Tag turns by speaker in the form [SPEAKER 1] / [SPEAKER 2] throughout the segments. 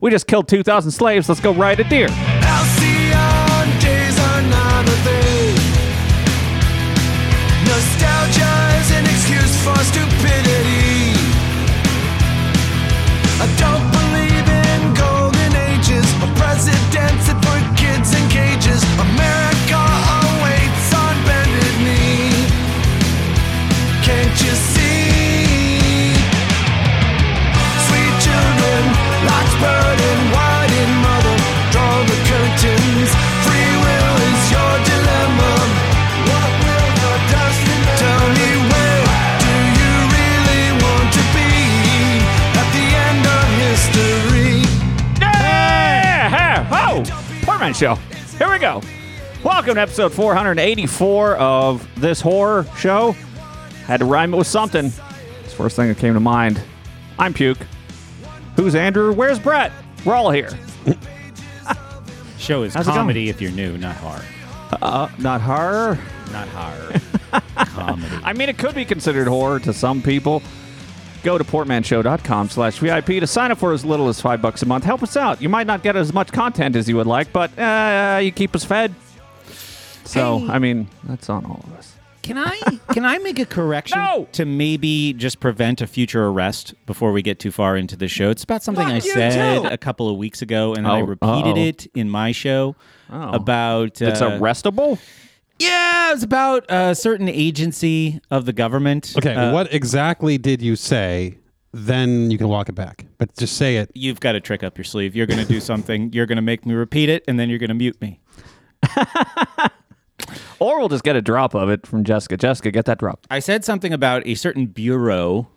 [SPEAKER 1] We just killed 2,000 slaves. Let's go ride a deer.
[SPEAKER 2] Halcyon days are not a thing. Nostalgia is an excuse for stupidity. I don't believe in golden ages or presidents that put kids in cages. America awaits on bended knee. Can't you see? Sweet children, lights burning wide in mother, draw the curtains. Free will is your dilemma. What will the dust Tell me where do you really want to be at the end of history?
[SPEAKER 1] Yeah! Oh! Portman Show. Here we go. Welcome to episode 484 of this horror show. Had to rhyme it with something. It's the first thing that came to mind. I'm Puke. Who's Andrew? Where's Brett? We're all here.
[SPEAKER 3] Show is
[SPEAKER 1] How's it
[SPEAKER 3] comedy if you're new, not hard.
[SPEAKER 1] Not horror.
[SPEAKER 3] Not hard. comedy.
[SPEAKER 1] I mean, it could be considered horror to some people. Go to portmanshow.com slash VIP to sign up for as little as five bucks a month. Help us out. You might not get as much content as you would like, but uh, you keep us fed. So,
[SPEAKER 3] Hey.
[SPEAKER 1] I mean, that's on all of us.
[SPEAKER 3] Can I can I make a correction
[SPEAKER 1] No!
[SPEAKER 3] to maybe just prevent a future arrest before we get too far into the show? It's about something
[SPEAKER 1] Fuck
[SPEAKER 3] I
[SPEAKER 1] you,
[SPEAKER 3] said
[SPEAKER 1] too.
[SPEAKER 3] a couple of weeks ago, and I
[SPEAKER 1] Oh,
[SPEAKER 3] repeated
[SPEAKER 1] uh-oh.
[SPEAKER 3] it in my show
[SPEAKER 1] Oh.
[SPEAKER 3] about uh,
[SPEAKER 1] It's arrestable?
[SPEAKER 3] Yeah, it's about a certain agency of the government.
[SPEAKER 4] Okay,
[SPEAKER 3] Uh,
[SPEAKER 4] what exactly did you say? Then you can walk it back. But just say it.
[SPEAKER 3] You've got a trick up your sleeve. You're going to do something. You're going to make me repeat it, and then you're going to mute me.
[SPEAKER 1] Or we'll just get a drop of it from Jessica. Jessica, get that drop.
[SPEAKER 3] I said something about a certain bureau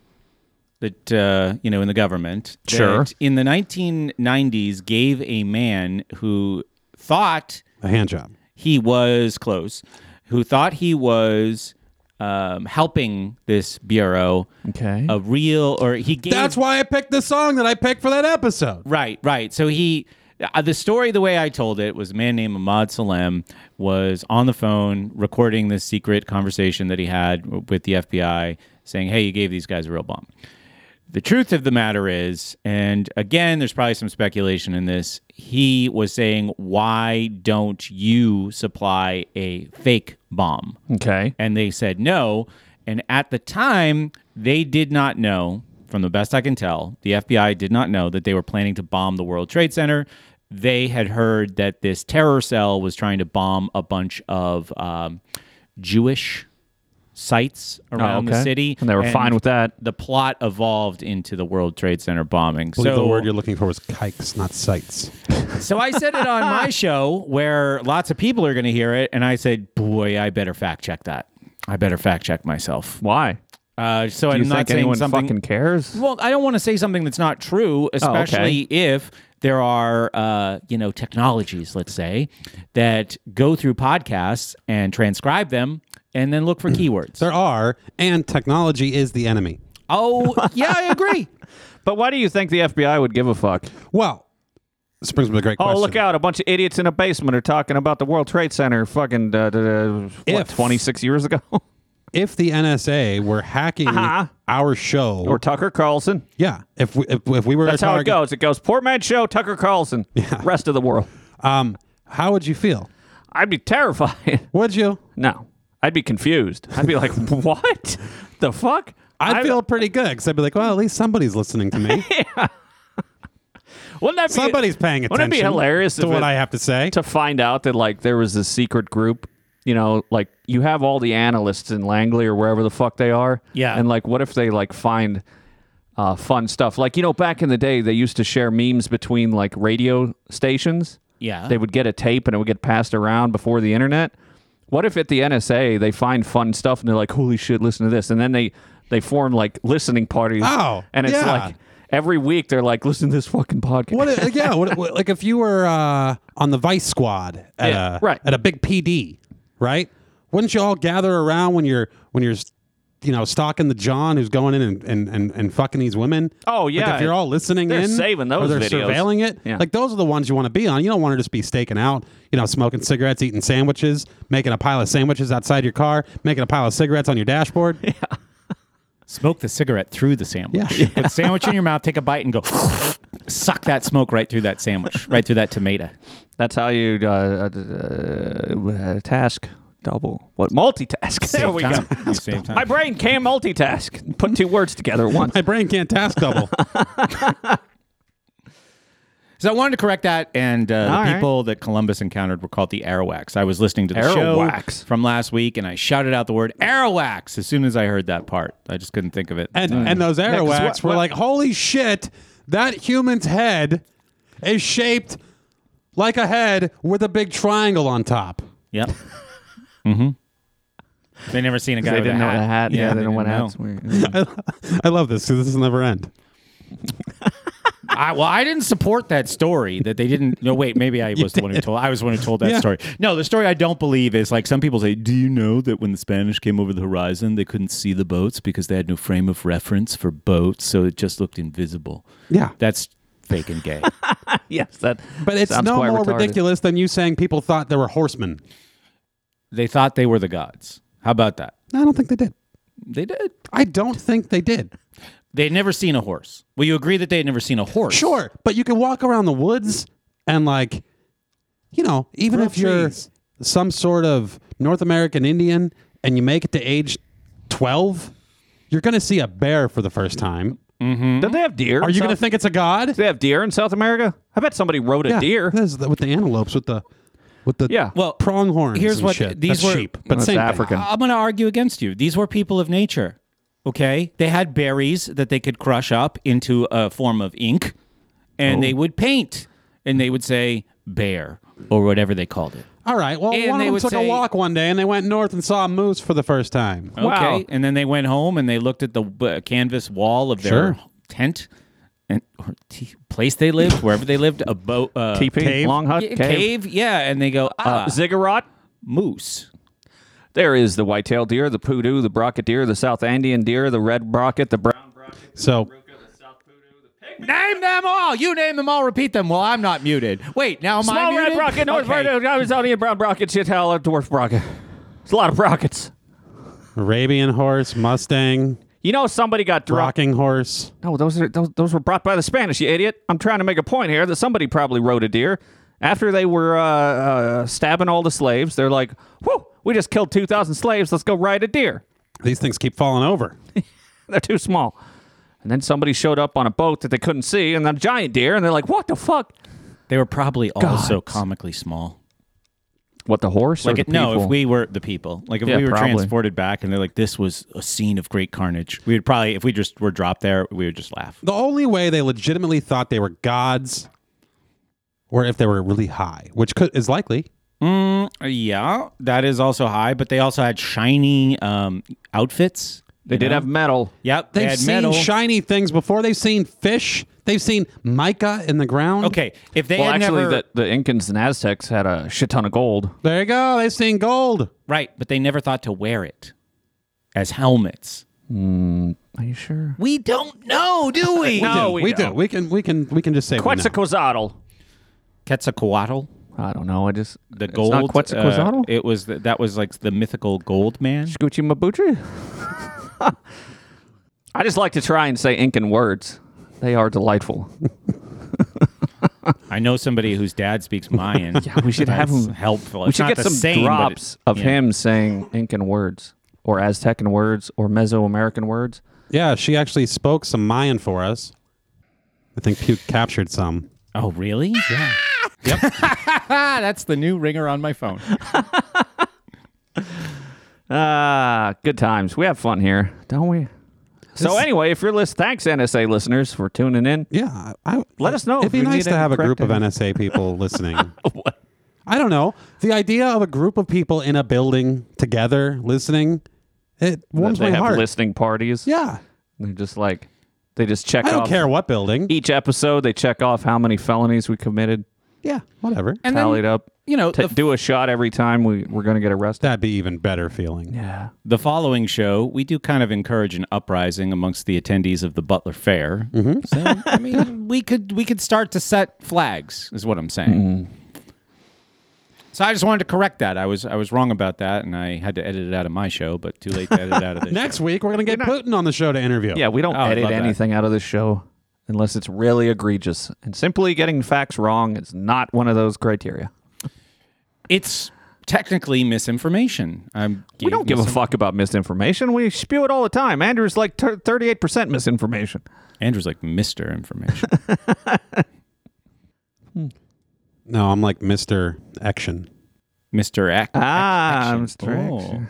[SPEAKER 3] that uh, you know in the government. that
[SPEAKER 1] Sure.
[SPEAKER 3] in the 1990s, gave a man who thought
[SPEAKER 4] A hand job.
[SPEAKER 3] he was close, who thought he was um, helping this bureau.
[SPEAKER 1] Okay.
[SPEAKER 3] A real, or he gave.
[SPEAKER 4] That's why I picked the song that I picked for that episode.
[SPEAKER 3] Right, right. So he, uh, the story, the way I told it was a man named Ahmad Salem was on the phone recording this secret conversation that he had with the FBI saying, hey, you gave these guys a real bomb. The truth of the matter is, and again, there's probably some speculation in this, he was saying, why don't you supply a fake bomb?
[SPEAKER 1] Okay.
[SPEAKER 3] and they said no. And at the time, they did not know, from the best I can tell, the FBI did not know that they were planning to bomb the World Trade Center. They had heard that this terror cell was trying to bomb a bunch of um, Jewish sites around
[SPEAKER 1] Oh, okay.
[SPEAKER 3] the city.
[SPEAKER 1] And they were fine with that.
[SPEAKER 3] The plot evolved into the World Trade Center bombing.
[SPEAKER 4] I believe
[SPEAKER 3] so
[SPEAKER 4] the word you're looking for was kikes, not sites.
[SPEAKER 3] so I said it on my show where lots of people are going to hear it. And I said, boy, I better fact check that. I better fact check myself.
[SPEAKER 1] Why?
[SPEAKER 3] Uh, so
[SPEAKER 1] Do
[SPEAKER 3] I'm
[SPEAKER 1] you
[SPEAKER 3] not
[SPEAKER 1] think
[SPEAKER 3] saying
[SPEAKER 1] anyone
[SPEAKER 3] something.
[SPEAKER 1] fucking cares? Oh,
[SPEAKER 3] well, I don't want to say something that's not true, especially if there are uh, you know technologies, let's say, that go through podcasts and transcribe them and then look for keywords.
[SPEAKER 4] There are, and technology is the enemy.
[SPEAKER 3] Oh, yeah, I agree.
[SPEAKER 1] But why do you think the FBI would give a fuck?
[SPEAKER 4] Well, this brings me to a great
[SPEAKER 1] Oh,
[SPEAKER 4] question.
[SPEAKER 1] look out. A bunch of idiots in a basement are talking about the World Trade Center fucking, uh, uh, what,
[SPEAKER 4] If-
[SPEAKER 1] 26 years ago?
[SPEAKER 4] If the NSA were hacking our show,
[SPEAKER 1] Uh-huh. or Tucker Carlson?
[SPEAKER 4] yeah, if we, if, if we were
[SPEAKER 1] That's
[SPEAKER 4] a
[SPEAKER 1] how it
[SPEAKER 4] target,
[SPEAKER 1] goes. It goes Portman Show, Tucker Carlson, rest of the world.
[SPEAKER 4] Um, how would you feel?
[SPEAKER 1] I'd be terrified.
[SPEAKER 4] Would you?
[SPEAKER 1] No, I'd be confused. I'd be like, what the fuck?
[SPEAKER 4] I'd
[SPEAKER 1] I-
[SPEAKER 4] feel pretty good because I'd be like, well, at least somebody's listening to me.
[SPEAKER 1] Wouldn't that be,
[SPEAKER 4] Somebody's paying attention.
[SPEAKER 1] Wouldn't it be hilarious
[SPEAKER 4] to
[SPEAKER 1] if
[SPEAKER 4] what
[SPEAKER 1] it-
[SPEAKER 4] I have to say?
[SPEAKER 1] to find out that like there was this secret group? You know, like you have all the analysts in Langley or wherever the fuck they are.
[SPEAKER 3] Yeah.
[SPEAKER 1] And like, what if they like find uh, fun stuff? Like you know, back in the day, they used to share memes between like radio stations.
[SPEAKER 3] Yeah.
[SPEAKER 1] they would get a tape and it would get passed around before the internet. What if at the NSA they find fun stuff and they're like, "Holy shit, listen to this!" And then they they form like listening parties.
[SPEAKER 4] Oh,
[SPEAKER 1] and it's
[SPEAKER 4] yeah.
[SPEAKER 1] like every week they're like, "Listen to this fucking podcast."
[SPEAKER 4] What? if- yeah. What, what- like if you were uh, on the Vice Squad at
[SPEAKER 1] Yeah,
[SPEAKER 4] a
[SPEAKER 1] right.
[SPEAKER 4] at a big PD, right? Wouldn't you all gather around when you're when you're you know stalking the John who's going in and and, and, and fucking these women?
[SPEAKER 1] Oh,
[SPEAKER 4] Like,
[SPEAKER 1] yeah.
[SPEAKER 4] if you're all listening
[SPEAKER 1] They're
[SPEAKER 4] in,
[SPEAKER 1] saving those
[SPEAKER 4] or they're
[SPEAKER 1] videos.
[SPEAKER 4] surveilling it.
[SPEAKER 1] Yeah.
[SPEAKER 4] Like those are the ones you want to be on. You don't want to just be staking out. You know, smoking cigarettes, eating sandwiches, making a pile of sandwiches outside your car, making a pile of cigarettes on your dashboard.
[SPEAKER 3] Smoke the cigarette through the sandwich.
[SPEAKER 4] Yeah.
[SPEAKER 3] Put the sandwich in your mouth, take a bite, and go. suck that smoke right through that sandwich, right through that tomato.
[SPEAKER 1] That's how you uh, uh, uh, task double. What multitask? There we go.
[SPEAKER 3] Time. Same time.
[SPEAKER 1] My brain can multitask. Put two words together once.
[SPEAKER 4] My brain can't task double.
[SPEAKER 3] So I wanted to correct that, and uh,
[SPEAKER 1] All
[SPEAKER 3] the
[SPEAKER 1] right.
[SPEAKER 3] people that Columbus encountered were called the Arawaks. I was listening to the
[SPEAKER 1] Arawaks.
[SPEAKER 3] show from last week, and I shouted out the word Arawaks as soon as I heard that part. I just couldn't think of it.
[SPEAKER 4] And and those
[SPEAKER 1] Yeah, 'cause
[SPEAKER 4] airwax
[SPEAKER 1] what-
[SPEAKER 4] were
[SPEAKER 1] what-
[SPEAKER 4] like, holy shit, that human's head is shaped like a head with a big triangle on top.
[SPEAKER 3] yep. mm-hmm. They never seen a guy.
[SPEAKER 1] They
[SPEAKER 3] with
[SPEAKER 1] didn't
[SPEAKER 3] a
[SPEAKER 1] know
[SPEAKER 3] hat.
[SPEAKER 1] the hat. Yeah, they didn't know what
[SPEAKER 3] didn't
[SPEAKER 1] hats
[SPEAKER 3] know.
[SPEAKER 1] were.
[SPEAKER 4] I love this because this will never end.
[SPEAKER 3] I, well, I didn't support that story that they didn't. No, wait, maybe I was the one who told. I was the one who told that
[SPEAKER 4] Yeah.
[SPEAKER 3] story. No, the story I don't believe is like some people say. Do you know that when the Spanish came over the horizon, they couldn't see the boats because they had no frame of reference for boats, so it just looked invisible.
[SPEAKER 4] Yeah.
[SPEAKER 3] That's fake and gay.
[SPEAKER 1] yes, that.
[SPEAKER 4] But it's
[SPEAKER 1] sounds
[SPEAKER 4] no
[SPEAKER 1] quite
[SPEAKER 4] more
[SPEAKER 1] retarded.
[SPEAKER 4] ridiculous than you saying people thought there were horsemen.
[SPEAKER 3] they thought they were the gods. How about that?
[SPEAKER 4] No, I don't think they did.
[SPEAKER 3] They did.
[SPEAKER 4] I don't think they did.
[SPEAKER 3] They had never seen a horse. Will you agree that they had never seen a horse?
[SPEAKER 4] Sure, but you can walk around the woods and like, you know, even if you're some sort of North American Indian and you make it to age twelve, you're going to see a bear for the first time.
[SPEAKER 1] Don't they have deer?
[SPEAKER 4] Are
[SPEAKER 1] in
[SPEAKER 4] you going to
[SPEAKER 1] South-
[SPEAKER 4] think Mm-hmm. it's a god?
[SPEAKER 1] Do they have deer in South America? I bet somebody rode a deer.
[SPEAKER 4] This is the- with the antelopes, with the with the
[SPEAKER 1] Yeah.
[SPEAKER 3] Well,
[SPEAKER 4] pronghorns.
[SPEAKER 3] here's
[SPEAKER 4] and
[SPEAKER 3] what-
[SPEAKER 4] shit.
[SPEAKER 3] these
[SPEAKER 4] That's
[SPEAKER 3] were-
[SPEAKER 4] sheep, but
[SPEAKER 1] That's
[SPEAKER 4] same thing.
[SPEAKER 1] African.
[SPEAKER 3] I'm going to argue against you. These were people of nature. Okay? They had berries that they could crush up into a form of ink and they would paint and they would say bear or whatever they called it.
[SPEAKER 4] All right. Well,
[SPEAKER 3] And
[SPEAKER 4] one
[SPEAKER 3] they
[SPEAKER 4] of them
[SPEAKER 3] would
[SPEAKER 4] took
[SPEAKER 3] say-
[SPEAKER 4] a walk one day and they went north and saw a moose for the first time.
[SPEAKER 3] Okay?
[SPEAKER 1] Wow.
[SPEAKER 3] And then they went home and they looked at the uh, canvas wall of their
[SPEAKER 4] Sure.
[SPEAKER 3] tent and or t- place they lived, wherever they lived, a boat uh,
[SPEAKER 1] TP,
[SPEAKER 4] Cave?
[SPEAKER 1] long hut,
[SPEAKER 3] Yeah,
[SPEAKER 1] cave,
[SPEAKER 3] cave, yeah, and they go ah,
[SPEAKER 1] Uh, ziggurat.
[SPEAKER 3] moose.
[SPEAKER 1] There is the white-tailed deer, the poodoo, the brocket deer, the South Andean deer, the red brocket, the brown brocket,
[SPEAKER 4] So
[SPEAKER 1] the South poodoo, the pygmy.
[SPEAKER 3] Name them all. You name them all. Repeat them. Well, I'm not muted. Wait, now am I
[SPEAKER 1] Small
[SPEAKER 3] muted?
[SPEAKER 1] red brocket, north
[SPEAKER 3] Okay.
[SPEAKER 1] okay. brocket, Amazonian brown brocket, Chital, dwarf brocket. It's a lot of brockets.
[SPEAKER 4] Arabian horse, Mustang,
[SPEAKER 1] You know somebody got dropped.
[SPEAKER 4] rocking horse.
[SPEAKER 1] No, Oh, those are those, those were brought by the Spanish, you idiot. I'm trying to make a point here that somebody probably rode a deer. After they were uh, uh, stabbing all the slaves, they're like, whoo, we just killed 2,000 slaves. Let's go ride a deer.
[SPEAKER 4] These things keep falling over.
[SPEAKER 1] They're too small. And then somebody showed up on a boat that they couldn't see, and a giant deer, and they're like, what the fuck?
[SPEAKER 3] They were probably also
[SPEAKER 1] Gods.
[SPEAKER 3] comically small.
[SPEAKER 1] What, the horse?
[SPEAKER 3] Like
[SPEAKER 1] or
[SPEAKER 3] it,
[SPEAKER 1] the
[SPEAKER 3] no, if
[SPEAKER 1] people?
[SPEAKER 3] we were the people, like if
[SPEAKER 1] Yeah,
[SPEAKER 3] we were
[SPEAKER 1] probably.
[SPEAKER 3] transported back, and they're like, "This was a scene of great carnage," we would probably, if we just were dropped there, we would just laugh.
[SPEAKER 4] The only way they legitimately thought they were gods, or if they were really high, which could is likely.
[SPEAKER 3] Yeah, that is also high, but they also had shiny um, outfits.
[SPEAKER 1] They did have metal.
[SPEAKER 3] Yep, they
[SPEAKER 4] They've
[SPEAKER 3] had
[SPEAKER 4] seen
[SPEAKER 3] metal.
[SPEAKER 4] shiny things before. They've seen fish. They've seen mica in the ground.
[SPEAKER 3] okay, if they
[SPEAKER 1] Well,
[SPEAKER 3] had
[SPEAKER 1] actually,
[SPEAKER 3] never
[SPEAKER 1] the, the Incans and Aztecs had a shit ton of gold.
[SPEAKER 4] There you go. They've seen gold.
[SPEAKER 3] right, but they never thought to wear it as helmets.
[SPEAKER 1] Are you sure?
[SPEAKER 3] We don't know, do Oh, we?
[SPEAKER 1] No, we,
[SPEAKER 4] we do.
[SPEAKER 1] don't.
[SPEAKER 4] We can. We can. We can just say. we know.
[SPEAKER 1] Quetzalcoatl.
[SPEAKER 3] Quetzalcoatl.
[SPEAKER 1] I don't know. I just
[SPEAKER 3] the
[SPEAKER 1] it's
[SPEAKER 3] gold.
[SPEAKER 1] Not Quetzalcoatl.
[SPEAKER 3] uh, it was the, that was like the mythical gold man.
[SPEAKER 1] Gucci Mabuchi. I just like to try and say Incan words. They are delightful.
[SPEAKER 3] I know somebody whose dad speaks Mayan. yeah,
[SPEAKER 1] we should have him-
[SPEAKER 3] helpful.
[SPEAKER 1] We should get some drops of
[SPEAKER 3] yeah.
[SPEAKER 1] him saying Incan words, or Aztecan words, or Mesoamerican words.
[SPEAKER 4] Yeah, she actually spoke some Mayan for us. I think Puke captured some.
[SPEAKER 3] Oh, really? Yeah. yep. That's the new ringer on my phone.
[SPEAKER 1] Ah, good times. We have fun here, don't we? So anyway, if you're listening, thanks NSA listeners for tuning in.
[SPEAKER 4] Yeah, I,
[SPEAKER 1] Let us know if
[SPEAKER 4] It'd be
[SPEAKER 1] you
[SPEAKER 4] nice
[SPEAKER 1] need
[SPEAKER 4] to
[SPEAKER 1] any
[SPEAKER 4] have a group of
[SPEAKER 1] correcting.
[SPEAKER 4] NSA people listening. I don't know. The idea of a group of people in a building together listening, it warms
[SPEAKER 1] they
[SPEAKER 4] my
[SPEAKER 1] have
[SPEAKER 4] heart.
[SPEAKER 1] listening parties.
[SPEAKER 4] Yeah,
[SPEAKER 1] They're just like they just check
[SPEAKER 4] I don't
[SPEAKER 1] off
[SPEAKER 4] care what building.
[SPEAKER 1] each episode. They check off how many felonies we committed,
[SPEAKER 4] Yeah, whatever.
[SPEAKER 3] And
[SPEAKER 1] tallied
[SPEAKER 3] then,
[SPEAKER 1] up.
[SPEAKER 3] you know,
[SPEAKER 1] Ta-
[SPEAKER 3] the,
[SPEAKER 1] do a shot every time we, we're going to get arrested.
[SPEAKER 4] That'd be even better feeling.
[SPEAKER 1] Yeah.
[SPEAKER 3] the following show, we do kind of encourage an uprising amongst the attendees of the Butler Fair.
[SPEAKER 1] Mm-hmm.
[SPEAKER 3] So, I mean, we could we could start to set flags, is what I'm saying.
[SPEAKER 1] Mm-hmm.
[SPEAKER 3] So I just wanted to correct that. I was I was wrong about that, and I had to edit it out of my show, but too late to edit it out of this.
[SPEAKER 4] Next week we're gonna get Putin on the show to interview.
[SPEAKER 1] Yeah, we don't
[SPEAKER 3] Oh, I'd
[SPEAKER 1] edit
[SPEAKER 3] love that.
[SPEAKER 1] anything out of this show. unless it's really egregious. And simply getting facts wrong is not one of those criteria.
[SPEAKER 3] It's technically misinformation. I'm
[SPEAKER 1] We don't give a fuck about misinformation. We spew it all the time. Andrew's like thir- 38% misinformation.
[SPEAKER 3] Andrew's like Mister Information.
[SPEAKER 4] No, I'm like Mr. Action.
[SPEAKER 3] Mister X.
[SPEAKER 1] Ah,
[SPEAKER 3] Action.
[SPEAKER 1] Mr.
[SPEAKER 3] Oh.
[SPEAKER 1] Action.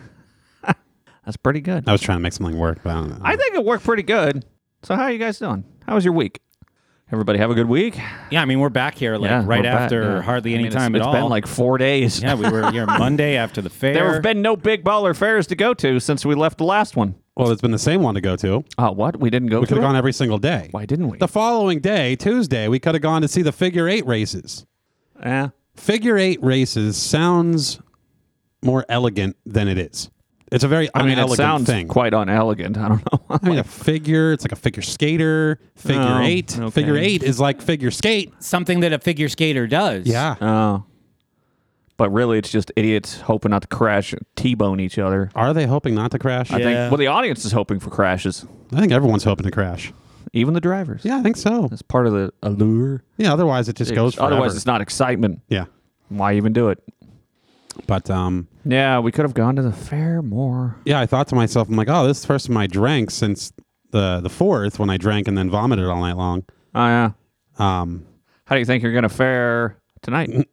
[SPEAKER 1] That's pretty good.
[SPEAKER 4] I was trying to make something work, but I don't know.
[SPEAKER 1] I think it worked pretty good. So how you guys doing? How was your week? Everybody have a good week.
[SPEAKER 3] Yeah, I mean we're back here like
[SPEAKER 1] we're
[SPEAKER 3] right
[SPEAKER 1] back,
[SPEAKER 3] after
[SPEAKER 1] yeah.
[SPEAKER 3] hardly
[SPEAKER 1] I
[SPEAKER 3] any
[SPEAKER 1] mean, it's-
[SPEAKER 3] time at all.
[SPEAKER 1] It's been like four days.
[SPEAKER 3] yeah, we were here Monday after the fair.
[SPEAKER 1] There have been no big baller fairs to go to since we left the last one.
[SPEAKER 4] well, it's been the same one to go to.
[SPEAKER 1] Uh, what? We didn't go
[SPEAKER 4] We could
[SPEAKER 1] to
[SPEAKER 4] have
[SPEAKER 1] it?
[SPEAKER 4] gone every single day.
[SPEAKER 1] Why didn't we?
[SPEAKER 4] The following day, Tuesday, we could have gone to see the figure eight races.
[SPEAKER 1] yeah.
[SPEAKER 4] Figure eight races sounds more elegant than it is. It's a very
[SPEAKER 1] I mean,
[SPEAKER 4] unelegant
[SPEAKER 1] it sounds
[SPEAKER 4] thing.
[SPEAKER 1] quite unelegant. I don't know.
[SPEAKER 4] I mean, a figure. It's like a figure skater. Figure
[SPEAKER 1] Oh,
[SPEAKER 4] eight.
[SPEAKER 1] okay.
[SPEAKER 4] Figure eight is like figure skate. Uh,
[SPEAKER 3] something that a figure skater does.
[SPEAKER 1] Oh. But really, it's just idiots hoping not to crash and T-bone each other.
[SPEAKER 4] Are they hoping not to crash?
[SPEAKER 1] I think,
[SPEAKER 3] Yeah.
[SPEAKER 1] well, the audience is hoping for crashes,
[SPEAKER 4] I think everyone's hoping to crash.
[SPEAKER 1] even the drivers.
[SPEAKER 4] Yeah, I think so.
[SPEAKER 1] That's part of the allure.
[SPEAKER 4] Yeah, otherwise it just goes. Forever.
[SPEAKER 1] Otherwise, it's not excitement.
[SPEAKER 4] yeah.
[SPEAKER 1] Why even do it?
[SPEAKER 4] But um,
[SPEAKER 1] Yeah, we could have gone to the fair more.
[SPEAKER 4] yeah, I thought to myself, I'm like, oh, this is the first time I drank since the the fourth when I drank and then vomited all night long.
[SPEAKER 1] Oh, yeah.
[SPEAKER 4] Um,
[SPEAKER 1] How do you think you're going to fare tonight?
[SPEAKER 4] I'm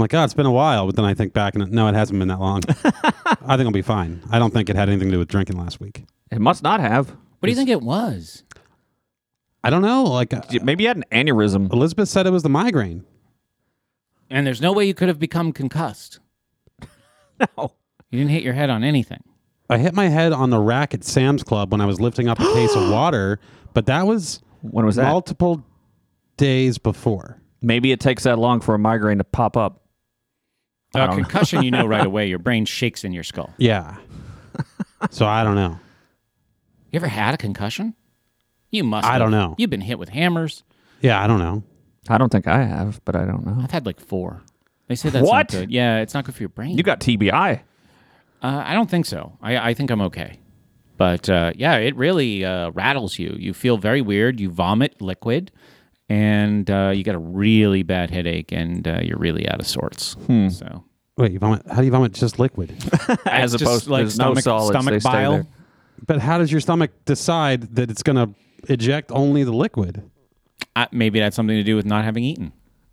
[SPEAKER 4] like, oh, it's been a while, but then I think back and no, it hasn't been that long. I think I'll be fine. I don't think it had anything to do with drinking last week.
[SPEAKER 1] it must not have.
[SPEAKER 3] What do you think it was?
[SPEAKER 4] I don't know. Like uh,
[SPEAKER 1] Maybe you had an aneurysm.
[SPEAKER 4] Elizabeth said, it was the migraine.
[SPEAKER 3] And there's no way you could have become concussed.
[SPEAKER 1] No.
[SPEAKER 3] You didn't hit your head on anything.
[SPEAKER 4] I hit my head on the rack at Sam's Club when I was lifting up a case of water, but that was
[SPEAKER 1] When was that?
[SPEAKER 4] multiple days before.
[SPEAKER 1] Maybe it takes that long for a migraine to pop up. I
[SPEAKER 4] Um.
[SPEAKER 3] Uh,
[SPEAKER 1] don't know.
[SPEAKER 3] concussion, you know right away. Your brain shakes in your skull.
[SPEAKER 4] Yeah. so I don't know.
[SPEAKER 3] You ever had a concussion? You must.
[SPEAKER 4] I
[SPEAKER 3] have.
[SPEAKER 4] don't know.
[SPEAKER 3] You've been hit with hammers.
[SPEAKER 4] Yeah, I don't know.
[SPEAKER 1] I don't think I have, but I don't know.
[SPEAKER 3] I've had like four. They say that's
[SPEAKER 1] What?
[SPEAKER 3] Not good. Yeah, it's not good for your brain.
[SPEAKER 1] You got TBI.
[SPEAKER 3] Uh, I don't think so. I, I think I'm okay. But uh, yeah, it really uh, rattles you. You feel very weird. You vomit liquid, and uh, you get a really bad headache, and uh, you're really out of sorts.
[SPEAKER 4] Hmm.
[SPEAKER 3] So
[SPEAKER 4] Wait, you vomit? How do you vomit just liquid?
[SPEAKER 1] As
[SPEAKER 3] It's just
[SPEAKER 1] opposed,
[SPEAKER 3] like
[SPEAKER 1] there's no
[SPEAKER 3] stomach-
[SPEAKER 1] solids.
[SPEAKER 3] stomach
[SPEAKER 1] they stay
[SPEAKER 3] bile.
[SPEAKER 1] there.
[SPEAKER 4] but how does your stomach decide that it's going to eject only the liquid?
[SPEAKER 3] uh, maybe it had something to do with not having eaten.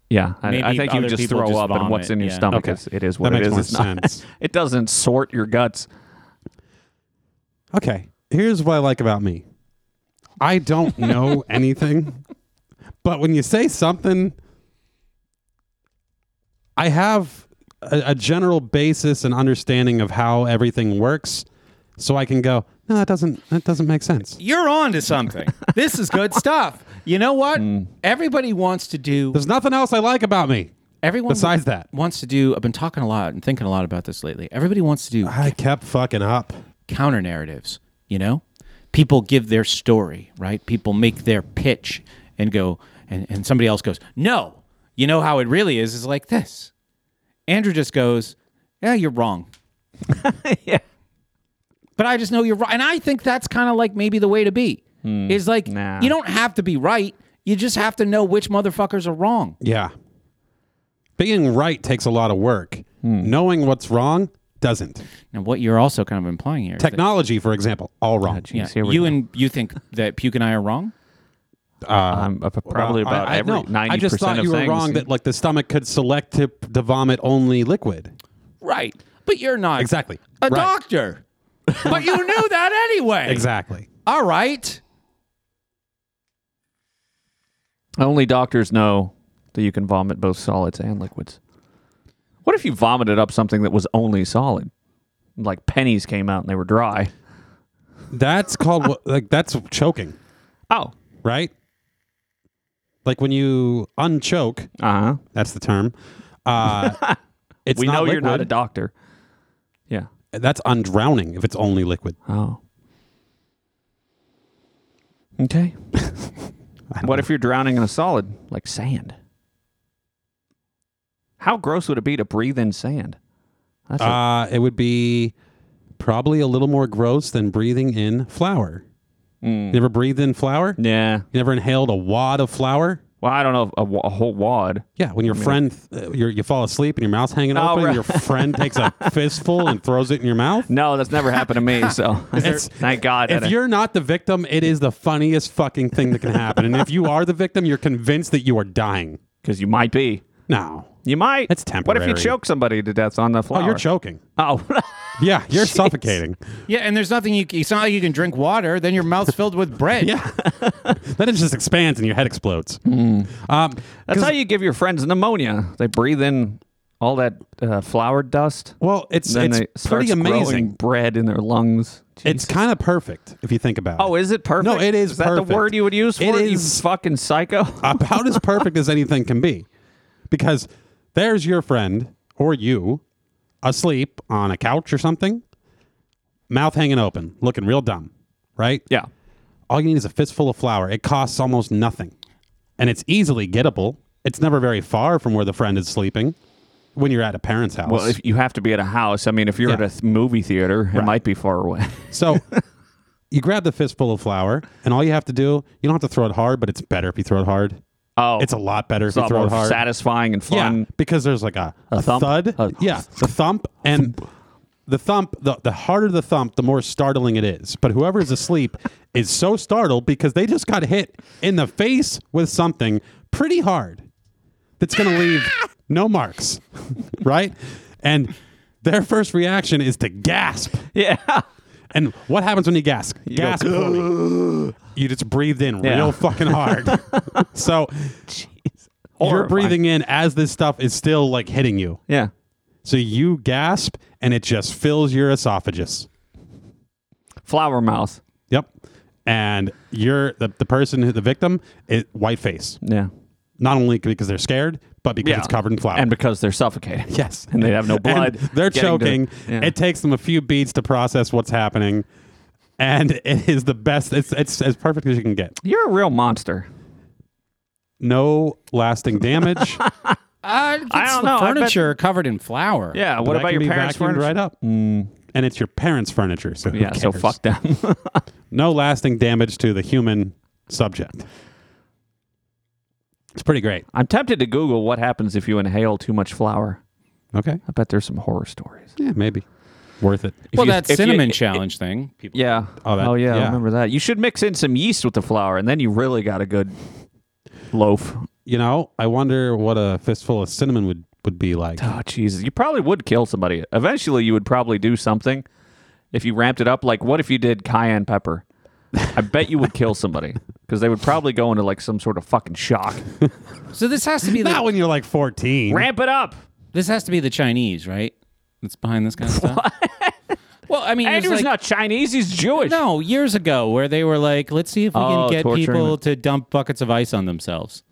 [SPEAKER 1] Yeah,
[SPEAKER 3] Maybe
[SPEAKER 1] I, I think you
[SPEAKER 3] other
[SPEAKER 1] just
[SPEAKER 3] people
[SPEAKER 1] throw
[SPEAKER 3] just
[SPEAKER 1] up, and what's
[SPEAKER 3] vomit,
[SPEAKER 1] in your
[SPEAKER 3] yeah.
[SPEAKER 1] stomach
[SPEAKER 4] Okay.
[SPEAKER 1] is it is what
[SPEAKER 4] that makes
[SPEAKER 1] it is.
[SPEAKER 4] more
[SPEAKER 1] It's not-
[SPEAKER 4] sense.
[SPEAKER 1] it doesn't sort your guts.
[SPEAKER 4] okay, here's what I like about me. I don't know anything, but when you say something, I have a, a general basis and understanding of how everything works, so I can go. No, that doesn't. That doesn't make sense.
[SPEAKER 3] You're on to something. this is good stuff. You know what? Everybody wants to do.
[SPEAKER 4] There's nothing else I like about me.
[SPEAKER 3] Everyone
[SPEAKER 4] Besides that.
[SPEAKER 3] wants to do. I've been talking a lot and thinking a lot about this lately. Everybody wants to do
[SPEAKER 4] I kept fucking up.
[SPEAKER 3] counter narratives. You know, people give their story, right? People make their pitch and go, and, and somebody else goes, no, you know how it really is, is like this. Andrew just goes, yeah, you're wrong.
[SPEAKER 1] yeah,
[SPEAKER 3] But I just know you're right. And I think that's kind of like maybe the way to be is like,
[SPEAKER 1] Nah.
[SPEAKER 3] you don't have to be right. You just have to know which motherfuckers are wrong.
[SPEAKER 4] Yeah. Being right takes a lot of work. Knowing what's wrong Hmm. doesn't.
[SPEAKER 3] And what you're also kind of implying here is that-
[SPEAKER 4] Technology, for example, all wrong.
[SPEAKER 1] Jeez,
[SPEAKER 3] yeah,
[SPEAKER 1] here we
[SPEAKER 3] you
[SPEAKER 1] go.
[SPEAKER 3] and you think that Puke and I are wrong?
[SPEAKER 1] I'm uh, probably
[SPEAKER 4] Uh,
[SPEAKER 1] about
[SPEAKER 4] I, I,
[SPEAKER 1] every
[SPEAKER 4] no,
[SPEAKER 1] ninety
[SPEAKER 4] I just
[SPEAKER 1] percent
[SPEAKER 4] thought
[SPEAKER 1] of
[SPEAKER 4] you were
[SPEAKER 1] things.
[SPEAKER 4] wrong that like the stomach could select to, to vomit only liquid.
[SPEAKER 3] Right. But you're not
[SPEAKER 4] Exactly.
[SPEAKER 3] a
[SPEAKER 4] Right.
[SPEAKER 3] doctor. but you knew that anyway.
[SPEAKER 4] Exactly.
[SPEAKER 3] All right.
[SPEAKER 1] Only doctors know that you can vomit both solids and liquids. What if you vomited up something that was only solid? Like pennies came out and they were dry.
[SPEAKER 4] That's called what- like that's choking,
[SPEAKER 1] Oh,
[SPEAKER 4] right? Like when you unchoke,
[SPEAKER 1] uh huh.
[SPEAKER 4] that's the term. Uh, it's
[SPEAKER 1] We
[SPEAKER 4] not
[SPEAKER 1] know you're not a
[SPEAKER 4] liquid.
[SPEAKER 1] doctor. Yeah.
[SPEAKER 4] That's undrowning if it's only liquid.
[SPEAKER 1] Oh. Okay. what if you're drowning in a solid like sand? How gross would it be to breathe in sand? That's a-
[SPEAKER 4] Uh, it would be probably a little more gross than breathing in flour.
[SPEAKER 1] Mm.
[SPEAKER 4] You never breathed in flour?
[SPEAKER 1] Yeah.
[SPEAKER 4] You never inhaled a wad of flour?
[SPEAKER 1] Well, I don't know if a, wa- a whole wad.
[SPEAKER 4] Yeah, when your friend, uh, you're, you fall asleep and your mouth's hanging
[SPEAKER 1] Oh,
[SPEAKER 4] open,
[SPEAKER 1] right.
[SPEAKER 4] and your friend takes a fistful and throws it in your mouth.
[SPEAKER 1] No, that's never happened to me. So
[SPEAKER 4] It's-
[SPEAKER 1] thank God. that
[SPEAKER 4] If
[SPEAKER 1] it-
[SPEAKER 4] you're not the victim, it is the funniest fucking thing that can happen. and if you are the victim, you're convinced that you are dying.
[SPEAKER 1] Because you might be.
[SPEAKER 4] No.
[SPEAKER 1] You might.
[SPEAKER 4] It's
[SPEAKER 1] What if
[SPEAKER 4] temporary.
[SPEAKER 1] you choke somebody to death on the floor?
[SPEAKER 4] Oh, you're choking.
[SPEAKER 1] Oh,
[SPEAKER 4] Yeah, you're suffocating.
[SPEAKER 3] Yeah, and there's nothing you. c- It's not like you can drink water. Then your mouth's filled with bread.
[SPEAKER 4] Yeah. then it just expands and your head explodes. Um,
[SPEAKER 1] Hmm. that's how you give your friends pneumonia. They breathe in all that uh, flour dust.
[SPEAKER 4] well, it's
[SPEAKER 1] then
[SPEAKER 4] it's
[SPEAKER 1] they start
[SPEAKER 4] pretty
[SPEAKER 1] growing
[SPEAKER 4] amazing.
[SPEAKER 1] bread in their lungs.
[SPEAKER 4] It's
[SPEAKER 1] Jeez.
[SPEAKER 4] kind of perfect if you think about it.
[SPEAKER 1] oh, is it perfect?
[SPEAKER 4] No, it is
[SPEAKER 1] Is that the
[SPEAKER 4] perfect.
[SPEAKER 1] word you would use for
[SPEAKER 4] It
[SPEAKER 1] it? Uh,
[SPEAKER 4] is-
[SPEAKER 1] You fucking psycho.
[SPEAKER 4] about as perfect as anything can be. Because there's your friend or you asleep on a couch or something, mouth hanging open, looking real dumb, right?
[SPEAKER 1] yeah.
[SPEAKER 4] All you need is a fistful of flour. It costs almost nothing. And it's easily gettable. It's never very far from where the friend is sleeping when you're at a parent's house.
[SPEAKER 1] Well, if you have to be at a house, I mean, if you're
[SPEAKER 4] Yeah.
[SPEAKER 1] at a th- movie theater, it might be far away.
[SPEAKER 4] So you grab the fistful of flour, and all you have to do, you don't have to throw it hard, but it's better if you throw it hard.
[SPEAKER 1] Oh,
[SPEAKER 4] It's a lot better
[SPEAKER 1] It's
[SPEAKER 4] if
[SPEAKER 1] a
[SPEAKER 4] you
[SPEAKER 1] lot
[SPEAKER 4] throw
[SPEAKER 1] more
[SPEAKER 4] it hard.
[SPEAKER 1] satisfying and fun.
[SPEAKER 4] Yeah, because there's like a, a,
[SPEAKER 1] thump?
[SPEAKER 4] thud.
[SPEAKER 1] A-
[SPEAKER 4] yeah, the thump and the thump. The, the harder the thump, the more startling it is. But whoever is asleep is so startled because they just got hit in the face with something pretty hard that's going to leave no marks, right? And their first reaction is to gasp.
[SPEAKER 1] Yeah.
[SPEAKER 4] And what happens when you gasp?
[SPEAKER 1] go,
[SPEAKER 4] gasp. for me. You just breathed in
[SPEAKER 1] Yeah.
[SPEAKER 4] real fucking hard. so you're
[SPEAKER 1] Horrifying.
[SPEAKER 4] breathing in as this stuff is still like hitting you.
[SPEAKER 1] Yeah.
[SPEAKER 4] So you gasp and it just fills your esophagus.
[SPEAKER 1] Flower mouth.
[SPEAKER 4] Yep. And you're the, the person, who- the victim, it, white face.
[SPEAKER 1] Yeah.
[SPEAKER 4] Not only because they're scared, but because
[SPEAKER 1] Yeah.
[SPEAKER 4] it's covered in flour.
[SPEAKER 1] And because they're suffocating.
[SPEAKER 4] yes.
[SPEAKER 1] Oh. And they have no blood.
[SPEAKER 4] And they're
[SPEAKER 1] getting to-
[SPEAKER 4] choking.
[SPEAKER 1] yeah.
[SPEAKER 4] It takes them a few beats to process what's happening. And it is the best. It's, it's as perfect as you can get.
[SPEAKER 1] You're a real monster.
[SPEAKER 4] No lasting damage.
[SPEAKER 3] Uh,
[SPEAKER 1] I
[SPEAKER 3] it's
[SPEAKER 1] don't
[SPEAKER 3] the
[SPEAKER 1] know. I bet-
[SPEAKER 3] Furniture covered in flour.
[SPEAKER 1] Yeah.
[SPEAKER 4] But
[SPEAKER 1] What
[SPEAKER 4] that
[SPEAKER 1] about
[SPEAKER 4] can
[SPEAKER 1] your
[SPEAKER 4] be
[SPEAKER 1] parents?
[SPEAKER 4] vacuumed
[SPEAKER 1] furniture?
[SPEAKER 4] right up? Mm. And it's your parents' furniture. So who
[SPEAKER 1] Yeah. So
[SPEAKER 4] cares?
[SPEAKER 1] fuck them.
[SPEAKER 4] no lasting damage to the human subject. It's pretty great.
[SPEAKER 1] I'm tempted to Google what happens if you inhale too much flour.
[SPEAKER 4] Okay.
[SPEAKER 1] I bet there's some horror stories.
[SPEAKER 4] Yeah, maybe. Worth it.
[SPEAKER 1] If
[SPEAKER 3] Well,
[SPEAKER 1] you-
[SPEAKER 3] that
[SPEAKER 1] if you-
[SPEAKER 3] cinnamon
[SPEAKER 1] i-
[SPEAKER 3] challenge thing. People,
[SPEAKER 1] Yeah.
[SPEAKER 4] Oh, that-
[SPEAKER 1] oh yeah,
[SPEAKER 4] yeah.
[SPEAKER 1] I remember that. You should mix in some yeast with the flour, and then you really got a good loaf.
[SPEAKER 4] You know, I wonder what a fistful of cinnamon would, would be like.
[SPEAKER 1] Oh Jesus! You probably would kill somebody. Eventually, you would probably do something if you ramped it up. Like, what if you did cayenne pepper? I bet you would kill somebody because they would probably go into like some sort of fucking shock.
[SPEAKER 3] So this has to be
[SPEAKER 4] Not
[SPEAKER 3] the,
[SPEAKER 4] when you're like 14.
[SPEAKER 1] Ramp it up.
[SPEAKER 3] this has to be the Chinese, right? That's behind this kind of stuff. Well, I mean, it was
[SPEAKER 1] Andrew's
[SPEAKER 3] like-
[SPEAKER 1] not Chinese. He's Jewish.
[SPEAKER 3] No, years ago, where they were like, let's see if we
[SPEAKER 1] Oh,
[SPEAKER 3] can get
[SPEAKER 1] torturing
[SPEAKER 3] people
[SPEAKER 1] them.
[SPEAKER 3] to dump buckets of ice on themselves.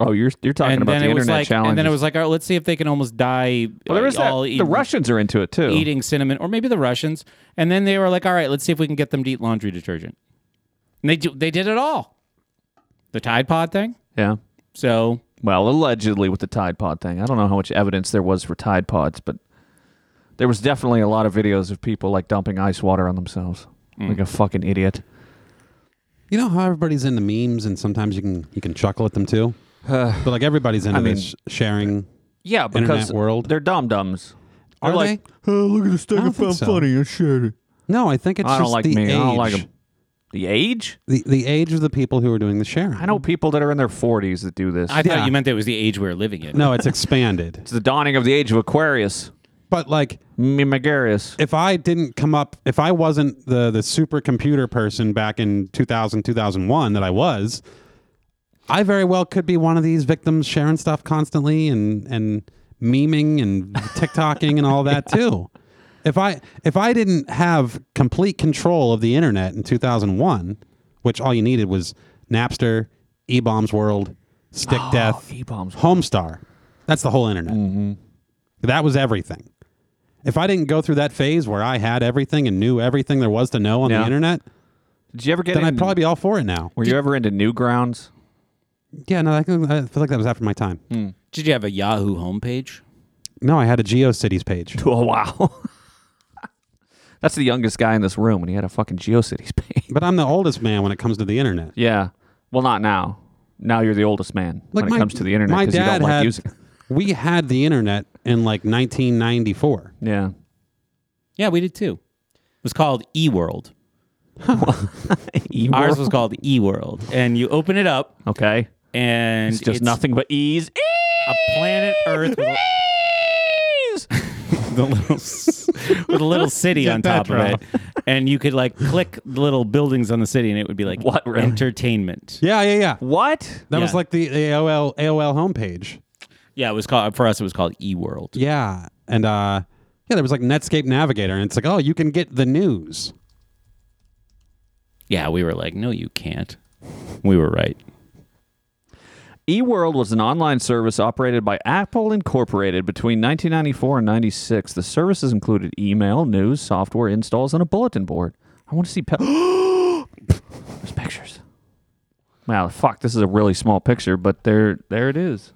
[SPEAKER 1] Oh, you're you're talking
[SPEAKER 3] And
[SPEAKER 1] about
[SPEAKER 3] then
[SPEAKER 1] the
[SPEAKER 3] it
[SPEAKER 1] internet
[SPEAKER 3] was like,
[SPEAKER 1] challenge.
[SPEAKER 3] and then it was like, all right, let's see if they can almost die.
[SPEAKER 1] well, there
[SPEAKER 3] uh,
[SPEAKER 1] is that.
[SPEAKER 3] all
[SPEAKER 1] The
[SPEAKER 3] eating-
[SPEAKER 1] Russians are into it too.
[SPEAKER 3] eating cinnamon, or maybe the Russians. And then they were like, all right, let's see if we can get them to eat laundry detergent. And they do, they did it all. The Tide Pod thing.
[SPEAKER 1] Yeah.
[SPEAKER 3] So
[SPEAKER 1] Well, allegedly with the Tide Pod thing. I don't know how much evidence there was for Tide Pods, but there was definitely a lot of videos of people like dumping ice water on themselves. Like a fucking idiot.
[SPEAKER 4] You know how everybody's into memes and sometimes you can you can chuckle at them too? but like everybody's into
[SPEAKER 1] I mean-
[SPEAKER 4] this sharing.
[SPEAKER 1] Yeah,
[SPEAKER 4] Internet
[SPEAKER 1] because
[SPEAKER 4] world.
[SPEAKER 1] they're dumb dumbs.
[SPEAKER 4] Are
[SPEAKER 1] like,
[SPEAKER 4] they?
[SPEAKER 5] Oh, look at this thing
[SPEAKER 4] I
[SPEAKER 5] I,
[SPEAKER 4] don't think
[SPEAKER 5] found
[SPEAKER 4] so.
[SPEAKER 5] funny. I shared it.
[SPEAKER 4] No, I think it's
[SPEAKER 1] I don't
[SPEAKER 4] just
[SPEAKER 1] like
[SPEAKER 4] the
[SPEAKER 1] me.
[SPEAKER 4] age.
[SPEAKER 1] I don't like them. The age?
[SPEAKER 4] The, the age of the people who are doing the sharing.
[SPEAKER 1] I know people that are in their 40s that do this.
[SPEAKER 3] I
[SPEAKER 4] Yeah.
[SPEAKER 3] thought you meant that it was the age we were living in.
[SPEAKER 4] No, it's expanded.
[SPEAKER 1] it's the dawning of the age of Aquarius.
[SPEAKER 4] but like
[SPEAKER 1] Mimagarius.
[SPEAKER 4] if I didn't come up, if I wasn't the the supercomputer person back in 2000, 2001 that I was, I very well could be one of these victims sharing stuff constantly and and memeing and TikToking and all that too. If I if I didn't have complete control of the internet in 2001, which all you needed was Napster, E Bombs World, Stick Death,
[SPEAKER 1] Oh, E-bombs.
[SPEAKER 4] Homestar. That's the whole internet.
[SPEAKER 1] Mm-hmm.
[SPEAKER 4] That was everything. If I didn't go through that phase where I had everything and knew everything there was to know on the
[SPEAKER 1] Yeah.
[SPEAKER 4] internet,
[SPEAKER 1] Did you ever get
[SPEAKER 4] then I'd
[SPEAKER 1] into,
[SPEAKER 4] probably be all for it now.
[SPEAKER 1] Were you ever into Newgrounds?
[SPEAKER 4] Yeah, no, I, can, I feel like that was after my time.
[SPEAKER 1] Hmm.
[SPEAKER 3] Did you have a Yahoo homepage?
[SPEAKER 4] Oh, No, I had a GeoCities page.
[SPEAKER 1] Oh, wow. That's the youngest guy in this room, and he had a fucking GeoCities page.
[SPEAKER 4] But I'm the oldest man when it comes to the internet.
[SPEAKER 1] yeah. Well, not now. Now you're the oldest man
[SPEAKER 4] Like
[SPEAKER 1] when it comes to the internet
[SPEAKER 4] my
[SPEAKER 1] because you
[SPEAKER 4] dad
[SPEAKER 1] don't like
[SPEAKER 4] had-
[SPEAKER 1] using it.
[SPEAKER 4] We had the internet in like 1994.
[SPEAKER 1] Yeah.
[SPEAKER 3] Yeah, we did too. It was called eWorld. Ours was called eWorld. And you open it up
[SPEAKER 1] okay.
[SPEAKER 3] and
[SPEAKER 1] It's just nothing but E's.
[SPEAKER 3] a planet Earth with a,
[SPEAKER 1] E's!
[SPEAKER 3] the little, s- with a little city
[SPEAKER 4] Get
[SPEAKER 3] on
[SPEAKER 4] that
[SPEAKER 3] top of it. And you could like click the little buildings on the city and it would be like
[SPEAKER 1] What, really?
[SPEAKER 3] entertainment.
[SPEAKER 4] Yeah, yeah, yeah.
[SPEAKER 1] what?
[SPEAKER 4] That
[SPEAKER 3] Yeah.
[SPEAKER 4] was like the AOL AOL homepage.
[SPEAKER 3] Yeah, it was called for us it was called eWorld.
[SPEAKER 4] Yeah, and uh, yeah, there was like Netscape Navigator, and it's like, oh, you can get the news.
[SPEAKER 3] Yeah, we were like, no, you can't. We were right.
[SPEAKER 1] eWorld was an online service operated by Apple Incorporated between 1994 and 96. The services included email, news, software installs, and a bulletin board. I want to see. Pe- There's pictures. Wow, fuck! This is a really small picture, but there, there it is.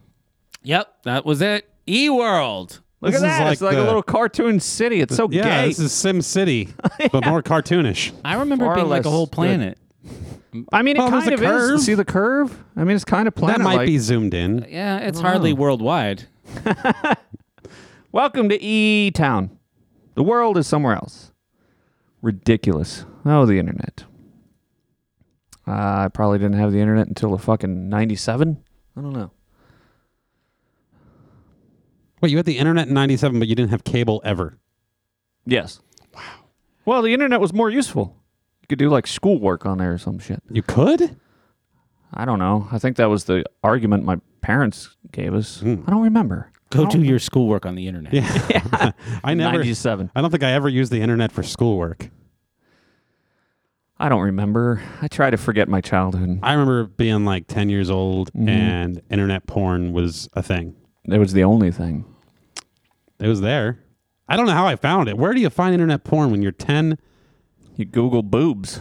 [SPEAKER 3] Yep, that was it. eWorld.
[SPEAKER 1] Look
[SPEAKER 4] This
[SPEAKER 1] at
[SPEAKER 4] is
[SPEAKER 1] that! it's
[SPEAKER 4] like
[SPEAKER 1] like a
[SPEAKER 4] the-
[SPEAKER 1] little cartoon city. It's so
[SPEAKER 4] Yeah,
[SPEAKER 1] gay.
[SPEAKER 4] this is Sim City, but more cartoonish.
[SPEAKER 3] I remember
[SPEAKER 1] Far
[SPEAKER 3] it being like
[SPEAKER 1] less
[SPEAKER 3] a whole
[SPEAKER 1] good.
[SPEAKER 3] planet.
[SPEAKER 1] I mean, it
[SPEAKER 4] Oh, there's
[SPEAKER 1] kind
[SPEAKER 4] a
[SPEAKER 1] of
[SPEAKER 4] curve.
[SPEAKER 1] is. See the curve? I mean, it's kind of planet.
[SPEAKER 4] That might be zoomed in.
[SPEAKER 3] Yeah, it's hardly worldwide.
[SPEAKER 1] Welcome to E Town. The world is somewhere else. Ridiculous. Oh, the internet. Uh, I probably didn't have the internet until the fucking 97. I don't know.
[SPEAKER 4] Wait, you had the internet in '97, but you didn't have cable ever.
[SPEAKER 1] Yes. Wow. Well, the internet was more useful. You could do like schoolwork on there or some shit.
[SPEAKER 4] You could.
[SPEAKER 1] I don't know. I think that was the argument my parents gave us. I don't remember.
[SPEAKER 3] Go do your schoolwork on the internet.
[SPEAKER 4] Yeah, I never.
[SPEAKER 1] 97.
[SPEAKER 4] I don't think I ever used the internet for schoolwork.
[SPEAKER 1] I don't remember. I try to forget my childhood.
[SPEAKER 4] I remember being like 10 years old and internet porn was a thing.
[SPEAKER 1] It was the only thing.
[SPEAKER 4] It was there. I don't know how I found it. Where do you find internet porn when you're 10?
[SPEAKER 1] You Google boobs.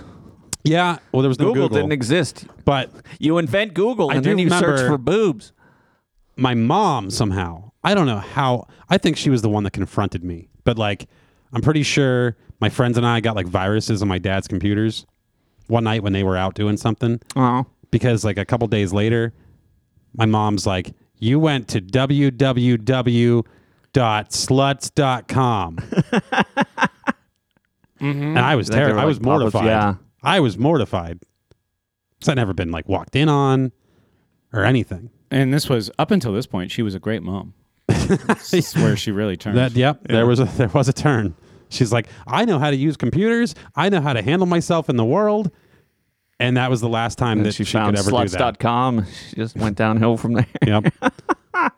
[SPEAKER 4] Yeah. Well, there was no
[SPEAKER 1] Google,
[SPEAKER 4] Google.
[SPEAKER 1] didn't e- exist.
[SPEAKER 4] but
[SPEAKER 1] You invent Google
[SPEAKER 4] I
[SPEAKER 1] and
[SPEAKER 4] do
[SPEAKER 1] then you search
[SPEAKER 4] remember-
[SPEAKER 1] for boobs.
[SPEAKER 4] my mom somehow, I don't know how, I think she was the one that confronted me. But like, I'm pretty sure my friends and I got like viruses on my dad's computers one night when they were out doing something.
[SPEAKER 1] Oh.
[SPEAKER 4] because like a couple days later, my mom's like, "You went to www.sluts.com," and I was
[SPEAKER 1] Like they were,
[SPEAKER 4] terrified.
[SPEAKER 1] Mm-hmm.
[SPEAKER 4] I
[SPEAKER 1] like,
[SPEAKER 4] was
[SPEAKER 1] public-
[SPEAKER 4] mortified.
[SPEAKER 1] yeah.
[SPEAKER 4] I was mortified. So I'd never been like walked in on or anything.
[SPEAKER 3] And this was up until this point, she was a great mom. this is where she really turned.
[SPEAKER 4] That yep, there was a there was a turn. She's like, "I know how to use computers. I know how to handle myself in the world." And that was the last time that she,
[SPEAKER 1] she, found
[SPEAKER 4] could ever do that.
[SPEAKER 1] sluts.com. She just went downhill from there.
[SPEAKER 4] Yep. you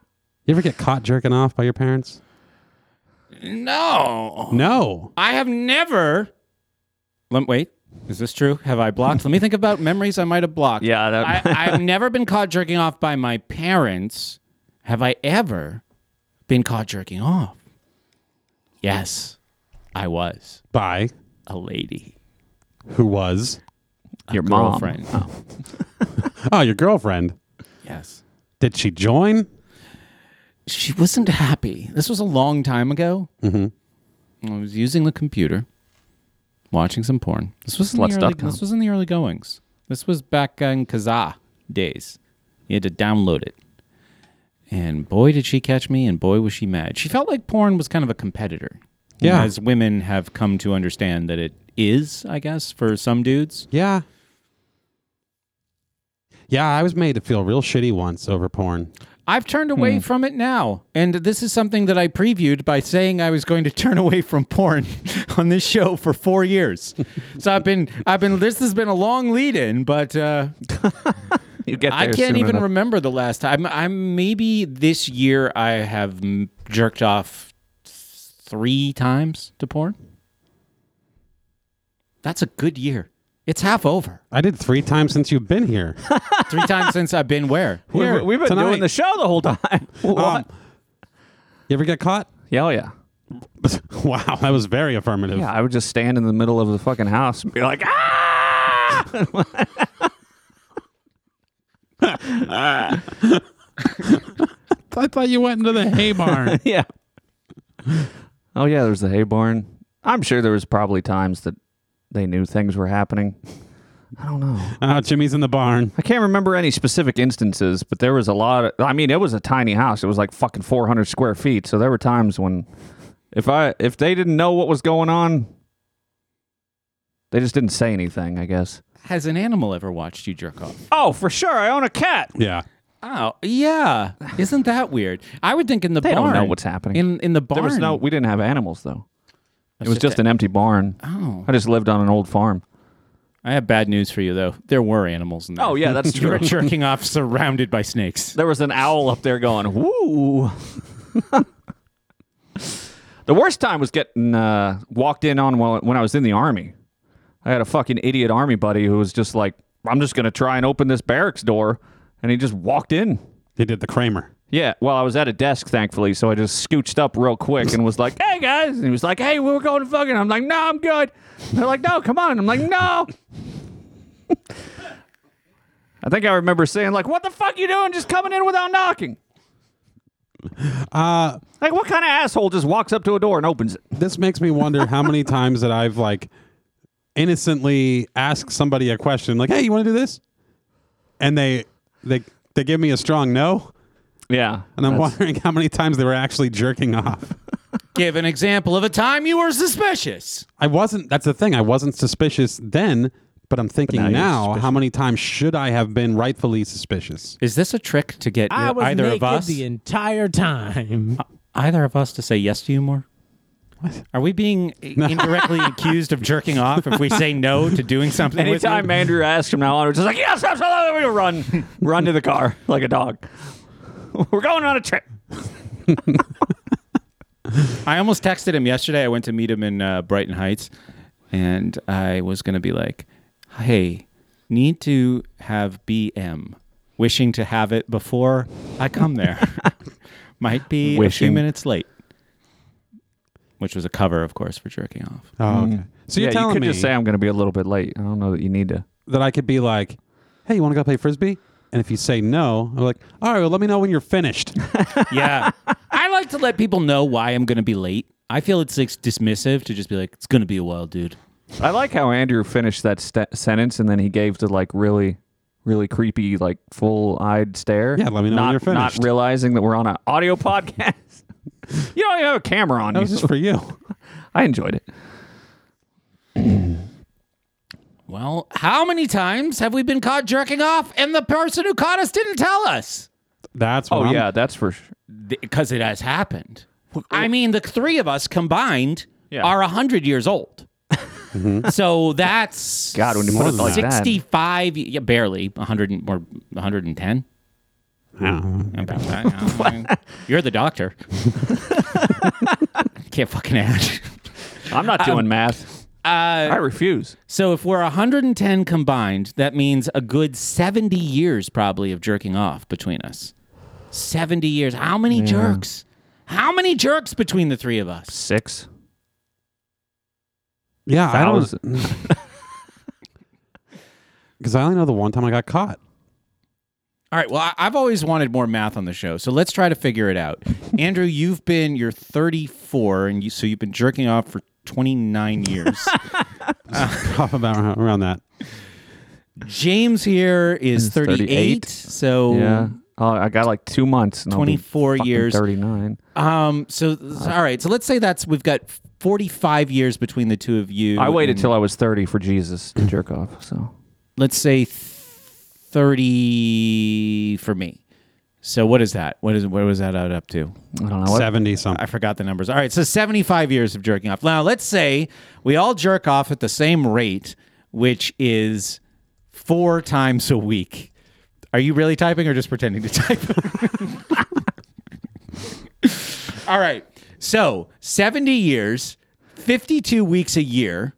[SPEAKER 4] ever get caught jerking off by your parents?
[SPEAKER 3] no,
[SPEAKER 4] No.
[SPEAKER 3] I have never. Let, wait, is this true? Have I blocked? Let me think about memories I might have blocked.
[SPEAKER 1] Yeah,
[SPEAKER 3] I,
[SPEAKER 1] that,
[SPEAKER 3] I've never been caught jerking off by my parents. Have I ever been caught jerking off? Yes, I was
[SPEAKER 4] By
[SPEAKER 3] a lady
[SPEAKER 4] who was?
[SPEAKER 1] your mom.
[SPEAKER 3] girlfriend.
[SPEAKER 4] Oh, your girlfriend.
[SPEAKER 3] Yes.
[SPEAKER 4] Did she join?
[SPEAKER 3] she wasn't happy. This was a long time ago. Mm-hmm. I was using the computer, watching some porn. This was in the early,
[SPEAKER 1] Sluts.com.
[SPEAKER 3] this was in the early goings. This was back in Kazaa days. You had to download it, and boy did she catch me, and boy was she mad. She felt like porn was kind of a competitor.
[SPEAKER 4] Yeah.
[SPEAKER 3] as women have come to understand that it is, I guess, for some dudes.
[SPEAKER 4] Yeah. Yeah, I was made to feel real shitty once over porn.
[SPEAKER 3] I've turned
[SPEAKER 4] Hmm.
[SPEAKER 3] away from it now. And this is something that I previewed by saying I was going to turn away from porn on this show for 4 years. so I've been I've been this has been a long lead in, but uh
[SPEAKER 1] You get
[SPEAKER 3] I
[SPEAKER 1] there
[SPEAKER 3] can't
[SPEAKER 1] soon
[SPEAKER 3] even
[SPEAKER 1] enough.
[SPEAKER 3] remember the last time. I'm maybe this year I have m- jerked off 3 times to porn. That's a good year. It's half over.
[SPEAKER 4] I did three times since you've been here.
[SPEAKER 3] 3 times since I've been where?
[SPEAKER 1] We-
[SPEAKER 4] Here,
[SPEAKER 1] We've been
[SPEAKER 4] tonight.
[SPEAKER 1] doing the show the whole time.
[SPEAKER 4] Um,
[SPEAKER 1] What?
[SPEAKER 4] you ever get caught?
[SPEAKER 1] yeah, oh, yeah.
[SPEAKER 4] wow, that was very affirmative.
[SPEAKER 1] Yeah, I would just stand in the middle of the fucking house and be like, ah!
[SPEAKER 4] I thought you went into the hay barn.
[SPEAKER 1] yeah. Oh, yeah, there's the hay barn. I'm sure there was probably times that they knew things were happening. I don't know.
[SPEAKER 4] Oh, Jimmy's in the barn.
[SPEAKER 1] I can't remember any specific instances, but there was a lot of. I mean, it was a tiny house. It was like fucking 400 square feet. So there were times when, if I if they didn't know what was going on, they just didn't say anything. I guess.
[SPEAKER 3] Has an animal ever watched you jerk off?
[SPEAKER 1] Oh, for sure. I own a cat.
[SPEAKER 4] Yeah.
[SPEAKER 3] Oh, yeah. Isn't that weird? I would think in the
[SPEAKER 1] They don't
[SPEAKER 3] barn.
[SPEAKER 1] know what's happening.
[SPEAKER 3] In in the barn.
[SPEAKER 1] There was no. We didn't have animals though. It
[SPEAKER 3] It's
[SPEAKER 1] was just
[SPEAKER 3] a-
[SPEAKER 1] an empty barn.
[SPEAKER 3] Oh.
[SPEAKER 1] I just lived on an old farm.
[SPEAKER 3] I have bad news for you though. There were animals in there.
[SPEAKER 1] Oh, yeah, that's
[SPEAKER 3] you were
[SPEAKER 1] true.
[SPEAKER 3] jerking off surrounded by snakes.
[SPEAKER 1] There was an owl up there going, "Woo!" the worst time was getting uh, walked in on while, when I was in the army. I had a fucking idiot army buddy who was just like, "I'm just gonna try and open this barracks door," and he just walked in.
[SPEAKER 4] They did the Kramer.
[SPEAKER 1] Yeah, well, I was at a desk, thankfully, so I just scooched up real quick and was like, "Hey guys!" And he was like, "Hey, we were going to fucking." I'm like, "No, I'm good." And they're like, "No, come on!" And I'm like, "No." I think I remember saying like, "What the fuck you doing? Just coming in without knocking?"
[SPEAKER 4] Uh,
[SPEAKER 1] Like, what kind of asshole just walks up to a door and opens it?
[SPEAKER 4] this makes me wonder how many times that I've like innocently asked somebody a question like, "Hey, you want to do this?" And they they they give me a strong no,
[SPEAKER 1] Yeah,
[SPEAKER 4] and I'm wondering how many times they were actually jerking off.
[SPEAKER 3] Give an example of a time you were suspicious.
[SPEAKER 4] I wasn't. That's the thing. I wasn't suspicious then, but I'm thinking
[SPEAKER 1] now you're
[SPEAKER 4] now, how
[SPEAKER 1] suspicious.
[SPEAKER 4] many times should I have been rightfully suspicious?
[SPEAKER 3] Is this a trick to get
[SPEAKER 5] I was
[SPEAKER 3] either
[SPEAKER 5] naked
[SPEAKER 3] of us
[SPEAKER 5] the entire time.
[SPEAKER 3] either of us to say yes to you more? Are we being indirectly accused of jerking off if we say no to doing something? with you?
[SPEAKER 1] Anytime Andrew asks from now on, we're just like, "Yes, absolutely!" We run, run to the car like a dog. we're going on a trip.
[SPEAKER 3] I almost texted him yesterday. I went to meet him in uh, Brighton Heights, and I was going to be like, "Hey, need to have BM. Wishing to have it before I come there. Might be a
[SPEAKER 1] Wishing.
[SPEAKER 3] few minutes late." Which was a cover, of course, for jerking off.
[SPEAKER 4] Oh, okay. So
[SPEAKER 1] Hmm. yeah, you
[SPEAKER 4] you're telling
[SPEAKER 1] could
[SPEAKER 4] me
[SPEAKER 1] just say I'm going to be a little bit late. I don't know that you need to.
[SPEAKER 4] that I could be like, "Hey, you want to go play frisbee?" And if you say no, I'm like, "All right, well, let me know when you're finished."
[SPEAKER 3] yeah. I like to let people know why I'm going to be late. I feel it's like dismissive to just be like, it's going to be a while, dude.
[SPEAKER 1] I like how Andrew finished that st- sentence and then he gave the like really, really creepy, like full-eyed stare.
[SPEAKER 4] Yeah, let me know when
[SPEAKER 1] not,
[SPEAKER 4] you're finished.
[SPEAKER 1] Not realizing that we're on an audio podcast. you don't even have a camera on.
[SPEAKER 4] That
[SPEAKER 1] You.
[SPEAKER 4] was just for you.
[SPEAKER 1] I enjoyed it.
[SPEAKER 3] Well, how many times have we been caught jerking off and the person who caught us didn't tell us?
[SPEAKER 4] That's what
[SPEAKER 1] Oh
[SPEAKER 4] I'm-
[SPEAKER 1] yeah, that's for sure.
[SPEAKER 3] Because it has happened. I mean, the three of us combined
[SPEAKER 1] Yeah.
[SPEAKER 3] are a 100 years old. So that's
[SPEAKER 1] Mm-hmm. God, when you put it like that.
[SPEAKER 3] 65, yeah, barely 100 and, or 110.
[SPEAKER 4] Yeah.
[SPEAKER 3] About that. You're the doctor. Can't fucking add. Uh,
[SPEAKER 1] I'm not
[SPEAKER 4] um,
[SPEAKER 1] doing math. I refuse.
[SPEAKER 3] So if we're 110 combined, that means a good 70 years probably of jerking off between us. 70 years. How many jerks? How many jerks between the three of us?
[SPEAKER 1] Six.
[SPEAKER 4] Yeah, I
[SPEAKER 1] Thousand.
[SPEAKER 4] don't. Because I only know the one time I got caught.
[SPEAKER 3] All right. Well, I- I've always wanted more math on the show, so let's try to figure it out. Andrew, you've been you're 34, and you so you've been jerking off for 29 years.
[SPEAKER 4] Off about around that.
[SPEAKER 3] James here is
[SPEAKER 1] Is 38.
[SPEAKER 3] 38, so
[SPEAKER 1] Yeah. Oh, I got like two months. And I'll be
[SPEAKER 3] 24
[SPEAKER 1] fucking
[SPEAKER 3] years.
[SPEAKER 1] 39.
[SPEAKER 3] Um. So,
[SPEAKER 1] Uh.
[SPEAKER 3] all right. So let's say that's we've got forty-five years between the two of you.
[SPEAKER 1] I waited
[SPEAKER 3] and
[SPEAKER 1] till I was 30 for Jesus to jerk off. So
[SPEAKER 3] let's say thirty for me. So what is that? What is what was that out up to?
[SPEAKER 1] I don't know. What,
[SPEAKER 4] Seventy
[SPEAKER 3] I
[SPEAKER 4] something.
[SPEAKER 3] forgot the numbers. All right. So seventy-five years of jerking off. Now let's say we all jerk off at the same rate, which is four times a week. Are you really typing or just pretending to type? All right. So 70 years, 52 weeks a year.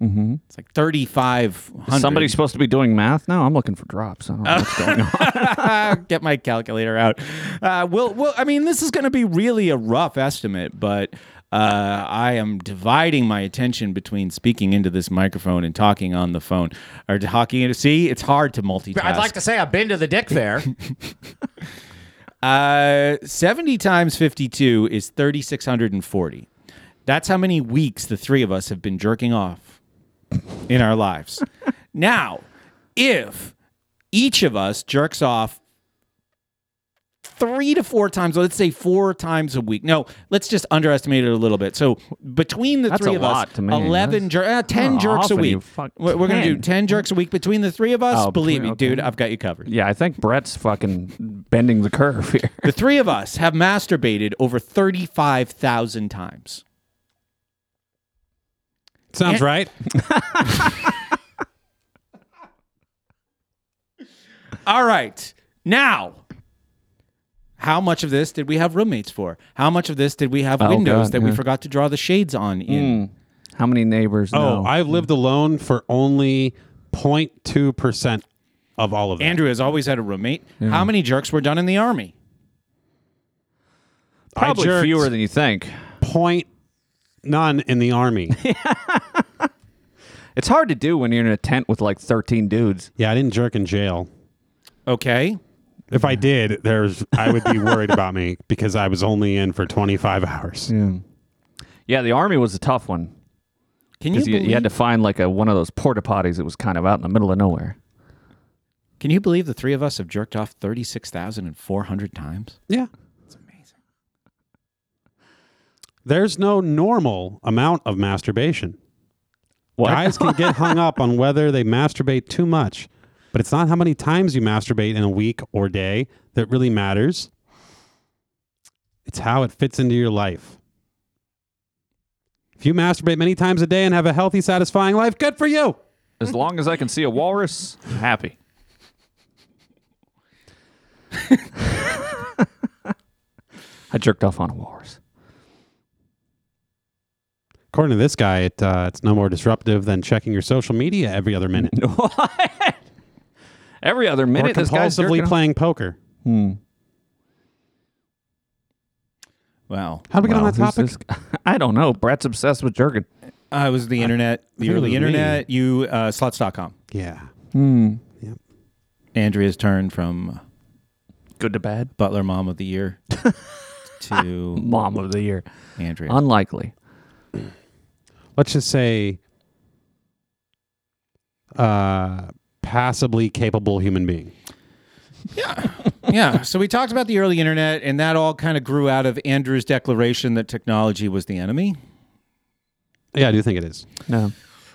[SPEAKER 1] Mm-hmm.
[SPEAKER 3] It's like 3,500.
[SPEAKER 1] Somebody's supposed to be doing math now. I'm looking for drops. I don't know what's going on.
[SPEAKER 3] Ah, get my calculator out. Uh, we'll, we'll, I mean, this is going to be really a rough estimate, but uh, I am dividing my attention between speaking into this microphone and talking on the phone or talking into. See, it's hard to multitask.
[SPEAKER 5] I'd like to say I've been to the dick fair.
[SPEAKER 3] Uh, 70 times 52 is 3,640. That's how many weeks the three of us have been jerking off in our lives. now, if each of us jerks off three to four times, let's say four times a week. No, let's just underestimate it a little bit. So between the
[SPEAKER 1] That's
[SPEAKER 3] three
[SPEAKER 1] a
[SPEAKER 3] of
[SPEAKER 1] lot
[SPEAKER 3] us,
[SPEAKER 1] to me.
[SPEAKER 3] 11, jer- uh, 10
[SPEAKER 1] Oh,
[SPEAKER 3] jerks a
[SPEAKER 1] often you
[SPEAKER 3] week.
[SPEAKER 1] fuck-
[SPEAKER 3] We're going to do
[SPEAKER 1] 10.
[SPEAKER 3] 10 jerks a week between the three of us.
[SPEAKER 1] Oh,
[SPEAKER 3] Believe me,
[SPEAKER 1] between- okay.
[SPEAKER 3] dude, I've got you covered.
[SPEAKER 1] Yeah, I think Brett's fucking bending the curve here.
[SPEAKER 3] The three of us have masturbated over 35,000 times.
[SPEAKER 4] Sounds right.
[SPEAKER 3] All right. Now, how much of this did we have roommates for? How much of this did we have
[SPEAKER 1] Oh,
[SPEAKER 3] windows
[SPEAKER 1] God,
[SPEAKER 3] that we
[SPEAKER 1] yeah. Hmm.
[SPEAKER 3] forgot to draw the shades on in?
[SPEAKER 1] How many neighbors?
[SPEAKER 4] Oh,
[SPEAKER 1] know?
[SPEAKER 4] I've lived alone for only 0.2 percent of all of that.
[SPEAKER 3] Andrew has always had a roommate. How many jerks were done in the army?
[SPEAKER 1] probably
[SPEAKER 4] I jerked
[SPEAKER 1] fewer than you think.
[SPEAKER 4] point none in the army.
[SPEAKER 1] It's hard to do when you're in a tent with like 13 dudes.
[SPEAKER 4] yeah, I didn't jerk in jail.
[SPEAKER 3] Okay.
[SPEAKER 4] If I did, there's I would be worried about me because I was only in for 25 hours.
[SPEAKER 1] Yeah, the army was a tough one
[SPEAKER 3] Can you,
[SPEAKER 1] because you, you had
[SPEAKER 3] believe-
[SPEAKER 1] to find like a one of those porta potties that was kind of out in the middle of nowhere.
[SPEAKER 3] can you believe the three of us have jerked off 36,400 times?
[SPEAKER 4] Yeah. It's amazing. There's no normal amount of masturbation.
[SPEAKER 1] What?
[SPEAKER 4] Guys can get hung up on whether they masturbate too much, but it's not how many times you masturbate in a week or day that really matters. It's how it fits into your life. If you masturbate many times a day and have a healthy, satisfying life, good for you.
[SPEAKER 1] As long as I can see a walrus, happy. I jerked off on a walrus.
[SPEAKER 4] According to this guy, it, uh, it's no more disruptive than checking your social media every other minute
[SPEAKER 1] Every other
[SPEAKER 4] or
[SPEAKER 1] minute, this guy's
[SPEAKER 4] compulsively
[SPEAKER 1] jerking off.
[SPEAKER 4] playing poker.
[SPEAKER 3] Wow.
[SPEAKER 4] How do we
[SPEAKER 1] Wow,
[SPEAKER 4] get on that
[SPEAKER 1] who's
[SPEAKER 4] topic?
[SPEAKER 1] this guy? I don't know. Brett's obsessed with jerking.
[SPEAKER 3] Uh, it was the internet, the
[SPEAKER 4] it
[SPEAKER 3] early
[SPEAKER 4] was
[SPEAKER 3] internet, you, uh, slots.com.
[SPEAKER 4] Yeah. Hmm.
[SPEAKER 3] Andrea's turned from
[SPEAKER 1] Good to bad.
[SPEAKER 3] Butler Mom of the Year to
[SPEAKER 1] Mom of the year.
[SPEAKER 3] Andrea.
[SPEAKER 1] Unlikely.
[SPEAKER 4] let's just say uh passably capable human being
[SPEAKER 3] yeah. So we talked about the early internet, and that all kind of grew out of Andrew's declaration that technology was the enemy.
[SPEAKER 4] yeah i do think it is
[SPEAKER 1] No.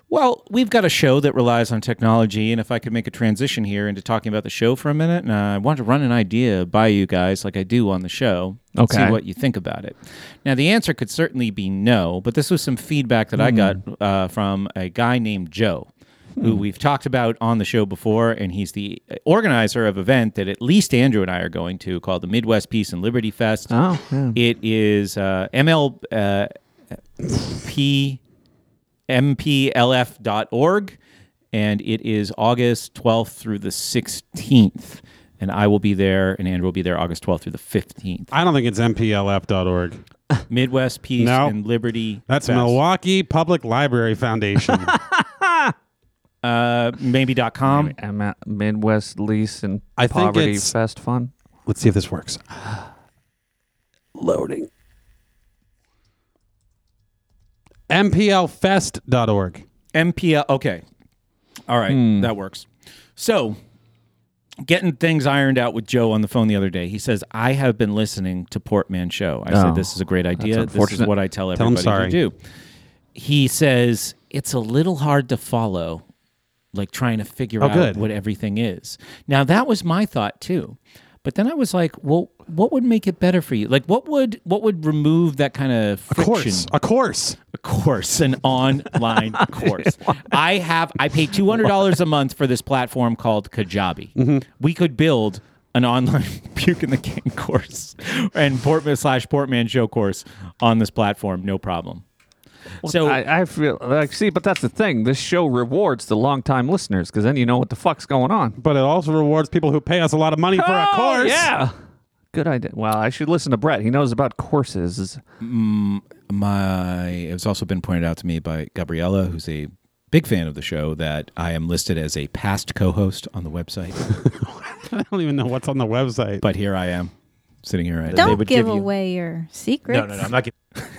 [SPEAKER 3] Well, we've got a show that relies on technology, and if I could make a transition here into talking about the show for a minute, and I want to run an idea by you guys, like I do on the show, and
[SPEAKER 1] Okay.
[SPEAKER 3] see what you think about it. Now, the answer could certainly be no, but this was some feedback that I
[SPEAKER 1] Hmm.
[SPEAKER 3] got uh, from a guy named Joe,
[SPEAKER 1] Hmm.
[SPEAKER 3] who we've talked about on the show before, and he's the uh, organizer of an event that at least Andrew and I are going to called the Midwest Peace and Liberty Fest.
[SPEAKER 1] Oh, yeah.
[SPEAKER 3] It is uh, ML. Uh, P mplf.org and it is August 12th through the 16th and I will be there and Andrew will be there August 12th through the 15th.
[SPEAKER 4] i don't think it's mplf.org
[SPEAKER 3] Midwest Peace
[SPEAKER 4] No.
[SPEAKER 3] and Liberty.
[SPEAKER 4] that's
[SPEAKER 3] Fest.
[SPEAKER 4] milwaukee public library foundation
[SPEAKER 3] Uh, maybe.com.
[SPEAKER 1] Um, I'm at Midwest Lease and
[SPEAKER 4] I think
[SPEAKER 1] Poverty
[SPEAKER 4] it's-
[SPEAKER 1] Fest Fund.
[SPEAKER 4] let's see if this works
[SPEAKER 1] Loading.
[SPEAKER 4] mplfest.org
[SPEAKER 3] MPL. Okay. All right.
[SPEAKER 4] Hmm.
[SPEAKER 3] That works. So, getting things ironed out with Joe on the phone the other day. He says, I have been listening to Portman Show. I
[SPEAKER 1] Oh,
[SPEAKER 3] said, This is a great idea. This is
[SPEAKER 1] unfortunate.
[SPEAKER 3] what I tell
[SPEAKER 4] Tell him
[SPEAKER 3] everybody
[SPEAKER 4] sorry.
[SPEAKER 3] to do. He says, It's a little hard to follow, like trying to figure out
[SPEAKER 4] Oh, good.
[SPEAKER 3] what everything is. Now, that was my thought too. But then I was like, well, what would make it better for you? Like, what would what would remove that kind of friction?
[SPEAKER 4] course a course
[SPEAKER 3] a course, an online course. I have I pay two hundred dollars a month for this platform called Kajabi.
[SPEAKER 4] Mm-hmm.
[SPEAKER 3] We could build an online puke in the can course and Portman slash Portman show course on this platform, no problem. so
[SPEAKER 1] I, I feel like see, but that's the thing. This show rewards the longtime listeners because then you know what the fuck's going on.
[SPEAKER 4] but it also rewards people who pay us a lot of money for a
[SPEAKER 1] Oh,
[SPEAKER 4] course
[SPEAKER 1] yeah. Good idea. Well, I should listen to Brett. He knows about courses.
[SPEAKER 3] my it was also been pointed out to me by Gabriella, who's a big fan of the show, that I am listed as a past co-host on the website,
[SPEAKER 4] i don't even know what's on the website
[SPEAKER 3] but here I am. sitting here right now.
[SPEAKER 6] Don't
[SPEAKER 7] would
[SPEAKER 6] give,
[SPEAKER 7] give you-
[SPEAKER 6] away your secrets.
[SPEAKER 7] No, no, no. I'm not giving.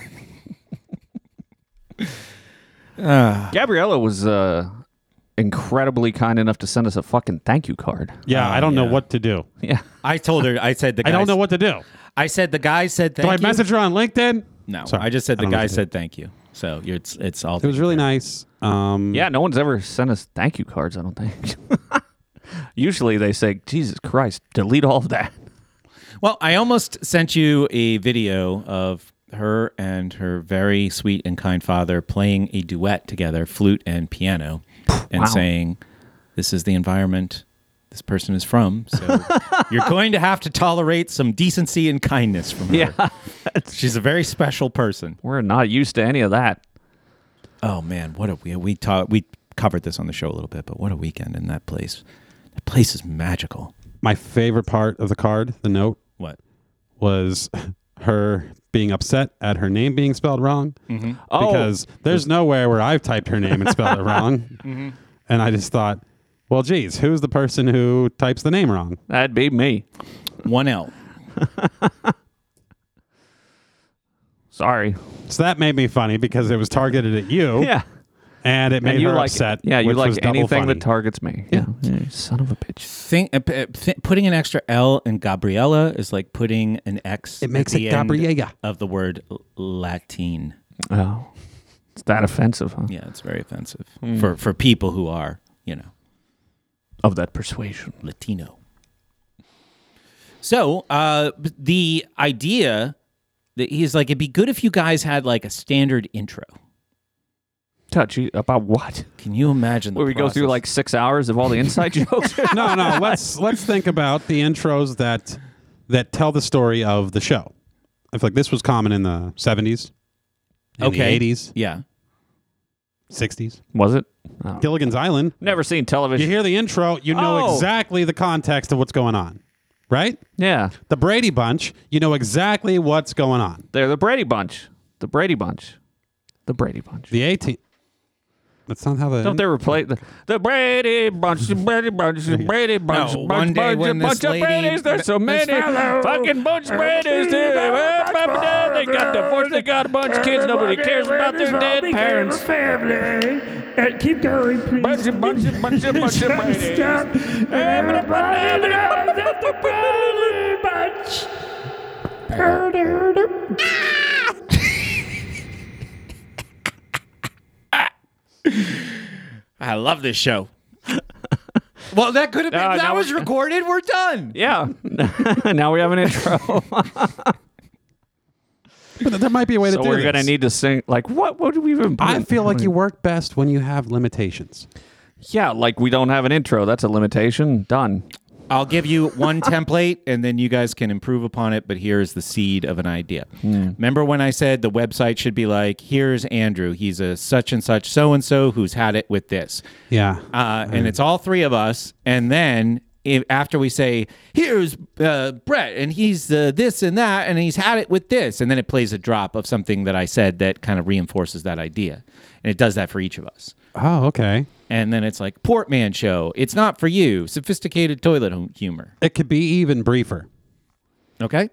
[SPEAKER 1] Gabriella was uh, incredibly kind enough to send us a fucking thank you card.
[SPEAKER 4] Uh, Yeah, I don't know
[SPEAKER 3] yeah.
[SPEAKER 4] what to do.
[SPEAKER 1] Yeah.
[SPEAKER 3] I told her. I said the.
[SPEAKER 4] I
[SPEAKER 3] guy-
[SPEAKER 4] don't know what to do.
[SPEAKER 3] I said the guy said
[SPEAKER 4] Do
[SPEAKER 3] thank
[SPEAKER 4] I
[SPEAKER 3] you.
[SPEAKER 4] message her on LinkedIn?
[SPEAKER 3] No,
[SPEAKER 4] Sorry.
[SPEAKER 3] I just said
[SPEAKER 4] I
[SPEAKER 3] the
[SPEAKER 4] don't know
[SPEAKER 3] guy
[SPEAKER 4] what to
[SPEAKER 3] said thank you. So you're, it's it's all.
[SPEAKER 4] It was really nice. Um,
[SPEAKER 1] Yeah, no one's ever sent us thank you cards, I don't think. Usually they say, Jesus Christ, delete all of that.
[SPEAKER 3] Well, I almost sent you a video of her and her very sweet and kind father playing a duet together, flute and piano, and
[SPEAKER 1] Wow.
[SPEAKER 3] saying, "This is the environment this person is from, so you're going to have to tolerate some decency and kindness from her.
[SPEAKER 1] Yeah.
[SPEAKER 3] She's a very special person."
[SPEAKER 1] We're not used to any of that.
[SPEAKER 3] Oh man, what a we we taught we covered this on the show a little bit, but what a weekend in that place. That place is magical.
[SPEAKER 4] My favorite part of the card, the note,
[SPEAKER 3] What?
[SPEAKER 4] was her being upset at her name being spelled wrong
[SPEAKER 1] Oh,
[SPEAKER 4] because there's nowhere where I've typed her name and spelled it wrong. And I just thought, well, geez, who's the person who types the name wrong?
[SPEAKER 1] that'd be me.
[SPEAKER 3] One L.
[SPEAKER 1] Sorry.
[SPEAKER 4] So that made me funny because it was targeted at you,
[SPEAKER 1] Yeah.
[SPEAKER 4] and it made
[SPEAKER 1] And you
[SPEAKER 4] her
[SPEAKER 1] like
[SPEAKER 4] upset.
[SPEAKER 1] Yeah, you
[SPEAKER 4] which was
[SPEAKER 1] like
[SPEAKER 4] double
[SPEAKER 1] anything
[SPEAKER 4] funny.
[SPEAKER 1] that targets me. Yeah. Yeah, you Son of a bitch.
[SPEAKER 3] Think, uh, p- uh, th- putting an extra L in Gabriella is like putting an X.
[SPEAKER 4] It makes
[SPEAKER 3] at
[SPEAKER 4] it
[SPEAKER 3] the end
[SPEAKER 4] Gabriella.
[SPEAKER 3] of the word l- Latin.
[SPEAKER 1] Oh. It's that offensive, huh?
[SPEAKER 3] Yeah, it's very offensive
[SPEAKER 4] Mm.
[SPEAKER 1] Mm.
[SPEAKER 3] for for people who are you know
[SPEAKER 1] Of that persuasion.
[SPEAKER 3] Latino. So uh, b- the idea that he's like, it'd be good if you guys had like a standard intro.
[SPEAKER 1] Touchy about what?
[SPEAKER 3] Can you imagine? The
[SPEAKER 1] Where we go through
[SPEAKER 3] process?
[SPEAKER 1] like six hours of all the inside jokes?
[SPEAKER 4] no, no. Let's let's think about the intros that that tell the story of the show. I feel like this was common in the seventies,
[SPEAKER 3] Okay.
[SPEAKER 4] eighties,
[SPEAKER 3] yeah.
[SPEAKER 4] sixties.
[SPEAKER 1] Was it? Oh.
[SPEAKER 4] Gilligan's Island.
[SPEAKER 1] Never seen
[SPEAKER 4] You
[SPEAKER 1] television.
[SPEAKER 4] hear the intro, you know
[SPEAKER 1] Oh.
[SPEAKER 4] exactly the context of what's going on, right?
[SPEAKER 1] Yeah.
[SPEAKER 4] The Brady Bunch, you know exactly what's going on.
[SPEAKER 1] They're the Brady Bunch. The Brady Bunch. The Brady Bunch.
[SPEAKER 4] The eighteen. That's not how the.
[SPEAKER 1] Don't they replace the, the Brady Bunch, the Brady Bunch, the Brady Bunch,
[SPEAKER 3] No,
[SPEAKER 1] bunch,
[SPEAKER 3] one day
[SPEAKER 1] bunch,
[SPEAKER 3] when
[SPEAKER 1] bunch
[SPEAKER 3] this
[SPEAKER 1] of
[SPEAKER 3] lady-
[SPEAKER 1] Brady's, there's so
[SPEAKER 3] this
[SPEAKER 1] many fucking bunch of Brady's. They they got divorced, they got a bunch of kids, nobody cares about their dead parents.
[SPEAKER 8] Family. And keep going, please.
[SPEAKER 1] Bunch of bunch of bunch of bunch of Brady's.
[SPEAKER 8] Stop. Bunch.
[SPEAKER 3] I love this show. well, that could have been.
[SPEAKER 1] No,
[SPEAKER 3] that
[SPEAKER 1] no,
[SPEAKER 3] was
[SPEAKER 1] we're-
[SPEAKER 3] recorded. We're done.
[SPEAKER 1] Yeah, now we have an intro.
[SPEAKER 4] But there might be a way
[SPEAKER 1] so
[SPEAKER 4] to do
[SPEAKER 1] we're
[SPEAKER 4] this.
[SPEAKER 1] gonna need to sing. Like, what? What do we even?
[SPEAKER 4] I feel like you work best when you have limitations.
[SPEAKER 1] Yeah, like we don't have an intro. That's a limitation. Done.
[SPEAKER 3] I'll give you one template and then you guys can improve upon it. But here's the seed of an idea. Remember when I said the website should be like, here's Andrew. He's a such and such so and so who's had it with this.
[SPEAKER 4] Yeah.
[SPEAKER 3] Uh, And it's all three of us. And then if, after we say, here's uh, Brett and he's uh, this and that and he's had it with this. And then it plays a drop of something that I said that kind of reinforces that idea. And it does that for each of us.
[SPEAKER 4] oh, okay.
[SPEAKER 3] And then it's like, Portman Show. It's not for you. Sophisticated toilet hum- humor.
[SPEAKER 4] It could be even briefer.
[SPEAKER 3] Okay.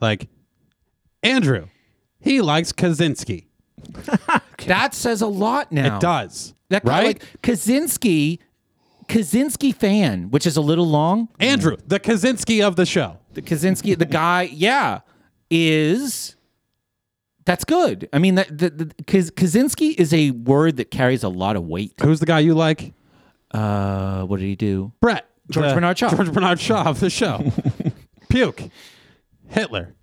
[SPEAKER 4] Like, Andrew, he likes Kaczynski.
[SPEAKER 3] That says a lot now.
[SPEAKER 4] It does.
[SPEAKER 3] That guy,
[SPEAKER 4] right?
[SPEAKER 3] like, Kaczynski, Kaczynski fan, which is a little long.
[SPEAKER 4] Andrew,
[SPEAKER 3] Mm.
[SPEAKER 4] the Kaczynski of the show.
[SPEAKER 3] The Kaczynski, the guy, yeah, is that's good. I mean, that the, the, Kaz, Kaczynski is a word that carries a lot of weight.
[SPEAKER 4] Who's the guy you like?
[SPEAKER 3] Uh, what did he do?
[SPEAKER 4] Brett.
[SPEAKER 3] George
[SPEAKER 4] the-
[SPEAKER 3] Bernard Shaw.
[SPEAKER 4] George Bernard Shaw of the show. Puke. Hitler.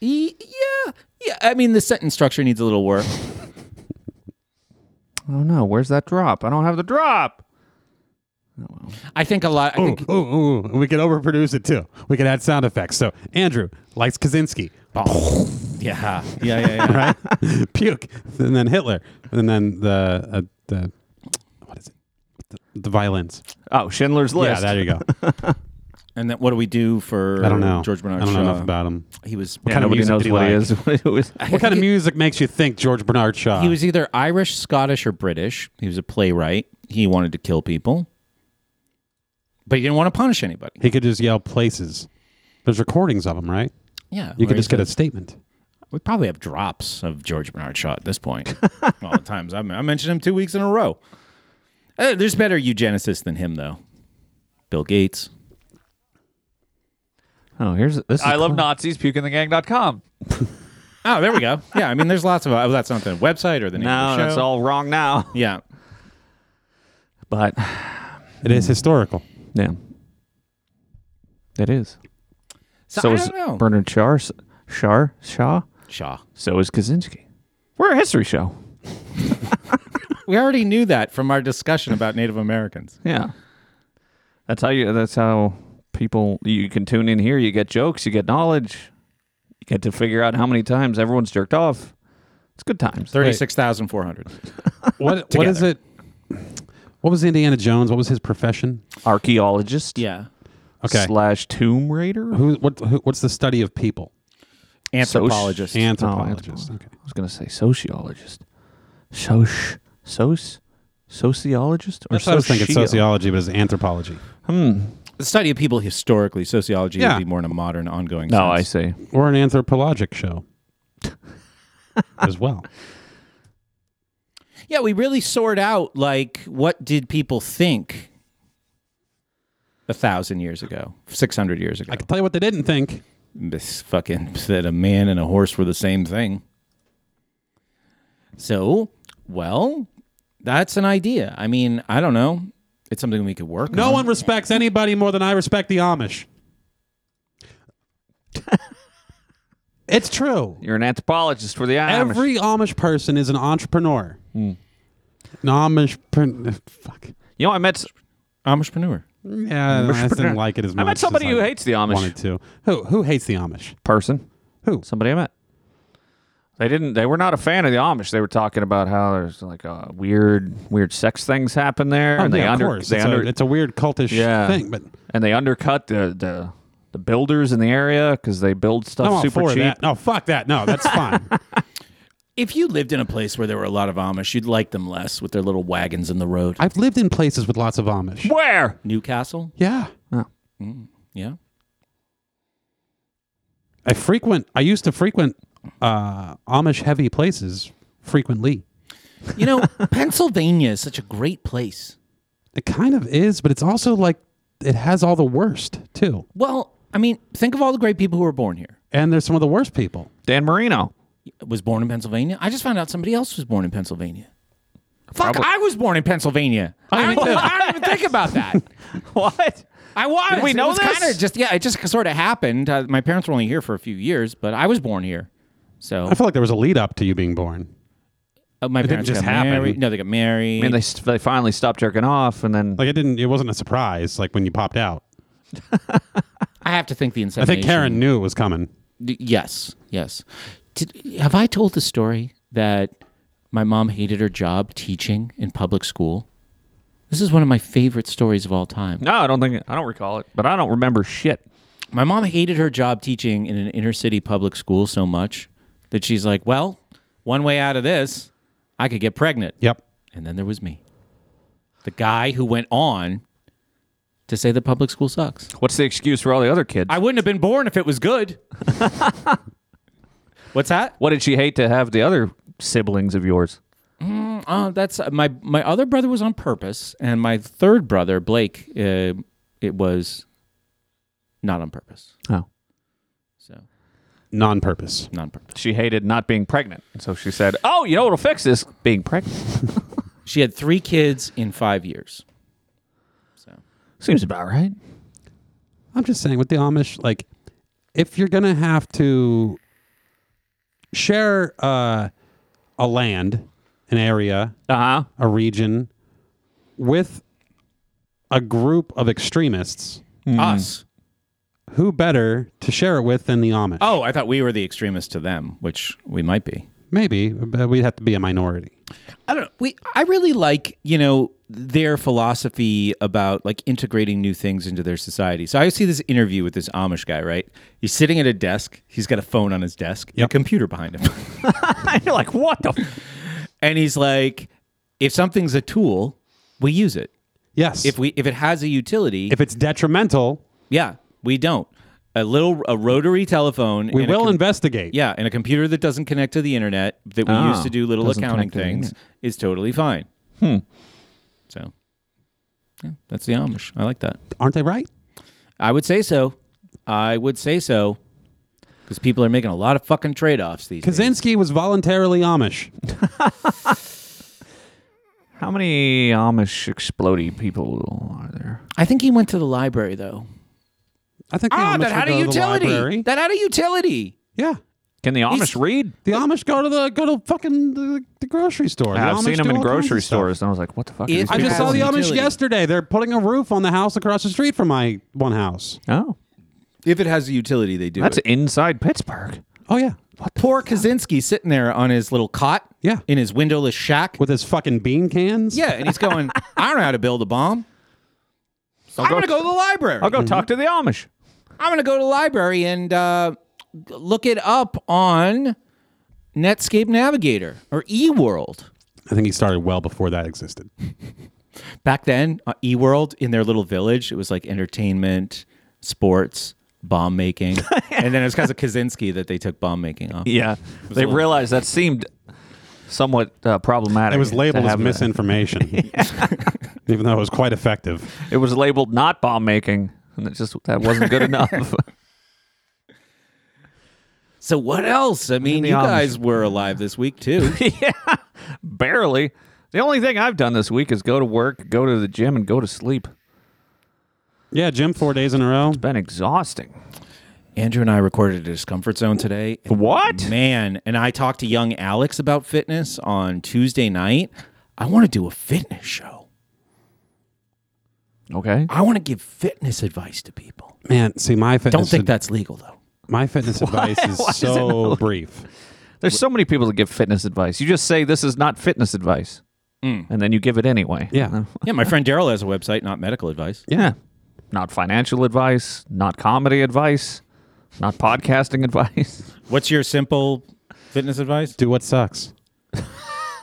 [SPEAKER 3] He, yeah, yeah. I mean, the sentence structure needs a little work.
[SPEAKER 1] Oh no, where's that drop? I don't have the drop.
[SPEAKER 3] I think a lot. I
[SPEAKER 4] Ooh,
[SPEAKER 3] think
[SPEAKER 4] ooh, ooh. We could overproduce it too. We could add sound effects. So Andrew likes Kaczynski.
[SPEAKER 3] yeah, yeah, yeah, yeah.
[SPEAKER 4] Right? Puke. And then Hitler. And then the, uh, the what is it? The, the violins.
[SPEAKER 1] Oh, Schindler's
[SPEAKER 4] Yeah,
[SPEAKER 1] List.
[SPEAKER 4] there you go.
[SPEAKER 3] and then what do we do for?
[SPEAKER 4] I don't know.
[SPEAKER 3] George Bernard
[SPEAKER 4] I don't know
[SPEAKER 3] Shaw?
[SPEAKER 4] enough about him.
[SPEAKER 3] He was
[SPEAKER 1] Yeah, nobody
[SPEAKER 4] music
[SPEAKER 1] knows
[SPEAKER 4] did he
[SPEAKER 1] what it
[SPEAKER 4] like?
[SPEAKER 1] is. What it was.
[SPEAKER 4] What kind of music makes you think George Bernard Shaw?
[SPEAKER 3] He was either Irish, Scottish, or British. He was a playwright. He wanted to kill people, but he didn't want to punish anybody.
[SPEAKER 4] He could just yell places. There's recordings of him, right?
[SPEAKER 3] Yeah,
[SPEAKER 4] You
[SPEAKER 3] where
[SPEAKER 4] could just get a
[SPEAKER 3] he's-
[SPEAKER 4] statement.
[SPEAKER 3] We probably have drops of George Bernard Shaw at this point. All the times I, I mentioned him two weeks in a row. Uh, there's better eugenicists than him, though. Bill Gates.
[SPEAKER 1] Oh, here's this. Is
[SPEAKER 6] I love Nazis, pukeandthegang.com.
[SPEAKER 3] Oh, there we go. Yeah, I mean, there's lots of. Oh, that's not the website or the name
[SPEAKER 1] No,
[SPEAKER 3] of the show.
[SPEAKER 1] that's all wrong now.
[SPEAKER 3] Yeah,
[SPEAKER 1] But
[SPEAKER 4] It
[SPEAKER 3] Hmm.
[SPEAKER 4] is historical.
[SPEAKER 1] yeah, it is.
[SPEAKER 3] so, I
[SPEAKER 1] so is
[SPEAKER 3] don't know.
[SPEAKER 1] Bernard Shaw, Shar, Shaw.
[SPEAKER 3] Shaw.
[SPEAKER 1] So is Kaczynski. We're a history show.
[SPEAKER 3] We already knew that from our discussion about Native Americans.
[SPEAKER 1] Yeah, that's how you. That's how people. You can tune in here. You get jokes. You get knowledge. You get to figure out how many times everyone's jerked off. It's good times.
[SPEAKER 3] Thirty-six thousand four hundred.
[SPEAKER 4] What what is it? What was Indiana Jones? What was his profession?
[SPEAKER 1] Archaeologist.
[SPEAKER 3] Yeah,
[SPEAKER 4] Okay.
[SPEAKER 1] Slash tomb raider.
[SPEAKER 4] Who what who, what's the study of people?
[SPEAKER 3] anthropologist.
[SPEAKER 4] Anthropologist.
[SPEAKER 1] Oh,
[SPEAKER 4] okay.
[SPEAKER 1] I was gonna say sociologist. Soc, soc, sociologist or
[SPEAKER 4] That's what I was thinking
[SPEAKER 1] socio- hmm.
[SPEAKER 4] sociology, but it's anthropology.
[SPEAKER 3] the study of people historically. Sociology
[SPEAKER 4] Yeah.
[SPEAKER 3] would be more in a modern, ongoing.
[SPEAKER 1] No, I
[SPEAKER 3] sense.
[SPEAKER 1] see.
[SPEAKER 4] Or an anthropologic show. as well.
[SPEAKER 3] Yeah, we really sort out like what did people think a thousand years ago, six hundred years ago.
[SPEAKER 4] I can tell you what they didn't think.
[SPEAKER 3] this fucking said a man and a horse were the same thing. So, well, that's an idea. I mean, I don't know. It's something we could work
[SPEAKER 4] No
[SPEAKER 3] on.
[SPEAKER 4] one respects anybody more than I respect the Amish. it's true.
[SPEAKER 1] You're an anthropologist for the Amish. Hmm.
[SPEAKER 4] Every Amish person is an entrepreneur. An Amish, pre- fuck.
[SPEAKER 1] you know, I met.
[SPEAKER 3] Amishpreneur.
[SPEAKER 4] Yeah, I just didn't like it as much.
[SPEAKER 1] met somebody
[SPEAKER 4] as
[SPEAKER 1] who
[SPEAKER 4] I
[SPEAKER 1] hates the Amish.
[SPEAKER 4] Wanted to. Who who hates the Amish?
[SPEAKER 1] person.
[SPEAKER 4] Who?
[SPEAKER 1] Somebody I met. They didn't. They were not a fan of the Amish. They were talking about how there's like uh, weird, weird sex things happen there, and they
[SPEAKER 4] Oh, yeah,
[SPEAKER 1] under,
[SPEAKER 4] of course.
[SPEAKER 1] they
[SPEAKER 4] it's,
[SPEAKER 1] under,
[SPEAKER 4] a, it's a weird cultish
[SPEAKER 1] Yeah.
[SPEAKER 4] thing, but
[SPEAKER 1] and they undercut the the, the builders in the area because they build
[SPEAKER 4] I'm all
[SPEAKER 1] stuff super
[SPEAKER 4] for
[SPEAKER 1] cheap.
[SPEAKER 4] that. No, fuck that. No, that's fine.
[SPEAKER 3] If you lived in a place where there were a lot of Amish, you'd like them less with their little wagons in the road.
[SPEAKER 4] I've lived in places with lots of Amish.
[SPEAKER 1] Where?
[SPEAKER 3] Newcastle?
[SPEAKER 4] Yeah,
[SPEAKER 3] Yeah.
[SPEAKER 4] I frequent. I used to frequent uh, Amish heavy places frequently.
[SPEAKER 3] You know, Pennsylvania is such a great place.
[SPEAKER 4] It kind of is, but it's also like it has all the worst too,
[SPEAKER 3] Well, I mean, think of all the great people who were born here.
[SPEAKER 4] and there's some of the worst people.
[SPEAKER 1] Dan Marino.
[SPEAKER 3] Was born in Pennsylvania. I just found out somebody else was born in Pennsylvania. Fuck, I was born in Pennsylvania. I don't, even, I don't even think about that.
[SPEAKER 1] What?
[SPEAKER 3] I was.
[SPEAKER 1] Did we know
[SPEAKER 3] it was
[SPEAKER 1] this?
[SPEAKER 3] Kind of just yeah, it just sort of happened. Uh, my parents were only here for a few years, but I was born here. So
[SPEAKER 4] I feel like there was a lead up to you being born.
[SPEAKER 3] uh, my parents
[SPEAKER 4] just
[SPEAKER 3] got
[SPEAKER 4] happen.
[SPEAKER 3] married. No, they got married.
[SPEAKER 1] I mean, they st- they finally stopped jerking off, and then
[SPEAKER 4] Like it didn't. It wasn't a surprise. Like when you popped out.
[SPEAKER 3] I have to think the
[SPEAKER 4] I
[SPEAKER 3] insemination.
[SPEAKER 4] think Karen knew it was coming.
[SPEAKER 3] D- yes, yes. Did, have I told the story that my mom hated her job teaching in public school? This is one of my favorite stories of all time.
[SPEAKER 1] no, I don't think I don't recall it, but I don't remember shit.
[SPEAKER 3] My mom hated her job teaching in an inner city public school so much that she's like, "Well, one way out of this, I could get pregnant."
[SPEAKER 4] Yep.
[SPEAKER 3] And then there was me, the guy who went on to say the public school sucks.
[SPEAKER 1] What's the excuse for all the other kids?
[SPEAKER 3] I wouldn't have been born if it was good. What's that?
[SPEAKER 1] what did she hate to have the other siblings of yours?
[SPEAKER 3] Uh, that's my my other brother was on purpose, and my third brother Blake, uh, it was not on purpose.
[SPEAKER 1] Oh,
[SPEAKER 3] So
[SPEAKER 4] Non-purpose.
[SPEAKER 3] not on purpose.
[SPEAKER 1] she hated not being pregnant, so she said, "Oh, you know what'll fix this? Being pregnant
[SPEAKER 3] She had three kids in five years. So.
[SPEAKER 1] seems about right."
[SPEAKER 4] I'm just saying with the Amish, like if you're gonna have to share uh, a land, an area,
[SPEAKER 1] Uh
[SPEAKER 3] Uh-huh.
[SPEAKER 1] huh.
[SPEAKER 4] a region with a group of extremists,
[SPEAKER 3] us.
[SPEAKER 4] who better to share it with than the Amish?
[SPEAKER 3] Oh, I thought we were the extremists to them, which we might be.
[SPEAKER 4] Maybe, but we'd have to be a minority.
[SPEAKER 3] I don't know. We I really like, you know, their philosophy about like integrating new things into their society. So I see this interview with this Amish guy, right? He's sitting at a desk, he's got a phone on his desk, and a
[SPEAKER 4] Yep.
[SPEAKER 3] computer behind him.
[SPEAKER 1] You're like, what the?
[SPEAKER 3] and he's like, if something's a tool, we use it.
[SPEAKER 4] Yes.
[SPEAKER 3] If we if it has a utility,
[SPEAKER 4] if it's detrimental,
[SPEAKER 3] yeah, we don't. a little a rotary telephone.
[SPEAKER 4] We
[SPEAKER 3] and a
[SPEAKER 4] will
[SPEAKER 3] com-
[SPEAKER 4] investigate.
[SPEAKER 3] Yeah, and a computer that doesn't connect to the internet that we
[SPEAKER 1] Ah,
[SPEAKER 3] use to do little
[SPEAKER 1] doesn't
[SPEAKER 3] accounting
[SPEAKER 1] connect to the
[SPEAKER 3] things
[SPEAKER 1] internet.
[SPEAKER 3] is totally fine.
[SPEAKER 1] Hmm.
[SPEAKER 3] So, yeah, that's the Amish. I like that.
[SPEAKER 4] Aren't they right?
[SPEAKER 3] I would say so. I would say so. Because people are making a lot of fucking trade offs these days.
[SPEAKER 4] Kaczynski was voluntarily Amish.
[SPEAKER 1] How many Amish explodey people are there?
[SPEAKER 3] I think he went to the library though.
[SPEAKER 4] I
[SPEAKER 3] Ah,
[SPEAKER 4] think the Amish would go to the library.
[SPEAKER 3] That had a utility.
[SPEAKER 4] yeah.
[SPEAKER 1] Can the Amish
[SPEAKER 3] He's-
[SPEAKER 1] read?
[SPEAKER 4] The Amish go to the go to fucking the, the grocery store. The
[SPEAKER 1] I've
[SPEAKER 4] Amish
[SPEAKER 1] seen them
[SPEAKER 4] do
[SPEAKER 1] in
[SPEAKER 4] all kinds of
[SPEAKER 1] grocery
[SPEAKER 4] stuff.
[SPEAKER 1] stores, and I was like, "What the fuck?" are
[SPEAKER 3] It-
[SPEAKER 1] these
[SPEAKER 4] I
[SPEAKER 1] people
[SPEAKER 4] just saw the
[SPEAKER 3] Has
[SPEAKER 1] doing?
[SPEAKER 4] Amish
[SPEAKER 3] utility.
[SPEAKER 4] yesterday. They're putting a roof on the house across the street from my one house.
[SPEAKER 1] Oh,
[SPEAKER 3] If it has a utility, they do.
[SPEAKER 1] that's
[SPEAKER 3] it.
[SPEAKER 1] inside Pittsburgh.
[SPEAKER 4] Oh yeah,
[SPEAKER 3] Poor Kaczynski sitting there on his little cot.
[SPEAKER 4] Yeah.
[SPEAKER 3] In his windowless shack.
[SPEAKER 4] with his fucking bean cans.
[SPEAKER 3] yeah, and he's going, I don't know how to build a bomb. So I'm
[SPEAKER 1] go-
[SPEAKER 3] going to go to the library.
[SPEAKER 1] I'll go talk to the Amish.
[SPEAKER 3] I'm going to go to the library and uh, look it up on Netscape Navigator or eWorld.
[SPEAKER 4] I think he started well before that existed.
[SPEAKER 3] back then uh, eworld in their little village it was like entertainment sports bomb making and then it was because of kaczynski that they took bomb making off
[SPEAKER 1] Yeah, they
[SPEAKER 3] little-
[SPEAKER 1] realized that seemed somewhat uh, problematic.
[SPEAKER 4] It was
[SPEAKER 1] to
[SPEAKER 4] labeled as
[SPEAKER 1] have that.
[SPEAKER 4] misinformation, even though it was quite effective.
[SPEAKER 1] It was labeled not bomb making, and it just that wasn't good enough.
[SPEAKER 3] so what else i mean
[SPEAKER 1] the
[SPEAKER 3] you
[SPEAKER 1] Amish.
[SPEAKER 3] guys were alive this week too
[SPEAKER 1] Barely. The only thing I've done this week is go to work, go to the gym, and go to sleep.
[SPEAKER 4] Yeah, Jim, four days in a row.
[SPEAKER 1] Been exhausting.
[SPEAKER 3] andrew and i recorded a discomfort zone today and
[SPEAKER 1] What?
[SPEAKER 3] man and i talked to young alex about fitness on tuesday night i want to do a fitness show
[SPEAKER 1] Okay.
[SPEAKER 3] i want to give fitness advice to people
[SPEAKER 4] Man, see my fitness.
[SPEAKER 3] don't think that's legal though
[SPEAKER 4] my fitness advice is
[SPEAKER 1] Why is it
[SPEAKER 4] so brief.
[SPEAKER 1] There's so many people that give fitness advice. You just say this is not fitness advice, and then you give it anyway.
[SPEAKER 4] Yeah,
[SPEAKER 3] yeah my friend daryl has a website not medical advice
[SPEAKER 1] Yeah. Not financial advice, not comedy advice, not podcasting advice.
[SPEAKER 3] What's your simple fitness advice?
[SPEAKER 4] do what sucks.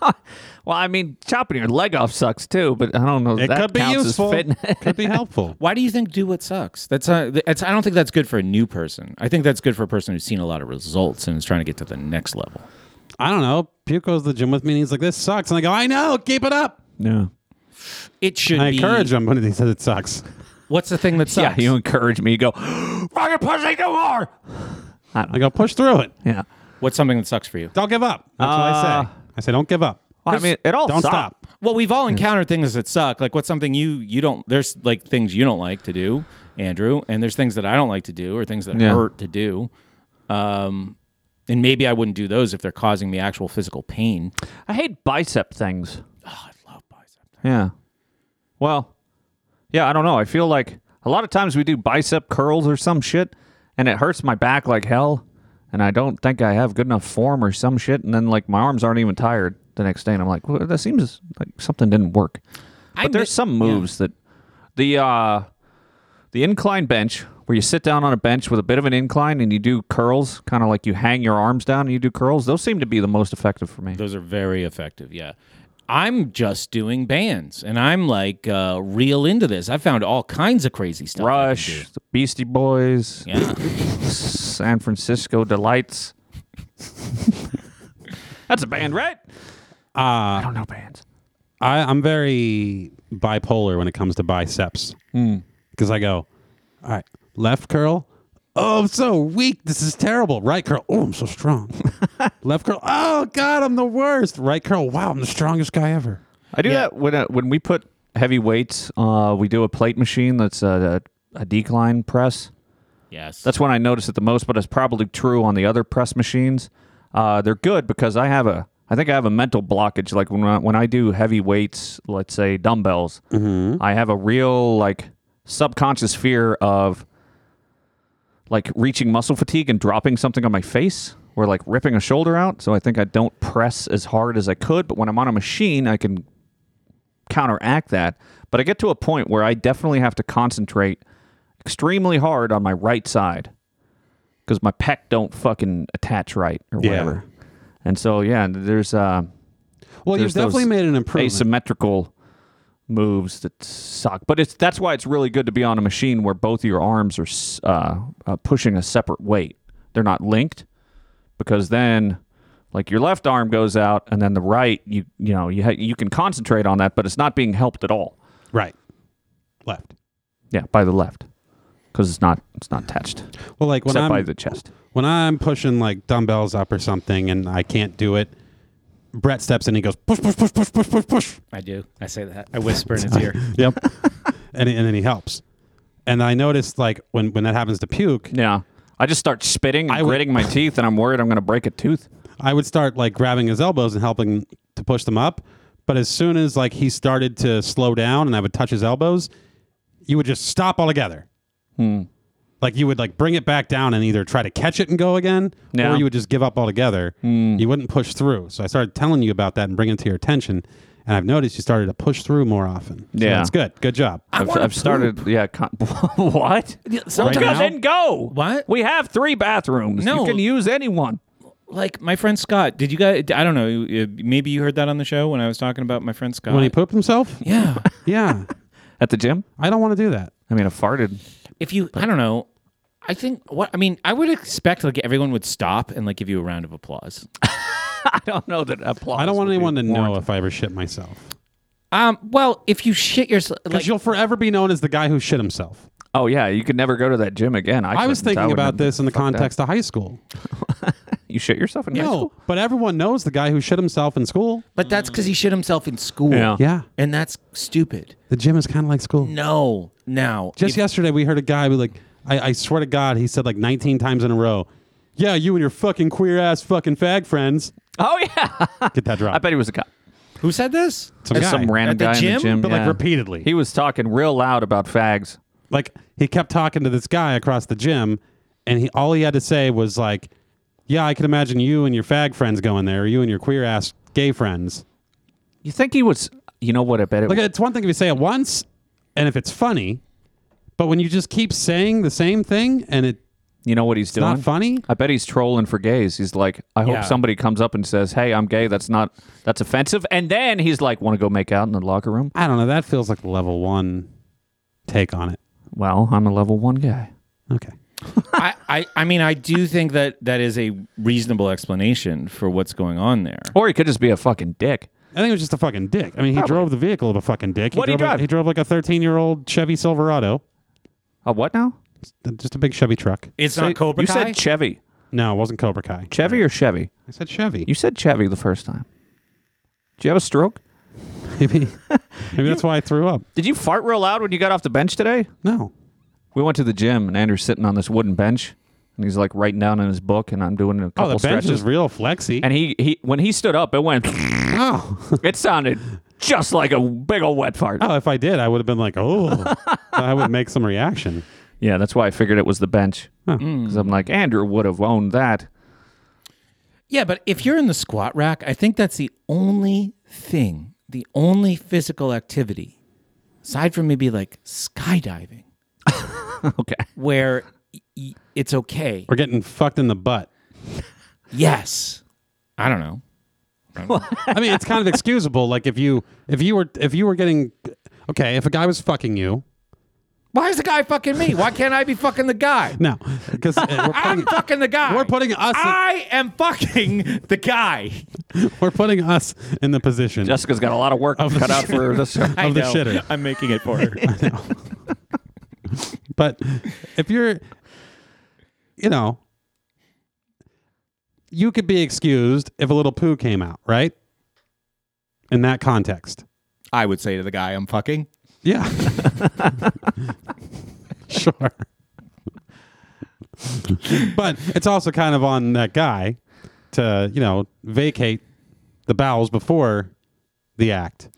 [SPEAKER 1] Well, I mean, chopping your leg off sucks too, but I don't know. if
[SPEAKER 4] It
[SPEAKER 1] that
[SPEAKER 4] could be
[SPEAKER 1] counts as
[SPEAKER 4] useful.
[SPEAKER 1] fitness.
[SPEAKER 4] could be helpful.
[SPEAKER 3] Why do you think do what sucks? That's uh, th- it's, I don't think that's good for a new person. I think that's good for a person who's seen a lot of results and is trying to get to the next level.
[SPEAKER 4] I don't know. Puke goes to the gym with me and he's like, "This sucks," and I go, "I know. Keep it up."
[SPEAKER 1] No.
[SPEAKER 3] It should
[SPEAKER 4] I
[SPEAKER 3] be.
[SPEAKER 4] encourage him when he says it sucks.
[SPEAKER 3] What's the thing that
[SPEAKER 1] Yeah,
[SPEAKER 3] sucks?
[SPEAKER 1] you encourage me. You go, fucking pussy, no more.
[SPEAKER 4] I go, "Push through it.
[SPEAKER 1] Yeah.
[SPEAKER 3] What's something that sucks for you?
[SPEAKER 4] Don't give up." That's what I
[SPEAKER 1] Uh,
[SPEAKER 4] say. I say, "Don't give up.
[SPEAKER 1] Well, I mean, it all
[SPEAKER 4] Don't
[SPEAKER 1] sucks.
[SPEAKER 4] stop."
[SPEAKER 3] Well, we've all encountered things that suck. Like what's something you you don't? There's like things you don't like to do, Andrew, and there's things that I don't like to do or things that
[SPEAKER 1] Yeah.
[SPEAKER 3] hurt to do. Um, and maybe I wouldn't do those if they're causing me actual physical pain.
[SPEAKER 1] I hate bicep things.
[SPEAKER 3] Oh, I love bicep.
[SPEAKER 1] Yeah. Well, yeah, I don't know. I feel like a lot of times we do bicep curls or some shit, and it hurts my back like hell, and I don't think I have good enough form or some shit, and then like my arms aren't even tired the next day, and I'm like, well, that seems like something didn't work. But there's some moves that the uh the incline bench where you sit down on a bench with a bit of an incline and you do curls, kind of like you hang your arms down and you do curls. Those seem to be the most effective for me.
[SPEAKER 3] Those are very effective. Yeah. I'm just doing bands and I'm like uh, real into this. I found all kinds of crazy stuff. I can
[SPEAKER 1] Rush, the Beastie Boys,
[SPEAKER 3] do. Yeah.
[SPEAKER 1] San Francisco Delights. That's a band, right? I
[SPEAKER 4] Uh,
[SPEAKER 1] don't know bands.
[SPEAKER 4] I, I'm very bipolar when it comes to biceps
[SPEAKER 1] Hmm.
[SPEAKER 4] because I go, all right, left curl. Oh, I'm so weak. This is terrible. Right curl. Oh, I'm so strong. left curl. Oh God, I'm the worst. Right curl. Wow, I'm the strongest guy ever.
[SPEAKER 1] I do that when uh, when we put heavy weights. Uh, we do a plate machine that's a, a, a decline press.
[SPEAKER 3] yes.
[SPEAKER 1] That's when I notice it the most, but it's probably true on the other press machines. Uh, they're good because I have a, I think I have a mental blockage. Like when I, when I do heavy weights, let's say dumbbells, I have a real like subconscious fear of like reaching muscle fatigue and dropping something on my face or like ripping a shoulder out. So I think I don't press as hard as I could. But when I'm on a machine, I can counteract that. But I get to a point where I definitely have to concentrate extremely hard on my right side because my pec don't fucking attach right or
[SPEAKER 4] Yeah.
[SPEAKER 1] whatever. And so yeah, there's uh,
[SPEAKER 4] Well,
[SPEAKER 1] There's
[SPEAKER 4] you've definitely
[SPEAKER 1] those
[SPEAKER 4] made an improvement.
[SPEAKER 1] asymmetrical moves that suck. But it's that's why it's really good to be on a machine where both of your arms are s- uh, uh, pushing a separate weight. They're not linked because then like your left arm goes out and then the right you you know you ha- you can concentrate on that but it's not being helped at all.
[SPEAKER 4] Right. Left.
[SPEAKER 1] Yeah, by the left. Cuz it's not it's not attached
[SPEAKER 4] Well, like when
[SPEAKER 1] except by
[SPEAKER 4] I'm
[SPEAKER 1] the chest.
[SPEAKER 4] when I'm pushing like dumbbells up or something and I can't do it, Brett steps in and he goes push push push push push push push.
[SPEAKER 7] I do. I say that. I whisper in his ear.
[SPEAKER 4] Yep. and and then he helps. And I noticed like when when that happens to puke,
[SPEAKER 1] Yeah. I just start spitting and
[SPEAKER 4] I would-
[SPEAKER 1] gritting my teeth and I'm worried I'm going to break a tooth.
[SPEAKER 4] I would start like grabbing his elbows and helping to push them up. But as soon as like he started to slow down and I would touch his elbows, you would just stop altogether.
[SPEAKER 1] Hmm.
[SPEAKER 4] Like you would like bring it back down and either try to catch it and go again,
[SPEAKER 1] Yeah. Hmm.
[SPEAKER 4] or you would just give up altogether. You wouldn't push through. So I started telling you about that and bringing it to your attention. And I've noticed you started to push through more often. So
[SPEAKER 1] Yeah.
[SPEAKER 4] that's good. Good job.
[SPEAKER 1] I've, I've started yeah, con- what?
[SPEAKER 7] Sometimes,
[SPEAKER 4] Right now?
[SPEAKER 1] then go.
[SPEAKER 3] What?
[SPEAKER 1] We have three bathrooms.
[SPEAKER 3] No.
[SPEAKER 1] You can use anyone.
[SPEAKER 3] like my friend Scott, did you guys? I don't know. uh, Maybe you heard that on the show when I was talking about my friend Scott.
[SPEAKER 4] When he pooped himself?
[SPEAKER 3] yeah.
[SPEAKER 4] Yeah.
[SPEAKER 1] At the gym?
[SPEAKER 4] I don't want to do that.
[SPEAKER 1] I mean, I farted.
[SPEAKER 3] if you, I don't know. I think what I mean. I would expect like everyone would stop and like give you a round of applause.
[SPEAKER 1] I don't know that applause.
[SPEAKER 4] I don't want
[SPEAKER 1] would be
[SPEAKER 4] anyone to know
[SPEAKER 1] warranted.
[SPEAKER 4] if I ever shit myself.
[SPEAKER 3] Um. Well, if you shit yourself,
[SPEAKER 4] Because
[SPEAKER 3] like
[SPEAKER 4] you'll forever be known as the guy who shit himself.
[SPEAKER 1] Oh yeah, you could never go to that gym again. I,
[SPEAKER 4] I was
[SPEAKER 1] couldn't.
[SPEAKER 4] thinking
[SPEAKER 1] wouldn't-
[SPEAKER 4] about this in the
[SPEAKER 1] fuck that.
[SPEAKER 4] context of high school.
[SPEAKER 1] You shit yourself in high
[SPEAKER 4] No,
[SPEAKER 1] school?
[SPEAKER 4] but everyone knows the guy who shit himself in school.
[SPEAKER 3] But that's because he shit himself in school.
[SPEAKER 1] Yeah.
[SPEAKER 4] Yeah.
[SPEAKER 3] And that's stupid.
[SPEAKER 4] The gym is kind of like school.
[SPEAKER 3] No. Now.
[SPEAKER 4] Just
[SPEAKER 3] if-
[SPEAKER 4] yesterday, we heard a guy who, like, I, I swear to God, he said like 19 times in a row, Yeah, you and your fucking queer ass fucking fag friends.
[SPEAKER 1] Oh yeah.
[SPEAKER 4] Get that drop.
[SPEAKER 1] I bet he was a cop.
[SPEAKER 3] Who said this?
[SPEAKER 4] Some guy.
[SPEAKER 1] Some random
[SPEAKER 3] At the
[SPEAKER 1] guy in
[SPEAKER 3] gym?
[SPEAKER 1] the gym.
[SPEAKER 4] But, like,
[SPEAKER 1] yeah.
[SPEAKER 4] repeatedly.
[SPEAKER 1] He was talking real loud about fags.
[SPEAKER 4] like, he kept talking to this guy across the gym, and he all he had to say was, like, Yeah, I can imagine you and your fag friends going there, or you and your queer ass gay friends.
[SPEAKER 1] You think he was? You know what? I bet it.
[SPEAKER 4] Like
[SPEAKER 1] was.
[SPEAKER 4] it's one thing if you say it once and if it's funny, but when you just keep saying the same thing and it's
[SPEAKER 1] You know what he's doing?
[SPEAKER 4] not funny,
[SPEAKER 1] I bet he's trolling for gays. He's like, I hope
[SPEAKER 7] Yeah.
[SPEAKER 1] somebody comes up and says, "Hey, I'm gay." That's not that's offensive. And then he's like, "Want to go make out in the locker room?"
[SPEAKER 4] I don't know. That feels like level one take on it.
[SPEAKER 1] Well, I'm a level one guy.
[SPEAKER 4] Okay.
[SPEAKER 3] I, I, I mean, I do think that that is a reasonable explanation for what's going on there.
[SPEAKER 1] Or he could just be a fucking dick.
[SPEAKER 4] I think it was just a fucking dick. I mean, he drove the vehicle of a fucking dick.
[SPEAKER 1] What'd he
[SPEAKER 4] drove
[SPEAKER 1] drive?
[SPEAKER 4] A, he drove like a 13 year old Chevy Silverado,
[SPEAKER 1] A what now?
[SPEAKER 4] just a big Chevy truck.
[SPEAKER 3] It's not Cobra
[SPEAKER 1] you
[SPEAKER 3] Kai.
[SPEAKER 1] said Chevy.
[SPEAKER 4] No, it wasn't Cobra Kai.
[SPEAKER 1] Chevy or Chevy?
[SPEAKER 4] I said Chevy.
[SPEAKER 1] You said Chevy the first time. Did you have a stroke?
[SPEAKER 4] maybe, maybe that's why I threw up.
[SPEAKER 1] Did you fart real loud when you got off the bench today?
[SPEAKER 4] No.
[SPEAKER 1] We went to the gym and Andrew's sitting on this wooden bench and he's like writing down in his book and I'm doing a
[SPEAKER 4] Oh,
[SPEAKER 1] couple
[SPEAKER 4] the bench
[SPEAKER 1] stretches.
[SPEAKER 4] is real flexy.
[SPEAKER 1] and he, he when he stood up, it went.
[SPEAKER 4] oh.
[SPEAKER 1] it sounded just like a big old wet fart.
[SPEAKER 4] oh, if I did, I would have been like, oh, I would make some reaction.
[SPEAKER 1] Yeah, that's why I figured it was the bench
[SPEAKER 4] Huh.
[SPEAKER 1] because I'm like Andrew would have owned that.
[SPEAKER 3] yeah, but if you're in the squat rack, I think that's the only thing, the only physical activity, aside from maybe like skydiving,
[SPEAKER 1] Okay.
[SPEAKER 3] where y- y- it's okay.
[SPEAKER 4] We're getting fucked in the butt.
[SPEAKER 3] Yes. I don't know.
[SPEAKER 4] I mean, it's kind of excusable. Like if you if you were if you were getting okay, if a guy was fucking you,
[SPEAKER 3] Why is the guy fucking me? Why can't I be fucking the guy?
[SPEAKER 4] no, because we're
[SPEAKER 3] I'm
[SPEAKER 4] putting
[SPEAKER 3] fucking the guy.
[SPEAKER 4] we're putting us in-
[SPEAKER 3] I am fucking the guy.
[SPEAKER 4] we're putting us in the position
[SPEAKER 1] Jessica's got a lot of work cut out for her this show.
[SPEAKER 4] of the shitter.
[SPEAKER 3] I'm making it for her.
[SPEAKER 4] But if you're, you know, you could be excused if a little poo came out, right? In that context,
[SPEAKER 3] I would say to the guy I'm fucking.
[SPEAKER 4] yeah, sure. but it's also kind of on that guy to you know vacate the bowels before the act.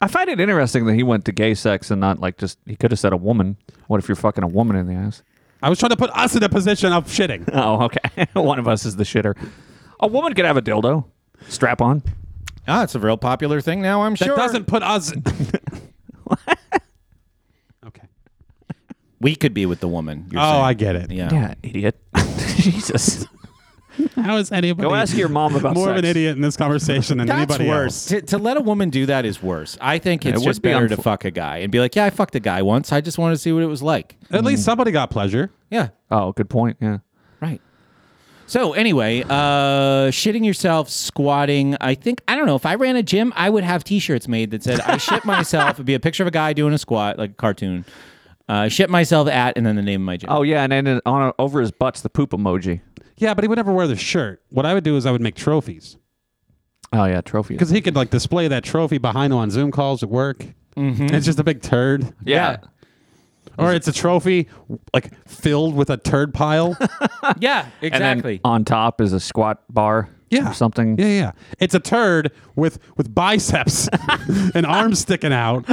[SPEAKER 1] I find it interesting that he went to gay sex and not like just he could have said a woman. What if you're fucking a woman in the ass?
[SPEAKER 4] I was trying to put us in a position of shitting.
[SPEAKER 1] Oh, okay. One of us is the shitter. A woman could have a dildo strap on.
[SPEAKER 3] Ah, it's a real popular thing now, I'm
[SPEAKER 4] That
[SPEAKER 3] sure.
[SPEAKER 4] doesn't put us. Oh, okay.
[SPEAKER 3] we could be with the woman. You're
[SPEAKER 4] Oh,
[SPEAKER 3] saying.
[SPEAKER 4] I get it.
[SPEAKER 3] Yeah.
[SPEAKER 1] Yeah, idiot. Jesus.
[SPEAKER 4] How is anybody
[SPEAKER 1] Go ask your mom about
[SPEAKER 4] more of an
[SPEAKER 1] sex.
[SPEAKER 4] idiot in this conversation than
[SPEAKER 3] That's
[SPEAKER 4] anybody
[SPEAKER 3] worse.
[SPEAKER 4] else?
[SPEAKER 3] To, to let a woman do that is worse. I think it's
[SPEAKER 1] would
[SPEAKER 3] just
[SPEAKER 1] be
[SPEAKER 3] better to
[SPEAKER 1] unfo-
[SPEAKER 3] fuck a guy and be like, "Yeah, I fucked a guy once. I just wanted to see what it was like."
[SPEAKER 4] At least somebody got pleasure.
[SPEAKER 3] Yeah,
[SPEAKER 1] Oh, good point. Yeah.
[SPEAKER 3] right. So anyway, uh, shitting yourself, squatting. I think I don't know if I ran a gym, I would have T-shirts made that said "I shit myself." It'd be a picture of a guy doing a squat, like a cartoon. Uh, shit myself at, and then the name of my gym.
[SPEAKER 1] Oh, yeah. And then on over his butt's the poop emoji.
[SPEAKER 4] Yeah, but he would never wear the shirt. What I would do is I would make trophies
[SPEAKER 1] Oh yeah, trophy.
[SPEAKER 4] because he could like display that trophy behind him on Zoom calls at work. It's just a big turd,
[SPEAKER 1] Mm-hmm. yeah.
[SPEAKER 4] or it's a trophy like filled with a turd pile.
[SPEAKER 3] yeah,
[SPEAKER 1] And then
[SPEAKER 3] exactly.
[SPEAKER 1] on top is a squat bar.
[SPEAKER 4] Yeah,
[SPEAKER 1] Or something.
[SPEAKER 4] Yeah, yeah. It's a turd with with biceps and arms sticking out,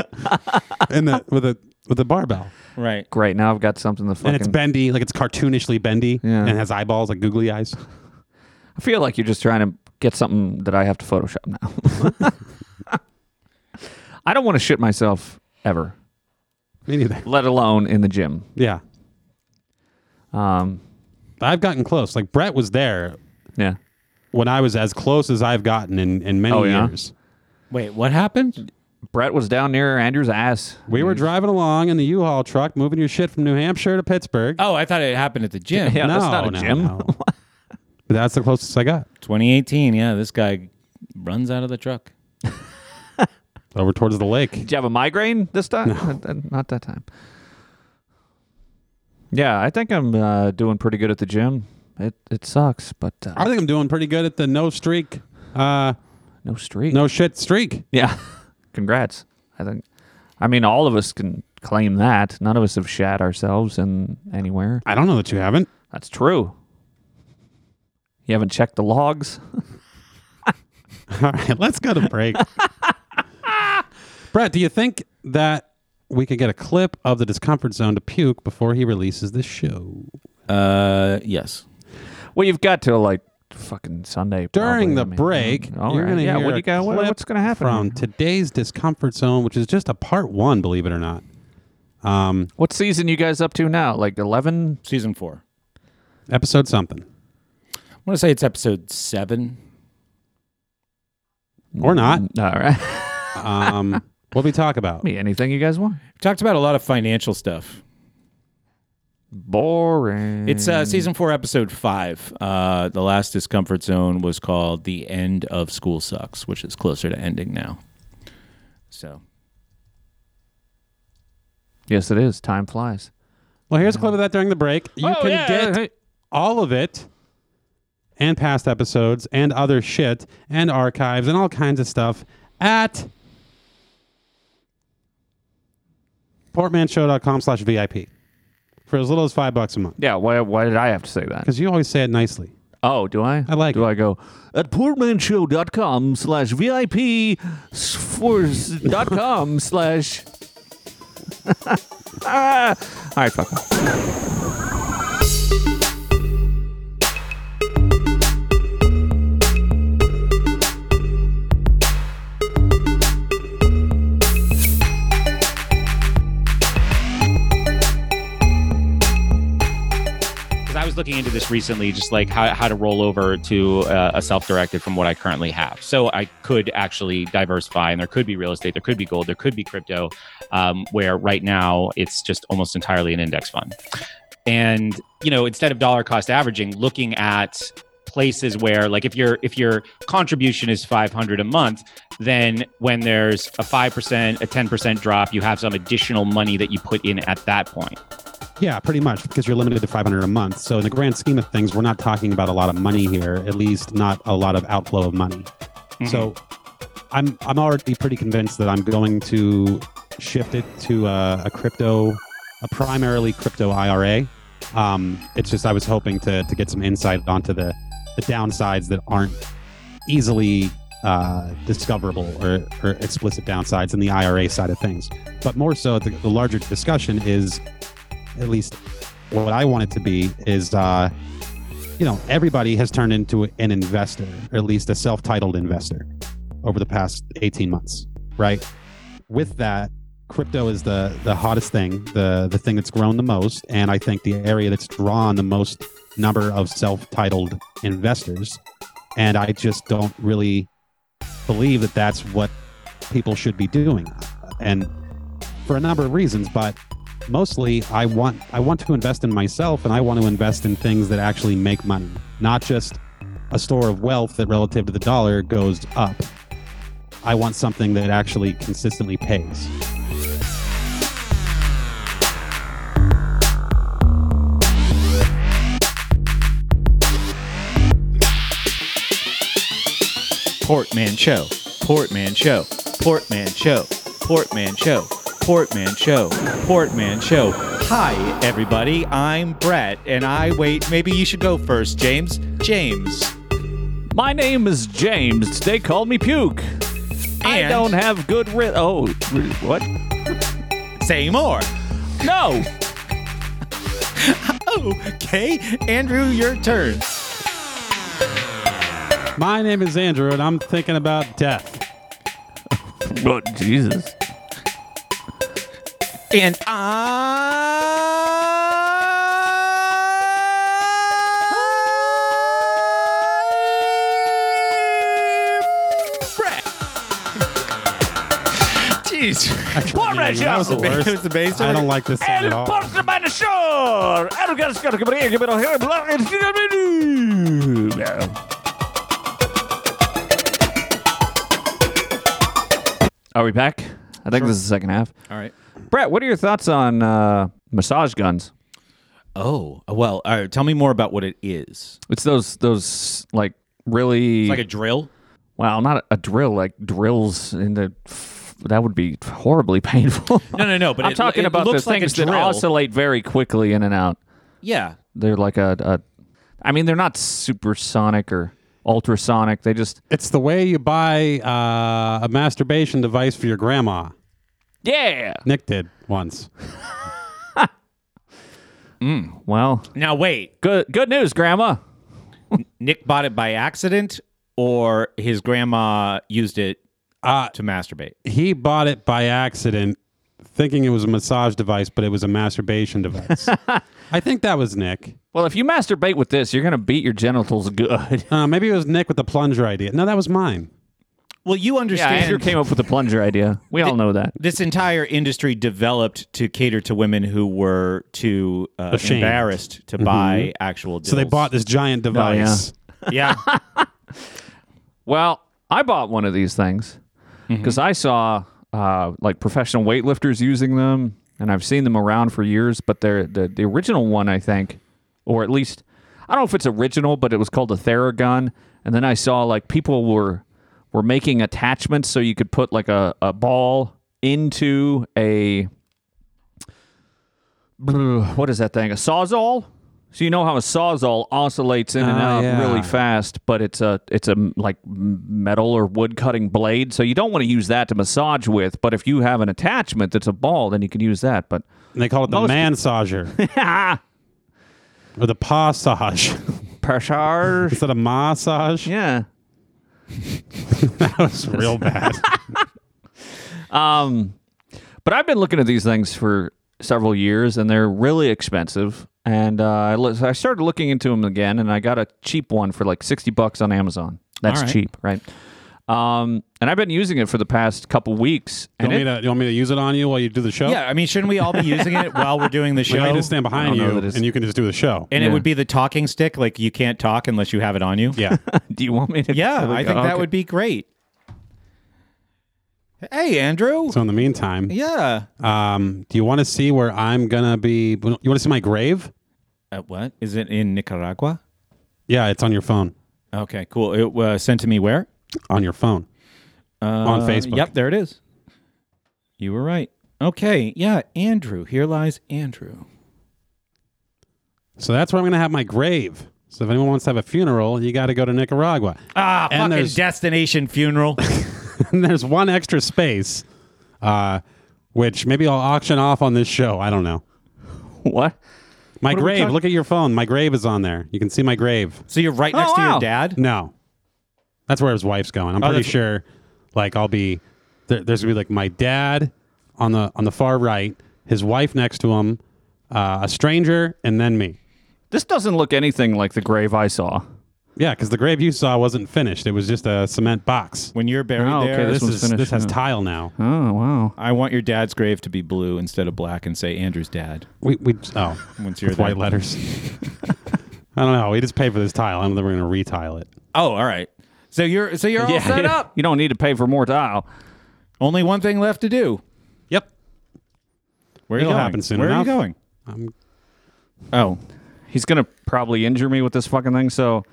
[SPEAKER 4] and the with a with a barbell,
[SPEAKER 3] right.
[SPEAKER 1] Great. Now I've got something to fucking.
[SPEAKER 4] and it's bendy, like it's cartoonishly bendy,
[SPEAKER 1] Yeah.
[SPEAKER 4] and has eyeballs like googly eyes.
[SPEAKER 1] I feel like you're just trying to get something that I have to Photoshop now. I don't want to shit myself ever,
[SPEAKER 4] Me neither.
[SPEAKER 1] let alone in the gym.
[SPEAKER 4] Yeah,
[SPEAKER 1] Um,
[SPEAKER 4] I've gotten close. Like Brett was there
[SPEAKER 1] yeah.
[SPEAKER 4] when I was as close as I've gotten in in many
[SPEAKER 1] Oh, yeah?
[SPEAKER 4] years.
[SPEAKER 3] Wait, what happened?
[SPEAKER 1] Brett was down near Andrew's ass.
[SPEAKER 4] We were driving along in the U-Haul truck, moving your shit from New Hampshire to Pittsburgh.
[SPEAKER 3] Oh, I thought it happened at the gym.
[SPEAKER 1] Yeah,
[SPEAKER 4] no,
[SPEAKER 1] that's not a
[SPEAKER 4] no,
[SPEAKER 1] gym.
[SPEAKER 4] no. that's the closest I got.
[SPEAKER 3] 2018. Yeah, this guy runs out of the truck.
[SPEAKER 4] Over towards the lake.
[SPEAKER 1] Did you have a migraine this time? Uh, uh, Not that time. Yeah, I think I'm uh, doing pretty good at the gym. It it sucks, but
[SPEAKER 4] I
[SPEAKER 1] uh,
[SPEAKER 4] think I'm doing pretty good at the no streak, uh,
[SPEAKER 1] no streak.
[SPEAKER 4] no shit streak.
[SPEAKER 1] Yeah. Congrats. I think. I mean, all of us can claim that. None of us have shat ourselves in anywhere.
[SPEAKER 4] I don't know that you haven't.
[SPEAKER 1] That's true. You haven't checked the logs.
[SPEAKER 4] All right, let's go to break. Brett, do you think that we could get a clip of the discomfort zone to puke before he releases this show?
[SPEAKER 3] Uh, yes.
[SPEAKER 1] Well, you've got till like fucking Sunday.
[SPEAKER 4] During
[SPEAKER 1] probably.
[SPEAKER 4] the
[SPEAKER 1] I mean,
[SPEAKER 4] break,
[SPEAKER 1] Mm, all
[SPEAKER 4] you're
[SPEAKER 1] right.
[SPEAKER 4] going to
[SPEAKER 1] yeah,
[SPEAKER 4] hear
[SPEAKER 1] what
[SPEAKER 4] a
[SPEAKER 1] do you got? What-
[SPEAKER 4] clip
[SPEAKER 1] what's going to happen?
[SPEAKER 4] from
[SPEAKER 1] here?
[SPEAKER 4] today's discomfort zone, which is just a part one, believe it or not. Um,
[SPEAKER 1] what season you guys up to now? Like eleven?
[SPEAKER 3] Season four.
[SPEAKER 4] episode something
[SPEAKER 3] I want to say it's episode seven.
[SPEAKER 4] or not.
[SPEAKER 1] All right.
[SPEAKER 4] Um, what we talk about?
[SPEAKER 1] Me, anything you guys want?
[SPEAKER 3] Talked about a lot of financial stuff.
[SPEAKER 1] Boring.
[SPEAKER 3] It's uh, season four, episode five. Uh, the last discomfort zone was called "The End of School Sucks," which is closer to ending now. So
[SPEAKER 1] yes, it is. Time flies.
[SPEAKER 4] Well, here's a clip of that during the break. You
[SPEAKER 1] Oh,
[SPEAKER 4] can
[SPEAKER 1] yeah,
[SPEAKER 4] get
[SPEAKER 1] hey.
[SPEAKER 4] all of it and past episodes and other shit and archives and all kinds of stuff at portmanshow.com slash VIP for as little as five bucks a month.
[SPEAKER 1] Yeah. Why? Why did I have to say that?
[SPEAKER 4] Because you always say it nicely.
[SPEAKER 1] Oh, do I?
[SPEAKER 4] I like
[SPEAKER 1] Do
[SPEAKER 4] it.
[SPEAKER 1] I go at portmanshow.com slash VIP s- for s- dot com slash. Ah. All right, fuck off.
[SPEAKER 9] because I was looking into this recently, just like how, how to roll over to uh, a self directed from what I currently have. So I could actually diversify, and there could be real estate, there could be gold, there could be crypto, um, where right now it's just almost entirely an index fund. And you know, instead of dollar cost averaging, looking at places where like if your if your contribution is 500 a month then when there's a 5% a 10% drop you have some additional money that you put in at that point
[SPEAKER 4] Yeah, pretty much because you're limited to 500 a month. So in the grand scheme of things, we're not talking about a lot of money here, at least not a lot of outflow of money. So I'm I'm already pretty convinced that I'm going to shift it to uh, a, a crypto, a primarily crypto IRA. Um, it's just I was hoping to to get some insight onto the the downsides that aren't easily uh, discoverable or, or explicit downsides in the IRA side of things. But more so, the, the larger discussion is at least what I want it to be is uh, you know everybody has turned into an investor, or at least a self-titled investor, over the past 18 months, right? With that crypto is the the hottest thing, the the thing that's grown the most, and I think the area that's drawn the most number of self-titled investors. And I just don't really believe that that's what people should be doing, and for a number of reasons, but mostly I want I want to invest in myself and I want to invest in things that actually make money, not just a store of wealth that relative to the dollar goes up. I want something that actually consistently pays.
[SPEAKER 3] Portman Show. Portman Show. Portman Show. Portman Show. Portman Show. Portman Show. Hi, everybody. I'm Brett, and I wait. Maybe you should go first, James. James.
[SPEAKER 1] My name is James. They call me Puke. I
[SPEAKER 3] And-
[SPEAKER 1] don't have good ri- Oh, what?
[SPEAKER 3] Say more.
[SPEAKER 1] No.
[SPEAKER 3] Okay, Andrew, your turn.
[SPEAKER 4] My name is Andrew, and I'm thinking about death.
[SPEAKER 1] But Jesus.
[SPEAKER 3] And I. Brett. Jeez.
[SPEAKER 1] Portman
[SPEAKER 4] That was the
[SPEAKER 1] Show.
[SPEAKER 4] worst.
[SPEAKER 3] It was the bass
[SPEAKER 4] I
[SPEAKER 3] one?
[SPEAKER 4] don't like this sound
[SPEAKER 1] El
[SPEAKER 4] at all.
[SPEAKER 1] Portman by the Shore. El Gascon, come here, give it a- Are we back? I think this is the second half.
[SPEAKER 3] All right.
[SPEAKER 1] Brett, what are your thoughts on uh, massage guns?
[SPEAKER 3] Oh, well, all right, tell me more about what it is.
[SPEAKER 1] It's those those like really
[SPEAKER 3] Like a drill?
[SPEAKER 1] well, not a, a drill like drills in the. That would be horribly painful.
[SPEAKER 3] No, no, no, but
[SPEAKER 1] I'm
[SPEAKER 3] it-
[SPEAKER 1] talking
[SPEAKER 3] it
[SPEAKER 1] about
[SPEAKER 3] looks
[SPEAKER 1] the
[SPEAKER 3] like a
[SPEAKER 1] things that
[SPEAKER 3] drill.
[SPEAKER 1] oscillate very quickly in and out.
[SPEAKER 3] Yeah.
[SPEAKER 1] They're like a, a I mean, they're not supersonic or ultrasonic. They just
[SPEAKER 4] It's the way you buy uh, a masturbation device for your grandma.
[SPEAKER 1] yeah.
[SPEAKER 4] Nick did once.
[SPEAKER 1] Well,
[SPEAKER 3] Now, wait.
[SPEAKER 1] good good news, Grandma.
[SPEAKER 3] Nick bought it by accident, or his grandma used it
[SPEAKER 4] Uh,
[SPEAKER 3] to masturbate?
[SPEAKER 4] he bought it by accident, thinking it was a massage device, but it was a masturbation device. I think that was Nick.
[SPEAKER 1] Well, if you masturbate with this, you're gonna beat your genitals good.
[SPEAKER 4] Uh, maybe it was Nick with the plunger idea. No, that was mine.
[SPEAKER 3] Well, you
[SPEAKER 1] yeah,
[SPEAKER 3] understand
[SPEAKER 1] Andrew came up with the plunger idea. We all know that.
[SPEAKER 3] this entire industry developed to cater to women who were too uh,
[SPEAKER 4] Ashamed.
[SPEAKER 3] embarrassed to buy actual dills.
[SPEAKER 4] So they bought this giant
[SPEAKER 1] Oh,
[SPEAKER 4] device.
[SPEAKER 3] Yeah.
[SPEAKER 1] Well, I bought one of these things because I saw uh, like professional weightlifters using them, and I've seen them around for years. But they're the, the original one, I think, or at least I don't know if it's original, but it was called a Theragun. And then I saw like people were were making attachments so you could put like a, a ball into a what is that thing? A sawzall. So you know how a sawzall oscillates in and
[SPEAKER 4] Ah,
[SPEAKER 1] out
[SPEAKER 4] yeah.
[SPEAKER 1] really fast, but it's a it's a like metal or wood cutting blade. So you don't want to use that to massage with. But if you have an attachment that's a ball, then you can use that. But
[SPEAKER 4] And they called it the
[SPEAKER 1] Most-
[SPEAKER 4] mansager or the passage
[SPEAKER 1] pressure,
[SPEAKER 4] instead of massage.
[SPEAKER 1] yeah.
[SPEAKER 4] It's real bad.
[SPEAKER 1] Um, but I've been looking at these things for several years, and they're really expensive. And uh, I, lo- I started looking into them again, and I got a cheap one for like sixty bucks on Amazon. That's
[SPEAKER 3] All right.
[SPEAKER 1] cheap, right? Um, and I've been using it for the past couple weeks,
[SPEAKER 4] You
[SPEAKER 1] and
[SPEAKER 4] want, me
[SPEAKER 1] it,
[SPEAKER 4] to, you want me to use it on you while you do the show?
[SPEAKER 3] yeah. I mean, shouldn't we all be using it while we're doing the
[SPEAKER 4] You
[SPEAKER 3] show?
[SPEAKER 4] want me to stand
[SPEAKER 1] I
[SPEAKER 4] behind
[SPEAKER 1] don't know
[SPEAKER 4] you
[SPEAKER 1] that it's-
[SPEAKER 4] and you can just do the show.
[SPEAKER 3] and
[SPEAKER 1] Yeah.
[SPEAKER 3] it would be the talking stick. Like, you can't talk unless you have it on you.
[SPEAKER 4] yeah.
[SPEAKER 1] do you want me to?
[SPEAKER 3] Yeah,
[SPEAKER 1] There we
[SPEAKER 3] I
[SPEAKER 1] go.
[SPEAKER 3] think that
[SPEAKER 1] Okay.
[SPEAKER 3] would be great. Hey, Andrew.
[SPEAKER 4] So in the meantime,
[SPEAKER 3] yeah.
[SPEAKER 4] um, do you want to see where I'm gonna be? You want to see my grave?
[SPEAKER 3] Uh, what? Is it in Nicaragua?
[SPEAKER 4] Yeah, it's on your phone.
[SPEAKER 3] Okay, cool. It was sent to me where?
[SPEAKER 4] On your phone.
[SPEAKER 3] Uh,
[SPEAKER 4] On Facebook.
[SPEAKER 3] Yep, there it is. You were right. Okay, yeah, Andrew. Here lies Andrew.
[SPEAKER 4] So that's where I'm gonna have my grave. So if anyone wants to have a funeral, you got to go to Nicaragua.
[SPEAKER 3] Ah,
[SPEAKER 4] And
[SPEAKER 3] fucking
[SPEAKER 4] there's-
[SPEAKER 3] destination funeral.
[SPEAKER 4] and there's one extra space, uh, which maybe I'll auction off on this show. I don't know.
[SPEAKER 1] what?
[SPEAKER 4] My grave. Look at your phone. My grave is on there. You can see my grave.
[SPEAKER 3] so you're right next to
[SPEAKER 1] wow.
[SPEAKER 3] your dad.
[SPEAKER 4] No, that's where his wife's going. I'm pretty
[SPEAKER 3] Oh, that's-
[SPEAKER 4] sure. Like I'll be there, there's gonna be like my dad on the on the far right, his wife next to him, uh, a stranger, and then me.
[SPEAKER 1] This doesn't look anything like the grave I saw.
[SPEAKER 4] Yeah, because the grave you saw wasn't finished; it was just a cement box.
[SPEAKER 3] When you're buried
[SPEAKER 1] Oh, okay,
[SPEAKER 3] there,
[SPEAKER 1] this
[SPEAKER 4] This
[SPEAKER 1] one's
[SPEAKER 4] is
[SPEAKER 1] finished
[SPEAKER 4] this has
[SPEAKER 1] now.
[SPEAKER 4] tile now.
[SPEAKER 1] Oh wow!
[SPEAKER 3] I want your dad's grave to be blue instead of black and say Andrew's dad.
[SPEAKER 4] We we oh
[SPEAKER 3] Once you're
[SPEAKER 4] with
[SPEAKER 3] there.
[SPEAKER 4] white letters. I don't know. We just pay for this tile. I'm then we're gonna retile it.
[SPEAKER 3] Oh, all right. So you're so you're all set up.
[SPEAKER 1] You don't need to pay for more tile.
[SPEAKER 3] Only one thing left to do.
[SPEAKER 4] Yep.
[SPEAKER 3] Where
[SPEAKER 4] It'll
[SPEAKER 3] are you going?
[SPEAKER 4] happen soon
[SPEAKER 3] Where
[SPEAKER 4] enough.
[SPEAKER 3] are you going?
[SPEAKER 4] I'm-
[SPEAKER 3] oh,
[SPEAKER 1] He's gonna probably injure me with this fucking thing. So,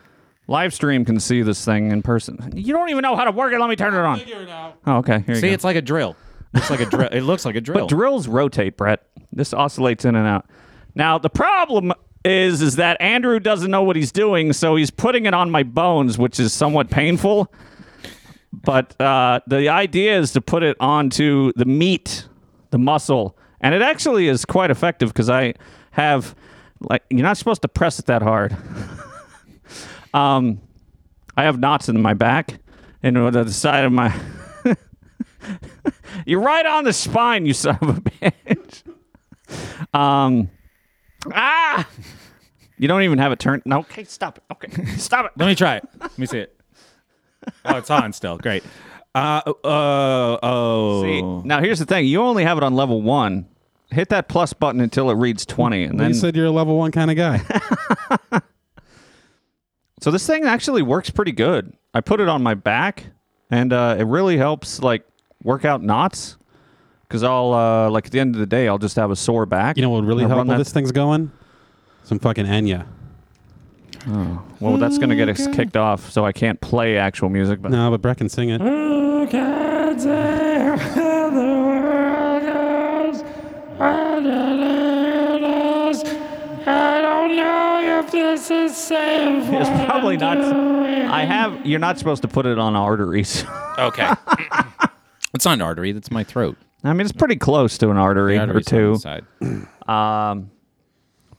[SPEAKER 1] live stream can see this thing in person. You don't even know how to work it. Let me turn it on. Figure it out. Oh, okay. Here
[SPEAKER 3] see,
[SPEAKER 1] you go.
[SPEAKER 3] it's like a drill. Looks like a drill. It looks like a drill.
[SPEAKER 1] But drills rotate, Brett. This oscillates in and out. Now the problem is is that Andrew doesn't know what he's doing, so he's putting it on my bones, which is somewhat painful. But uh, the idea is to put it onto the meat, the muscle, and it actually is quite effective because I have like you're not supposed to press it that hard. um, I have knots in my back and on the side of my. You're right on the spine, you son of a bitch. Um, ah, you don't even have it turned. No, okay, stop it. Okay, stop it.
[SPEAKER 3] Let me try it. Let me see it. Oh, it's on still. Great. Uh, uh, oh.
[SPEAKER 1] See, now here's the thing: you only have it on level one. Hit that plus button until it reads twenty, and
[SPEAKER 4] You
[SPEAKER 1] then
[SPEAKER 4] said you're a level one kind of guy.
[SPEAKER 1] so this thing actually works pretty good. I put it on my back, and uh, it really helps like work out knots. Because I'll uh, like at the end of the day, I'll just have a sore back.
[SPEAKER 4] You know what would really
[SPEAKER 1] I'll
[SPEAKER 4] help
[SPEAKER 1] run
[SPEAKER 4] while
[SPEAKER 1] that-
[SPEAKER 4] this thing's going? Some fucking Enya.
[SPEAKER 1] Well, that's gonna get us kicked off, so I can't play actual music. But
[SPEAKER 4] No, but Brett can sing it.
[SPEAKER 8] Who can say how the world goes? And it is- I don't know if this is safe.
[SPEAKER 1] It's probably not. I have. You're not supposed to put it on arteries.
[SPEAKER 9] Okay.
[SPEAKER 3] It's not an artery. That's my throat.
[SPEAKER 1] I mean, it's pretty close to an artery or
[SPEAKER 3] Artery's on the
[SPEAKER 1] two.
[SPEAKER 3] side.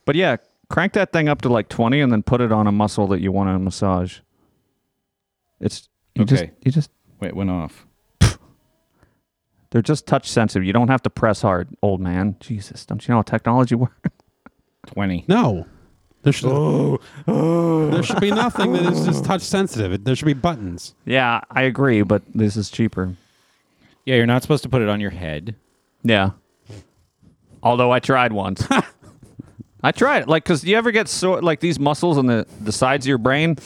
[SPEAKER 1] But yeah, crank that thing up to like 20, and then put it on a muscle that you want to massage. It's you just
[SPEAKER 3] Okay.
[SPEAKER 1] you just
[SPEAKER 3] Wait, it went off.
[SPEAKER 1] they're just touch sensitive. You don't have to press hard, old man. Jesus, don't you know how technology works?
[SPEAKER 3] 20.
[SPEAKER 4] No. There should,
[SPEAKER 1] Oh.
[SPEAKER 4] there should be nothing that is just touch sensitive. It- There should be buttons.
[SPEAKER 1] yeah, I agree, but this is cheaper.
[SPEAKER 3] Yeah, you're not supposed to put it on your head.
[SPEAKER 1] Yeah. Although I tried once. I tried it, like, cause you ever get sore, like these muscles on the the sides of your brain.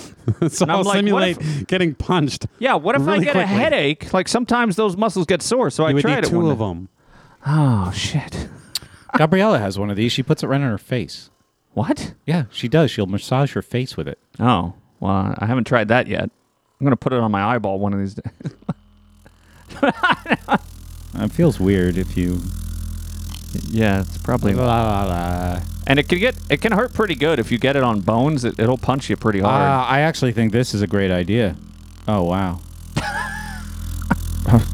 [SPEAKER 4] so
[SPEAKER 1] I'm
[SPEAKER 4] I'll
[SPEAKER 1] like, what if-
[SPEAKER 4] simulate getting punched.
[SPEAKER 1] Yeah, what if I
[SPEAKER 4] really
[SPEAKER 1] get a
[SPEAKER 4] quickly.
[SPEAKER 1] headache? Like sometimes those muscles get sore, so
[SPEAKER 4] You
[SPEAKER 1] I
[SPEAKER 4] would
[SPEAKER 1] tried
[SPEAKER 4] need
[SPEAKER 1] it.
[SPEAKER 4] two
[SPEAKER 1] one
[SPEAKER 4] of
[SPEAKER 1] day.
[SPEAKER 4] them.
[SPEAKER 1] Oh shit!
[SPEAKER 3] Gabriella has one of these. She puts it right on her face.
[SPEAKER 1] What?
[SPEAKER 3] Yeah, she does. She'll massage her face with it.
[SPEAKER 1] Oh well, I haven't tried that yet. I'm gonna put it on my eyeball one of these days.
[SPEAKER 3] Uh, It feels weird if you.
[SPEAKER 1] yeah, it's probably.
[SPEAKER 4] uh,
[SPEAKER 1] And it can get it can hurt pretty good if you get it on bones. It, it'll punch you pretty hard.
[SPEAKER 3] Ah, I actually think this is a great idea. Oh wow.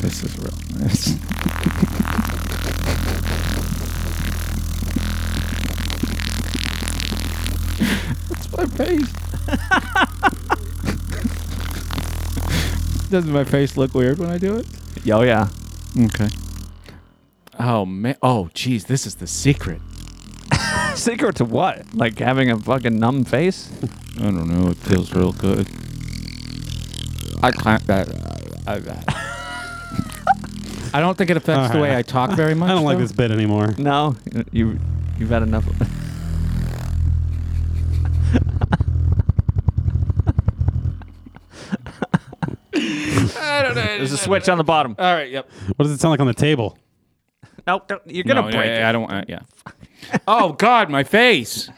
[SPEAKER 3] this is real nice. That's my face. Doesn't my face look weird when I do it?
[SPEAKER 1] oh yeah.
[SPEAKER 3] Okay. Oh man. Oh geez, this is the secret.
[SPEAKER 1] Secret to what? Like having a fucking numb face?
[SPEAKER 3] I don't know. It feels real good. I can't. I, I, I don't think it affects the way I talk very much.
[SPEAKER 4] I don't like
[SPEAKER 3] though.
[SPEAKER 4] this bit anymore.
[SPEAKER 1] No, you you've had enough. of-
[SPEAKER 9] I don't know.
[SPEAKER 1] There's a switch on the bottom.
[SPEAKER 9] All right. Yep.
[SPEAKER 4] What does it sound like on the table?
[SPEAKER 1] No, don't- you're gonna
[SPEAKER 3] No,
[SPEAKER 1] break.
[SPEAKER 3] I,
[SPEAKER 1] it.
[SPEAKER 3] I don't. I, yeah. oh God, my face.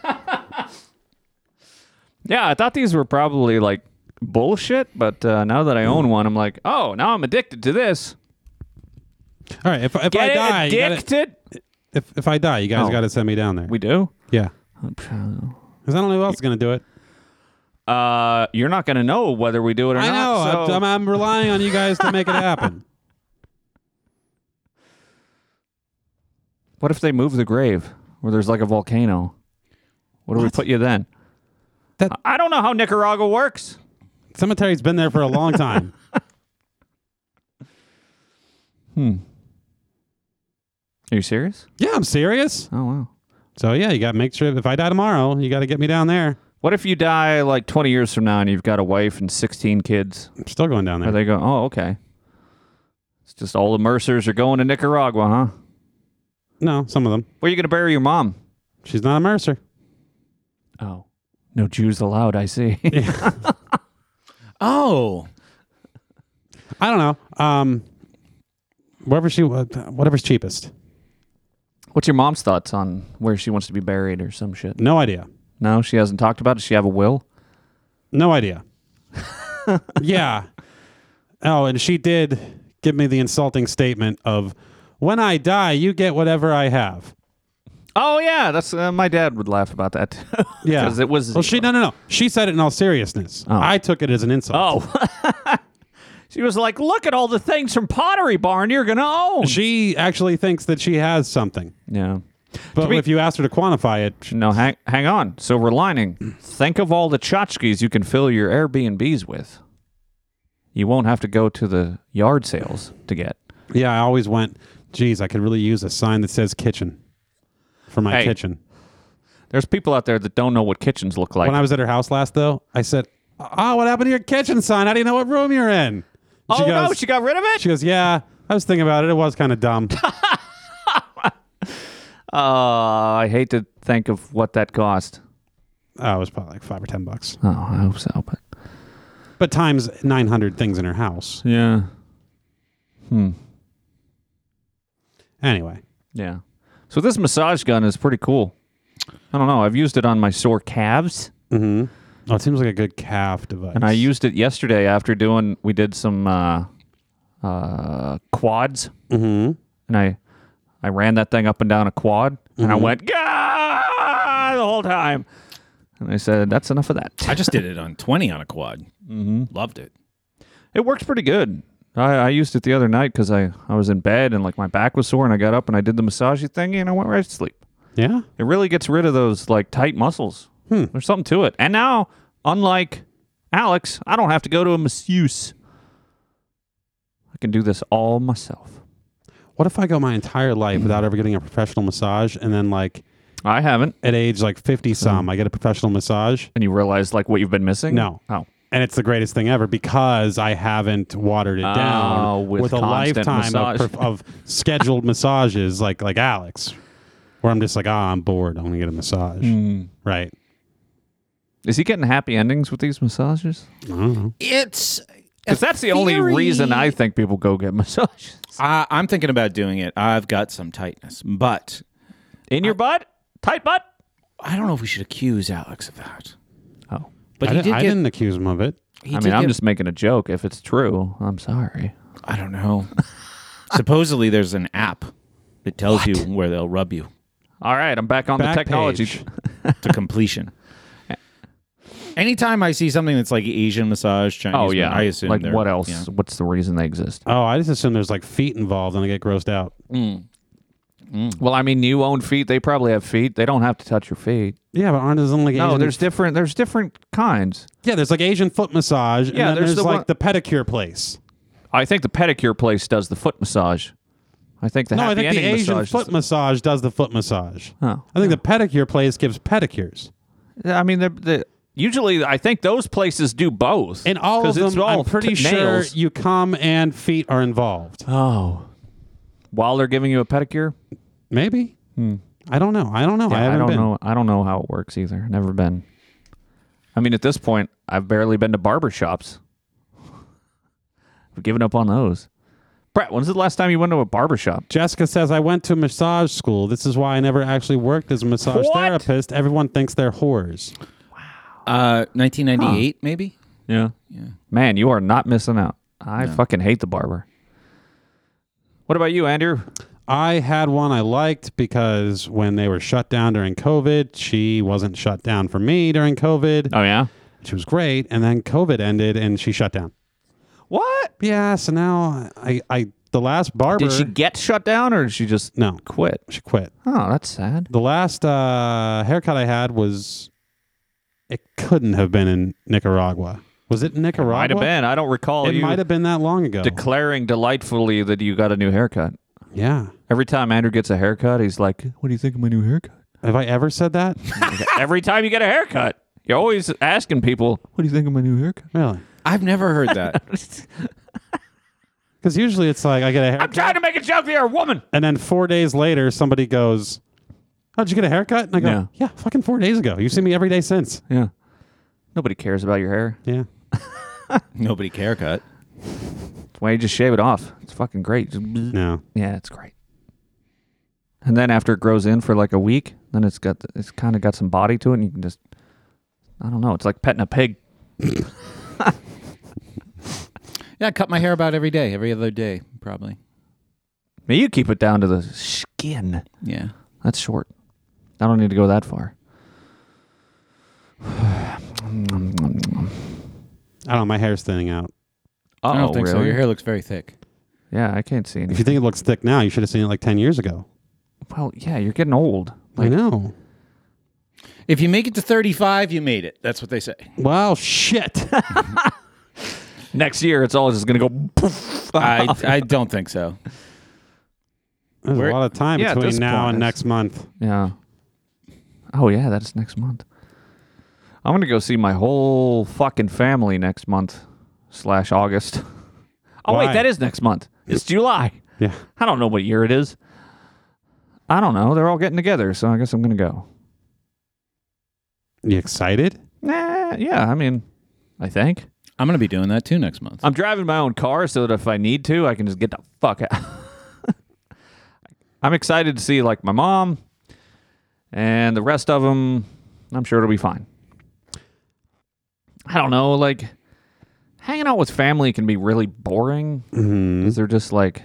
[SPEAKER 1] Yeah, I thought these were probably like bullshit, but uh, now that I own one, I'm like, oh, now I'm addicted to this.
[SPEAKER 4] All right, if, if I
[SPEAKER 1] Get it
[SPEAKER 4] die, you gotta-
[SPEAKER 1] addicted.
[SPEAKER 4] if, if I die, you guys
[SPEAKER 1] Oh.
[SPEAKER 4] got to send me down there.
[SPEAKER 1] we do.
[SPEAKER 4] yeah,
[SPEAKER 3] Oh,
[SPEAKER 4] because I don't know who else is gonna do it.
[SPEAKER 1] Uh, you're not gonna know whether we do it or
[SPEAKER 4] I know.
[SPEAKER 1] not.
[SPEAKER 4] I'm, I'm, I'm relying on you guys to make it happen.
[SPEAKER 1] what if they move the grave where there's like a volcano? What do we put you then?
[SPEAKER 4] That-
[SPEAKER 1] I don't know how Nicaragua works.
[SPEAKER 4] Cemetery's been there for a long time.
[SPEAKER 1] Are you serious?
[SPEAKER 4] Yeah, I'm serious.
[SPEAKER 1] Oh wow.
[SPEAKER 4] So yeah, you got to make sure if I die tomorrow, you got to get me down there.
[SPEAKER 1] What if you die like 20 years from now and you've got a wife and 16 kids?
[SPEAKER 4] I'm still going down
[SPEAKER 1] Are
[SPEAKER 4] there.
[SPEAKER 1] they going? Oh, okay. It's just all the Mercers are going to Nicaragua, huh?
[SPEAKER 4] no, some of them.
[SPEAKER 1] Where are you going to bury your mom?
[SPEAKER 4] She's not a mercer.
[SPEAKER 1] Oh, no Jews allowed. I see.
[SPEAKER 3] Oh,
[SPEAKER 4] I don't know. Um, wherever she, wa- whatever's cheapest.
[SPEAKER 1] What's your mom's thoughts on where she wants to be buried or some shit?
[SPEAKER 4] No idea.
[SPEAKER 1] No, she hasn't talked about it. Does she have a will?
[SPEAKER 4] No idea. yeah. Oh, and she did give me the insulting statement of, "When I die, you get whatever I have."
[SPEAKER 1] Oh yeah, that's uh, my dad would laugh about that.
[SPEAKER 4] Yeah,
[SPEAKER 1] 'Cause it was-
[SPEAKER 4] Well, she no no no. She said it in all seriousness. I took it as an insult.
[SPEAKER 1] oh. She was like, "Look at all the things from Pottery Barn you're gonna own."
[SPEAKER 4] She actually thinks that she has something,
[SPEAKER 1] yeah.
[SPEAKER 4] but
[SPEAKER 1] be-
[SPEAKER 4] if you ask her to quantify it, she-
[SPEAKER 1] No, hang hang on. Silver lining. Think of all the tchotchkes you can fill your Airbnbs with. You won't have to go to the yard sales to get.
[SPEAKER 4] yeah, I always went. Geez, I could really use a sign that says kitchen for my
[SPEAKER 1] Hey.
[SPEAKER 4] kitchen.
[SPEAKER 1] There's people out there that don't know what kitchens look like.
[SPEAKER 4] When I was at her house last, though, I said, "Oh, what happened to your kitchen sign? I didn't know what room you're in."
[SPEAKER 1] oh no,
[SPEAKER 4] goes-
[SPEAKER 1] she got rid of it.
[SPEAKER 4] She goes, "Yeah, I was thinking about it. It was kind of dumb."
[SPEAKER 1] Uh, I hate to think of what that cost.
[SPEAKER 4] oh, it was probably like five or ten bucks,
[SPEAKER 1] Oh, I hope so, but
[SPEAKER 4] but times nine hundred things in her house.
[SPEAKER 1] yeah,
[SPEAKER 4] Anyway,
[SPEAKER 1] yeah. So this massage gun is pretty cool. I don't know. I've used it on my sore calves,
[SPEAKER 4] oh, it seems like a good calf device.
[SPEAKER 1] and I used it yesterday after doing. We did some uh, uh, quads, mm-hmm. and I I ran that thing up and down a quad, and I went Gah! the whole time. And I said, "That's enough of that."
[SPEAKER 3] I just did it on 20 on a quad. Loved it.
[SPEAKER 1] It works pretty good. I, I used it the other night because I, I was in bed and like my back was sore and I got up and I did the massage thing and I went right to sleep.
[SPEAKER 4] yeah.
[SPEAKER 1] It really gets rid of those like tight muscles.
[SPEAKER 3] Hmm.
[SPEAKER 1] There's something to it. And now, unlike Alex, I don't have to go to a masseuse. I can do this all myself.
[SPEAKER 4] What if I go my entire life without ever getting a professional massage, and then like
[SPEAKER 1] I haven't.
[SPEAKER 4] at age like fifty some, I get a professional massage,
[SPEAKER 1] And you realize like what you've been missing?
[SPEAKER 4] No.
[SPEAKER 1] Oh.
[SPEAKER 4] and it's the greatest thing ever because I haven't watered it
[SPEAKER 1] Oh,
[SPEAKER 4] down
[SPEAKER 1] with
[SPEAKER 4] a
[SPEAKER 1] constant
[SPEAKER 4] lifetime of,
[SPEAKER 1] massage.
[SPEAKER 4] perf- of scheduled massages like like Alex, where I'm just like, ah, I'm bored. I'm gonna get a massage,
[SPEAKER 1] Mm.
[SPEAKER 4] right?
[SPEAKER 1] Is he getting happy endings with these massages?
[SPEAKER 3] It's.
[SPEAKER 1] Because that's the only
[SPEAKER 3] theory-
[SPEAKER 1] reason I think people go get massages.
[SPEAKER 3] I, I'm thinking about doing it. I've got some tightness, but
[SPEAKER 1] In your butt? Tight butt?
[SPEAKER 3] I don't know if we should accuse Alex of that.
[SPEAKER 1] Oh.
[SPEAKER 3] But
[SPEAKER 4] I,
[SPEAKER 3] he
[SPEAKER 4] di-
[SPEAKER 3] did
[SPEAKER 4] I
[SPEAKER 3] get.
[SPEAKER 4] didn't accuse him of it.
[SPEAKER 3] he
[SPEAKER 1] I
[SPEAKER 3] did
[SPEAKER 1] mean, I'm
[SPEAKER 3] get-
[SPEAKER 1] just making a joke. If it's true, I'm sorry.
[SPEAKER 3] I don't know. Supposedly, there's an app that tells you where they'll rub you
[SPEAKER 1] All right, I'm back on
[SPEAKER 4] Back
[SPEAKER 1] the technology.
[SPEAKER 4] page.
[SPEAKER 3] to completion. Anytime I see something that's like Asian massage, Chinese,
[SPEAKER 1] Oh yeah,
[SPEAKER 3] I assume
[SPEAKER 1] Like
[SPEAKER 3] they're-
[SPEAKER 1] what else?
[SPEAKER 3] yeah.
[SPEAKER 1] What's the reason they exist?
[SPEAKER 4] Oh, I just assume there's like feet involved, and I get grossed out.
[SPEAKER 1] Well, I mean, you own feet. They probably have feet. They don't have to touch your feet.
[SPEAKER 4] Yeah, but aren't there's only like
[SPEAKER 1] No,
[SPEAKER 4] Asian
[SPEAKER 1] there's different. There's different kinds.
[SPEAKER 4] yeah, there's like Asian foot massage, and
[SPEAKER 1] Yeah,
[SPEAKER 4] then
[SPEAKER 1] there's
[SPEAKER 4] there's,
[SPEAKER 1] the
[SPEAKER 4] like
[SPEAKER 1] one-
[SPEAKER 4] the pedicure place.
[SPEAKER 1] I think the pedicure place does the foot massage. I think the
[SPEAKER 4] No, I
[SPEAKER 1] happy
[SPEAKER 4] think the
[SPEAKER 1] ending
[SPEAKER 4] Asian
[SPEAKER 1] massage.
[SPEAKER 4] foot massage does the foot massage.
[SPEAKER 1] Oh.
[SPEAKER 4] I think the pedicure place gives pedicures.
[SPEAKER 1] I mean, the, the usually I think those places do both.
[SPEAKER 4] And all of
[SPEAKER 1] 'Cause
[SPEAKER 4] them,
[SPEAKER 1] it's all
[SPEAKER 4] I'm pretty
[SPEAKER 1] t-
[SPEAKER 4] sure
[SPEAKER 1] nails.
[SPEAKER 4] you come and feet are involved.
[SPEAKER 1] Oh, while they're giving you a pedicure,
[SPEAKER 4] Maybe. I don't know. I don't know. I
[SPEAKER 1] Hmm. Yeah,
[SPEAKER 4] haven't
[SPEAKER 1] don't
[SPEAKER 4] been.
[SPEAKER 1] know. I don't know how it works either. Never been. I mean, at this point, I've barely been to barber shops. I've given up on those. Brett, when's the last time you went to a barber shop?
[SPEAKER 4] Jessica says, I went to massage school. This is why I never actually worked as a massage
[SPEAKER 1] What?
[SPEAKER 4] therapist. Everyone thinks they're whores.
[SPEAKER 3] Uh, 1998, maybe.
[SPEAKER 1] Yeah. Yeah. Man, you are not missing out. I fucking hate the barber. What about you, Andrew?
[SPEAKER 4] I had one I liked because when they were shut down during COVID, she wasn't shut down for me during COVID.
[SPEAKER 1] Oh yeah.
[SPEAKER 4] She was great. And then COVID ended and she shut down.
[SPEAKER 1] What?
[SPEAKER 4] Yeah. So now I, I the last barber.
[SPEAKER 1] Did she get shut down or did she just
[SPEAKER 4] No,
[SPEAKER 1] quit?
[SPEAKER 4] she quit.
[SPEAKER 1] Oh, that's sad.
[SPEAKER 4] The last uh, haircut I had was, it couldn't have been in Nicaragua. Was it Nicaragua?
[SPEAKER 1] Might have been. I don't recall
[SPEAKER 4] It
[SPEAKER 1] you
[SPEAKER 4] might have been that long ago.
[SPEAKER 1] declaring delightfully that you got a new haircut.
[SPEAKER 4] yeah.
[SPEAKER 1] Every time Andrew gets a haircut, he's like, "What do you think of my new haircut?"
[SPEAKER 4] Have I ever said that?
[SPEAKER 1] Every time you get a haircut, you're always asking people, "What do you think of my new haircut?"
[SPEAKER 4] really?
[SPEAKER 3] I've never heard that.
[SPEAKER 4] Because usually it's like I get a
[SPEAKER 1] I'm
[SPEAKER 4] haircut,
[SPEAKER 1] trying to make a joke that you're a woman.
[SPEAKER 4] and then four days later somebody goes, "How'd you get a haircut?" And I go,
[SPEAKER 1] Yeah.
[SPEAKER 4] "Yeah, fucking four days ago. You've seen me every day since."
[SPEAKER 1] Yeah. Nobody cares about your hair.
[SPEAKER 4] Yeah.
[SPEAKER 3] Nobody care cut.
[SPEAKER 1] Why you just shave it off? It's fucking great. Just
[SPEAKER 4] No.
[SPEAKER 1] Yeah, it's great. And then after it grows in for like a week, then it's got it's kind of got some body to it, and you can just I don't know. It's like petting a pig.
[SPEAKER 3] Yeah, I cut my hair about every day, every other day, probably.
[SPEAKER 1] I mean, you keep it down to the skin.
[SPEAKER 3] Yeah.
[SPEAKER 1] That's short. I don't need to go that far.
[SPEAKER 4] I don't know. My hair's thinning out.
[SPEAKER 1] Uh-oh,
[SPEAKER 3] I don't think so.
[SPEAKER 1] Oh, really?
[SPEAKER 3] Your hair looks very thick.
[SPEAKER 1] Yeah, I can't see
[SPEAKER 4] If
[SPEAKER 1] any.
[SPEAKER 4] you think it looks thick now, you should have seen it like ten years ago.
[SPEAKER 1] Well, yeah, you're getting old.
[SPEAKER 4] I know.
[SPEAKER 3] If you make it to 35, you made it. That's what they say.
[SPEAKER 4] Well, shit.
[SPEAKER 1] Next year, it's all just gonna go. Poof.
[SPEAKER 3] I, I don't think so.
[SPEAKER 4] There's
[SPEAKER 3] We're-
[SPEAKER 4] a lot of time
[SPEAKER 1] yeah, at this
[SPEAKER 4] between now
[SPEAKER 1] point,
[SPEAKER 4] and
[SPEAKER 1] it's-
[SPEAKER 4] next month.
[SPEAKER 1] Yeah. Oh yeah, that's next month. I'm gonna go see my whole fucking family next month slash August. Oh wait,
[SPEAKER 4] Why?
[SPEAKER 1] that is next month. It's July.
[SPEAKER 4] Yeah.
[SPEAKER 1] I don't know what year it is. I don't know. They're all getting together, so I guess I'm gonna go.
[SPEAKER 4] You excited?
[SPEAKER 1] Nah, yeah. I mean, I think
[SPEAKER 3] I'm going to be doing that too next month.
[SPEAKER 1] I'm driving my own car so that if I need to, I can just get the fuck out. I'm excited to see like my mom and the rest of them. I'm sure it'll be fine. I don't know, like hanging out with family can be really boring.
[SPEAKER 4] Mm-hmm.
[SPEAKER 1] 'cause They're just like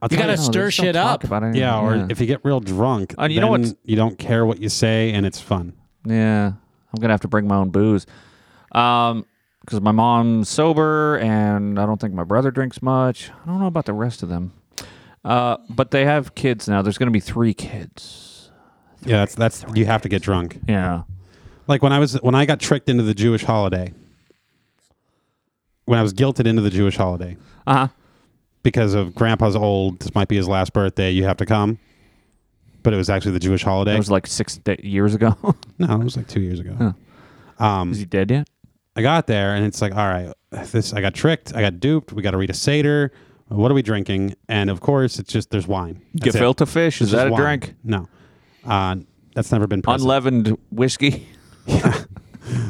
[SPEAKER 4] I'll
[SPEAKER 3] You
[SPEAKER 1] I
[SPEAKER 3] gotta
[SPEAKER 4] tell
[SPEAKER 1] don't know, they
[SPEAKER 3] stir
[SPEAKER 1] just don't
[SPEAKER 3] shit
[SPEAKER 1] talk
[SPEAKER 3] up.
[SPEAKER 1] about anything.
[SPEAKER 4] Yeah, or if you get real drunk,
[SPEAKER 1] And you know
[SPEAKER 4] then
[SPEAKER 1] what's-
[SPEAKER 4] you don't care what you say, and it's fun.
[SPEAKER 1] Yeah, I'm gonna have to bring my own booze, um, because my mom's sober and I don't think my brother drinks much. I don't know about the rest of them, uh, but they have kids now. There's gonna be three kids.
[SPEAKER 4] Yeah, that's that's you have to get drunk.
[SPEAKER 1] Yeah,
[SPEAKER 4] Like when I was when I got tricked into the Jewish holiday, when I was guilted into the Jewish holiday
[SPEAKER 1] uh huh.
[SPEAKER 4] because of Grandpa's old. This might be his last birthday. You have to come, but it was actually the Jewish holiday.
[SPEAKER 1] That was like six da years ago.
[SPEAKER 4] no, it was like two years ago. Um,
[SPEAKER 1] Is he dead yet?
[SPEAKER 4] I got there and it's like, all right, this I got tricked, I got duped. We got to read a seder. What are we drinking? And of course, it's just there's wine. That's it.
[SPEAKER 1] Gefilte fish is
[SPEAKER 4] It's just
[SPEAKER 1] that a
[SPEAKER 4] wine.
[SPEAKER 1] drink?
[SPEAKER 4] No, uh, that's never been present.
[SPEAKER 1] Unleavened whiskey.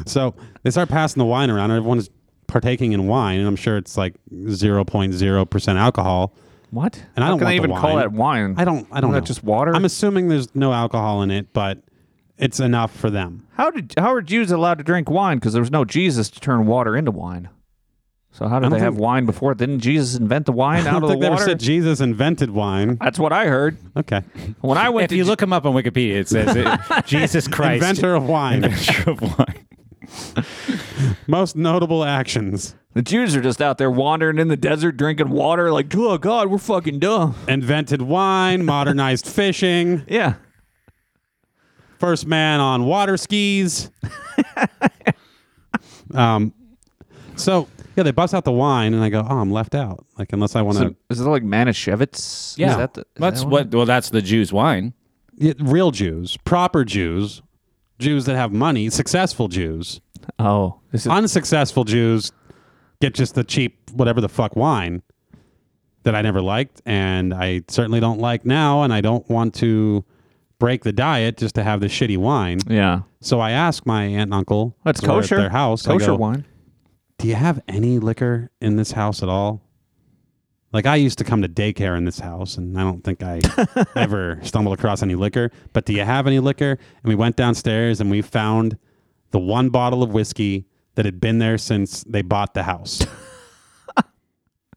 [SPEAKER 4] so they start passing the wine around. Everyone's partaking in wine, and I'm sure it's like 0.0 percent alcohol.
[SPEAKER 1] What?
[SPEAKER 4] And I
[SPEAKER 1] How
[SPEAKER 4] don't
[SPEAKER 1] can
[SPEAKER 4] want
[SPEAKER 1] they
[SPEAKER 4] the
[SPEAKER 1] even call
[SPEAKER 4] wine.
[SPEAKER 1] that wine.
[SPEAKER 4] I don't. I
[SPEAKER 1] Isn't
[SPEAKER 4] don't know.
[SPEAKER 1] that just water?
[SPEAKER 4] I'm assuming there's no alcohol in it, but it's enough for them.
[SPEAKER 1] How did how are Jews allowed to drink wine? Because there was no Jesus to turn water into wine. So how did
[SPEAKER 4] don't
[SPEAKER 1] they have
[SPEAKER 4] think-
[SPEAKER 1] wine before? Didn't Jesus invent the wine
[SPEAKER 4] I
[SPEAKER 1] out
[SPEAKER 4] don't
[SPEAKER 1] of the
[SPEAKER 4] think they ever
[SPEAKER 1] water?
[SPEAKER 4] said Jesus invented wine.
[SPEAKER 1] That's what I heard
[SPEAKER 4] Okay,
[SPEAKER 1] when I went
[SPEAKER 3] if
[SPEAKER 1] to
[SPEAKER 3] you look him up on Wikipedia, it says it, Jesus Christ.
[SPEAKER 4] inventor of wine.
[SPEAKER 3] Inventor of wine.
[SPEAKER 4] Most notable actions.
[SPEAKER 1] the Jews are just out there wandering in the desert drinking water like oh god we're fucking dumb
[SPEAKER 4] Invented wine, modernized fishing,
[SPEAKER 1] yeah
[SPEAKER 4] first man on water skis. um, so yeah, they bust out the wine, and I go, "Oh, I'm left out." Like unless I want to,
[SPEAKER 1] so, is it like Manischewitz
[SPEAKER 3] Yeah.
[SPEAKER 1] is that the, is
[SPEAKER 3] That's
[SPEAKER 1] that
[SPEAKER 3] what, well, that's the Jews' wine.
[SPEAKER 4] Yeah, real Jews, proper Jews, Jews that have money, successful Jews,
[SPEAKER 1] oh this is
[SPEAKER 4] unsuccessful Jews get just the cheap whatever the fuck wine that I never liked, and I certainly don't like now, and I don't want to break the diet just to have the shitty wine.
[SPEAKER 1] yeah
[SPEAKER 4] So I ask my aunt and uncle.
[SPEAKER 1] that's
[SPEAKER 4] who are
[SPEAKER 1] kosher
[SPEAKER 4] At their house. I
[SPEAKER 1] kosher
[SPEAKER 4] go,
[SPEAKER 1] wine
[SPEAKER 4] Do you have any liquor in this house at all? Like I used to come to daycare in this house, and I don't think I ever stumbled across any liquor. But do you have any liquor? And we went downstairs and we found the one bottle of whiskey that had been there since they bought the house.
[SPEAKER 1] okay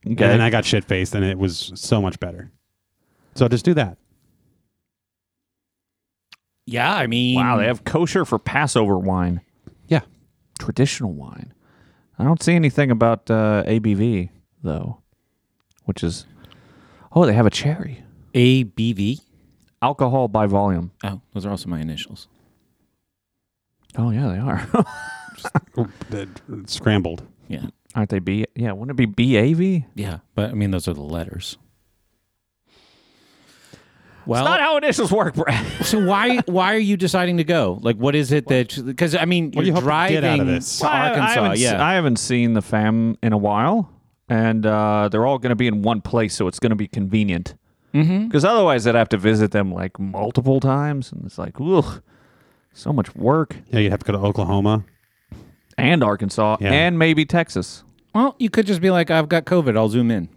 [SPEAKER 4] And then I got shit faced, and it was so much better. So just do that.
[SPEAKER 3] Yeah, I mean.
[SPEAKER 1] wow they have kosher for Passover wine
[SPEAKER 4] Yeah.
[SPEAKER 1] traditional wine I don't see anything about uh, ABV though which is oh they have a cherry
[SPEAKER 3] ABV.
[SPEAKER 1] alcohol by volume
[SPEAKER 3] Oh, those are also my initials.
[SPEAKER 1] oh yeah they are
[SPEAKER 4] Uh, scrambled.
[SPEAKER 3] Yeah.
[SPEAKER 1] Aren't they B? Yeah, wouldn't it be BAV?
[SPEAKER 3] Yeah. But I mean, those are the letters. Well,
[SPEAKER 1] It's not how initials work, Brad.
[SPEAKER 3] so why why are you deciding to go? Like, what is it that? Because I mean,
[SPEAKER 4] do
[SPEAKER 3] you're
[SPEAKER 4] you hope to
[SPEAKER 3] driving
[SPEAKER 4] get out of this?
[SPEAKER 3] to Arkansas.
[SPEAKER 1] haven't, s-
[SPEAKER 3] yeah,
[SPEAKER 1] I haven't seen the fam in a while, and uh, they're all going to be in one place, so it's going to be convenient. Because otherwise, I'd have to visit them like multiple times, and it's like, ugh, so much work.
[SPEAKER 4] Yeah, you'd have to go to Oklahoma.
[SPEAKER 1] And Arkansas,
[SPEAKER 4] Yeah.
[SPEAKER 1] and maybe Texas.
[SPEAKER 3] Well, you could just be like, I've got COVID. I'll zoom in.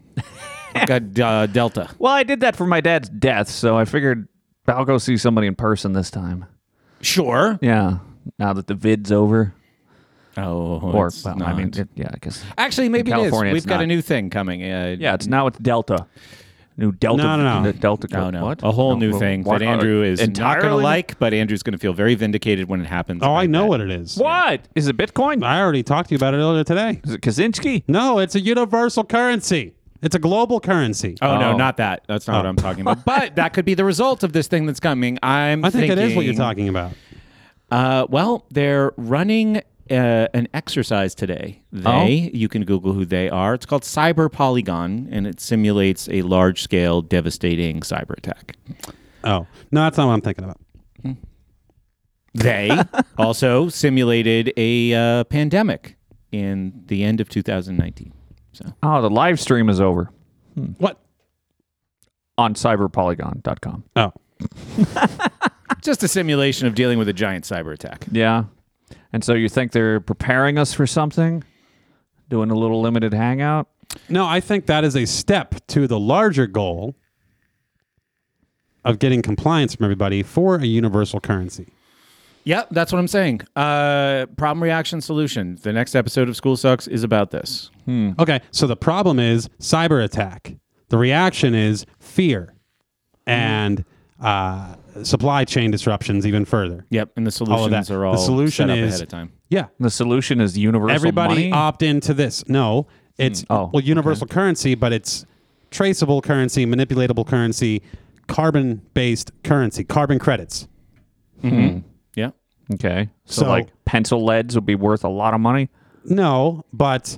[SPEAKER 3] I've got uh, Delta.
[SPEAKER 1] Well, I did that for my dad's death, so I figured I'll go see somebody in person this time.
[SPEAKER 3] Sure.
[SPEAKER 1] Yeah, now that the vid's over,
[SPEAKER 3] Oh,
[SPEAKER 1] or
[SPEAKER 3] it's
[SPEAKER 1] well, I mean,
[SPEAKER 3] not.
[SPEAKER 1] it, yeah, I guess.
[SPEAKER 3] actually, maybe it is.
[SPEAKER 1] California,
[SPEAKER 3] We've
[SPEAKER 1] it's
[SPEAKER 3] got a
[SPEAKER 1] not.
[SPEAKER 3] new thing coming. Uh,
[SPEAKER 1] Yeah, it's now it's Delta. New Delta.
[SPEAKER 4] No, no, no.
[SPEAKER 1] the Delta.
[SPEAKER 3] No,
[SPEAKER 1] code.
[SPEAKER 3] Oh, no.
[SPEAKER 1] What?
[SPEAKER 3] A whole
[SPEAKER 1] No,
[SPEAKER 3] new
[SPEAKER 1] well,
[SPEAKER 3] thing
[SPEAKER 1] what? Uh,
[SPEAKER 3] that Andrew is not going to
[SPEAKER 1] Entirely?
[SPEAKER 3] like, but Andrew's going to feel very vindicated when it happens.
[SPEAKER 4] Oh, I
[SPEAKER 3] like
[SPEAKER 4] know
[SPEAKER 3] that.
[SPEAKER 4] what it is.
[SPEAKER 1] What is it? Bitcoin?
[SPEAKER 4] I already talked to you about it earlier today.
[SPEAKER 1] Is it Kaczynski?
[SPEAKER 4] No, it's a universal currency. It's a global currency.
[SPEAKER 3] Oh, no,
[SPEAKER 1] Oh.
[SPEAKER 3] not that. That's not what I'm talking about. But that could be the result of this thing that's coming. I'm.
[SPEAKER 4] I think it is what you're
[SPEAKER 3] thinking-
[SPEAKER 4] talking about.
[SPEAKER 3] Uh, well, they're running uh, an exercise today. They, you can Google who they are. It's called Cyber Polygon, and it simulates a large-scale, devastating cyber attack.
[SPEAKER 4] Oh, no, that's not what I'm thinking about.
[SPEAKER 3] They also simulated a uh, pandemic in the end of 2019.
[SPEAKER 1] Oh, the live stream is over Hmm.
[SPEAKER 4] What?
[SPEAKER 1] on cyberpolygon.com.
[SPEAKER 4] Oh,
[SPEAKER 3] Just a simulation of dealing with a giant cyber attack.
[SPEAKER 1] Yeah. And so you think they're preparing us for something? Doing a little limited hangout?
[SPEAKER 4] no, I think that is a step to the larger goal of getting compliance from everybody for a universal currency.
[SPEAKER 3] Yep, that's what I'm saying. Uh, problem reaction solution. The next episode of School Sucks is about this.
[SPEAKER 4] Okay, so the problem is cyber attack. The reaction is fear
[SPEAKER 3] Hmm.
[SPEAKER 4] and uh, supply chain disruptions even further.
[SPEAKER 3] Yep, and the
[SPEAKER 4] that.
[SPEAKER 3] solutions are
[SPEAKER 4] The
[SPEAKER 3] all
[SPEAKER 4] solution
[SPEAKER 3] set up
[SPEAKER 4] is-
[SPEAKER 3] ahead of time.
[SPEAKER 4] Yeah,
[SPEAKER 1] The solution is universal
[SPEAKER 4] everybody
[SPEAKER 1] money?
[SPEAKER 4] opt into this. No, it's
[SPEAKER 1] Oh,
[SPEAKER 4] well universal currency, but it's traceable currency, manipulatable currency, carbon-based currency, carbon credits.
[SPEAKER 3] Yeah.
[SPEAKER 1] okay. So,
[SPEAKER 4] So-
[SPEAKER 1] like pencil leads would be worth a lot of money?
[SPEAKER 4] No, but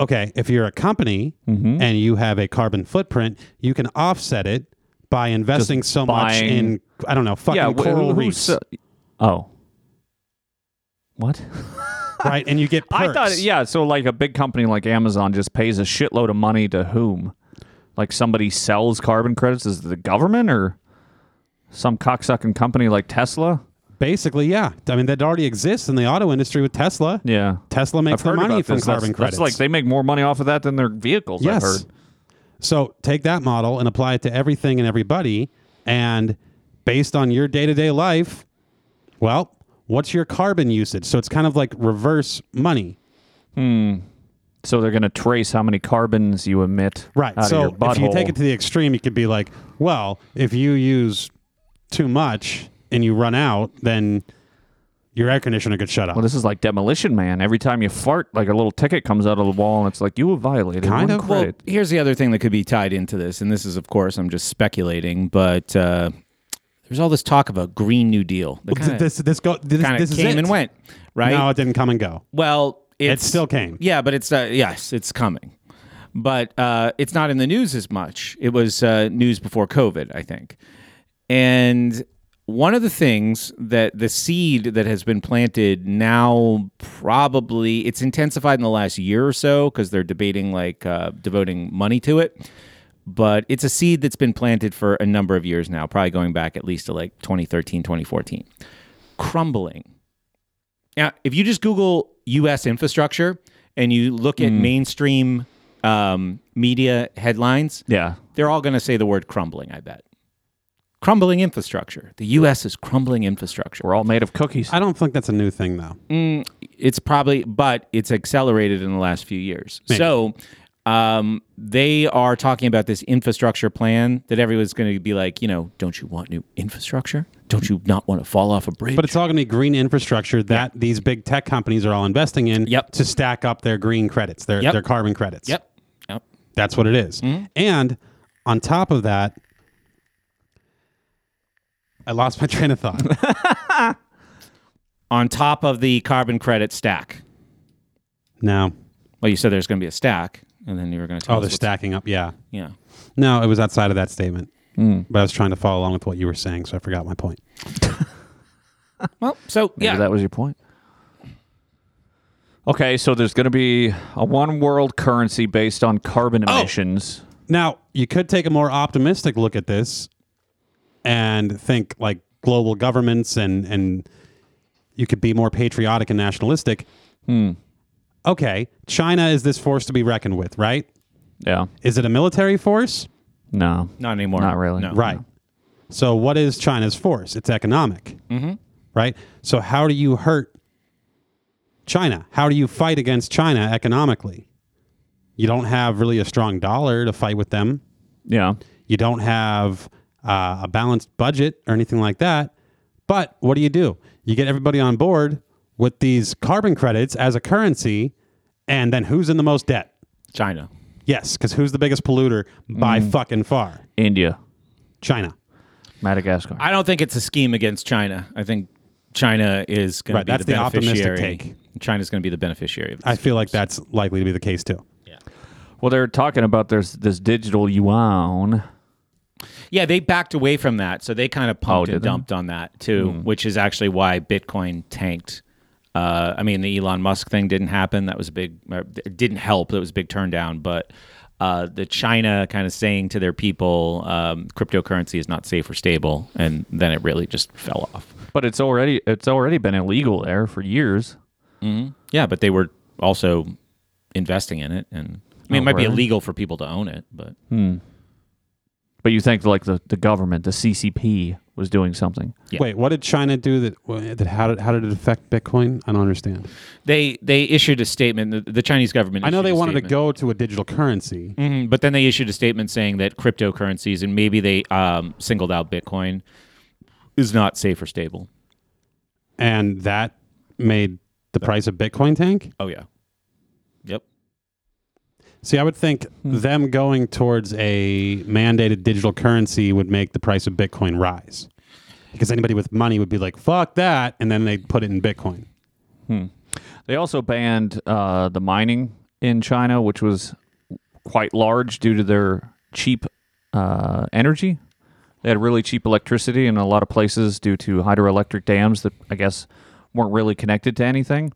[SPEAKER 4] okay, if you're a company
[SPEAKER 1] Mm-hmm. Hmm.
[SPEAKER 4] and you have a carbon footprint, you can offset it by investing so much
[SPEAKER 1] buying-
[SPEAKER 4] in I don't know, fucking
[SPEAKER 1] wh-
[SPEAKER 4] coral
[SPEAKER 1] who- who
[SPEAKER 4] reefs,
[SPEAKER 1] se- oh. What?
[SPEAKER 4] right? And you get perks.
[SPEAKER 1] I thought, yeah. So, like a big company like Amazon just pays a shitload of money to whom? Like somebody sells carbon credits? Is it the government or some cocksucking company like Tesla?
[SPEAKER 4] Basically, yeah. I mean, that already exists in the auto industry with Tesla.
[SPEAKER 1] Yeah.
[SPEAKER 4] Tesla makes their money from carbon
[SPEAKER 1] that's,
[SPEAKER 4] credits.
[SPEAKER 1] That's like they make more money off of that than their vehicles. I've
[SPEAKER 4] yes.
[SPEAKER 1] heard.
[SPEAKER 4] So take that model and apply it to everything and everybody, and based on your day to day life, well, what's your carbon usage? So it's kind of like reverse money.
[SPEAKER 1] So they're going to trace how many carbons you emit.
[SPEAKER 4] Right.
[SPEAKER 1] Out
[SPEAKER 4] so
[SPEAKER 1] of your
[SPEAKER 4] if you take
[SPEAKER 1] butthole.
[SPEAKER 4] it to the extreme, you could be like, well, if you use too much and you run out, then your air conditioner could shut off.
[SPEAKER 1] well, this is like Demolition Man. Every time you fart, like a little ticket comes out of the wall, and it's like you have violated
[SPEAKER 4] Kind
[SPEAKER 1] one
[SPEAKER 4] of.
[SPEAKER 1] credit.
[SPEAKER 3] Well, here's the other thing that could be tied into this, and this is, of course, I'm just speculating, but uh, there's all this talk about Green New Deal that
[SPEAKER 4] Th-
[SPEAKER 3] kind of
[SPEAKER 4] this this go this, this is
[SPEAKER 3] came
[SPEAKER 4] it.
[SPEAKER 3] and went, right?
[SPEAKER 4] No, it didn't come and go.
[SPEAKER 3] well, it's,
[SPEAKER 4] still came.
[SPEAKER 3] Yeah, but it's uh, yes, it's coming, but uh, it's not in the news as much. It was uh, news before COVID, I think, and. One of the things that the seed that has been planted now probably it's intensified in the last year or so because they're debating like uh, devoting money to it but it's a seed that's been planted for a number of years now, probably going back at least to like 2013, 2014. Crumbling. Now, if you just Google US infrastructure and you look at mainstream um, media headlines,
[SPEAKER 1] yeah.
[SPEAKER 3] they're all going to say the word crumbling, I bet. Crumbling infrastructure. The US is crumbling infrastructure
[SPEAKER 1] We're all made of cookies.
[SPEAKER 4] I don't think that's a new thing though.
[SPEAKER 3] it's probably but it's accelerated in the last few years so um, they are talking about this infrastructure plan that everyone's going to be like you know don't you want new infrastructure don't you not want to fall off a bridge
[SPEAKER 4] But it's all going to be green infrastructure that these big tech companies are all investing in
[SPEAKER 3] Yep.
[SPEAKER 4] to stack up their green credits, their
[SPEAKER 3] Yep.
[SPEAKER 4] their carbon credits.
[SPEAKER 3] yep yep Mm-hmm.
[SPEAKER 4] That's what it is. And on top of that, I lost my train of thought.
[SPEAKER 3] on top of the carbon credit stack.
[SPEAKER 4] No.
[SPEAKER 3] Well, you said there's going to be a stack, and then you were going to tell
[SPEAKER 4] Oh,
[SPEAKER 3] us
[SPEAKER 4] they're
[SPEAKER 3] what's-
[SPEAKER 4] stacking up. Yeah.
[SPEAKER 3] Yeah.
[SPEAKER 4] No, it was outside of that statement.
[SPEAKER 3] Hmm.
[SPEAKER 4] But I was trying to follow along with what you were saying, so I forgot my point.
[SPEAKER 3] Well, so
[SPEAKER 1] Maybe
[SPEAKER 3] yeah,
[SPEAKER 1] that was your point. Okay, so there's going to be a one world currency based on carbon
[SPEAKER 4] Oh!
[SPEAKER 1] emissions.
[SPEAKER 4] Now, you could take a more optimistic look at this and think like global governments and and you could be more patriotic and nationalistic. Okay, China is this force to be reckoned with, right?
[SPEAKER 1] Yeah.
[SPEAKER 4] Is it a military force?
[SPEAKER 1] No.
[SPEAKER 3] not anymore.
[SPEAKER 1] Not really.
[SPEAKER 3] No.
[SPEAKER 4] Right. So what is China's force? It's economic. Mm-hmm. Right? So how do you hurt China? How do you fight against China economically? You don't have really a strong dollar to fight with them.
[SPEAKER 1] Yeah.
[SPEAKER 4] You don't have uh, a balanced budget or anything like that. But what do you do? You get everybody on board with these carbon credits as a currency, and then who's in the most debt?
[SPEAKER 3] China.
[SPEAKER 4] Yes, because who's the biggest polluter by
[SPEAKER 3] Mm.
[SPEAKER 4] fucking far?
[SPEAKER 1] India,
[SPEAKER 4] China.
[SPEAKER 1] Madagascar.
[SPEAKER 3] I don't think it's a scheme against China. I think China is going
[SPEAKER 4] Right,
[SPEAKER 3] to be
[SPEAKER 4] that's
[SPEAKER 3] the
[SPEAKER 4] the optimistic
[SPEAKER 3] beneficiary.
[SPEAKER 4] take.
[SPEAKER 3] China's going to be the beneficiary of this.
[SPEAKER 4] I feel like that's likely to be the case too.
[SPEAKER 1] well, they're talking about there's this digital yuan.
[SPEAKER 3] yeah, they backed away from that, so they
[SPEAKER 4] Oh,
[SPEAKER 3] kind of pumped
[SPEAKER 1] did
[SPEAKER 3] and
[SPEAKER 1] they?
[SPEAKER 3] dumped on that too,
[SPEAKER 4] Hmm.
[SPEAKER 3] which is actually why Bitcoin tanked. Uh, I mean, the Elon Musk thing didn't happen. That was a big. uh, It didn't help. That was a big turn down. But uh, the China kind of saying to their people, um, cryptocurrency is not safe or stable, and then it really just fell off.
[SPEAKER 1] But it's already it's already been illegal there for years.
[SPEAKER 3] Yeah, but they were also investing in it, and I mean, it
[SPEAKER 1] Oh,
[SPEAKER 3] might be
[SPEAKER 1] really?
[SPEAKER 3] illegal for people to own it, but
[SPEAKER 1] But you think like the, the government, the CCP, was doing something?
[SPEAKER 3] Yeah.
[SPEAKER 4] Wait, what did China do that, wha- that? How did how did it affect Bitcoin? I don't understand.
[SPEAKER 3] they they issued a statement. The, the Chinese government.
[SPEAKER 4] I know
[SPEAKER 3] issued
[SPEAKER 4] they
[SPEAKER 3] a
[SPEAKER 4] wanted to
[SPEAKER 3] statement.
[SPEAKER 4] go to a digital currency.
[SPEAKER 3] Mhm, but then they issued a statement saying that cryptocurrencies and maybe they um, singled out Bitcoin is not safe or stable.
[SPEAKER 4] and that made the price of Bitcoin tank.
[SPEAKER 3] Oh yeah, yep.
[SPEAKER 4] See, I would think
[SPEAKER 1] Hmm.
[SPEAKER 4] them going towards a mandated digital currency would make the price of Bitcoin rise because anybody with money would be like, "Fuck that," and then they put it in Bitcoin.
[SPEAKER 1] They also banned uh, the mining in China, which was quite large due to their cheap uh, energy. They had really cheap electricity in a lot of places due to hydroelectric dams that I guess weren't really connected to anything.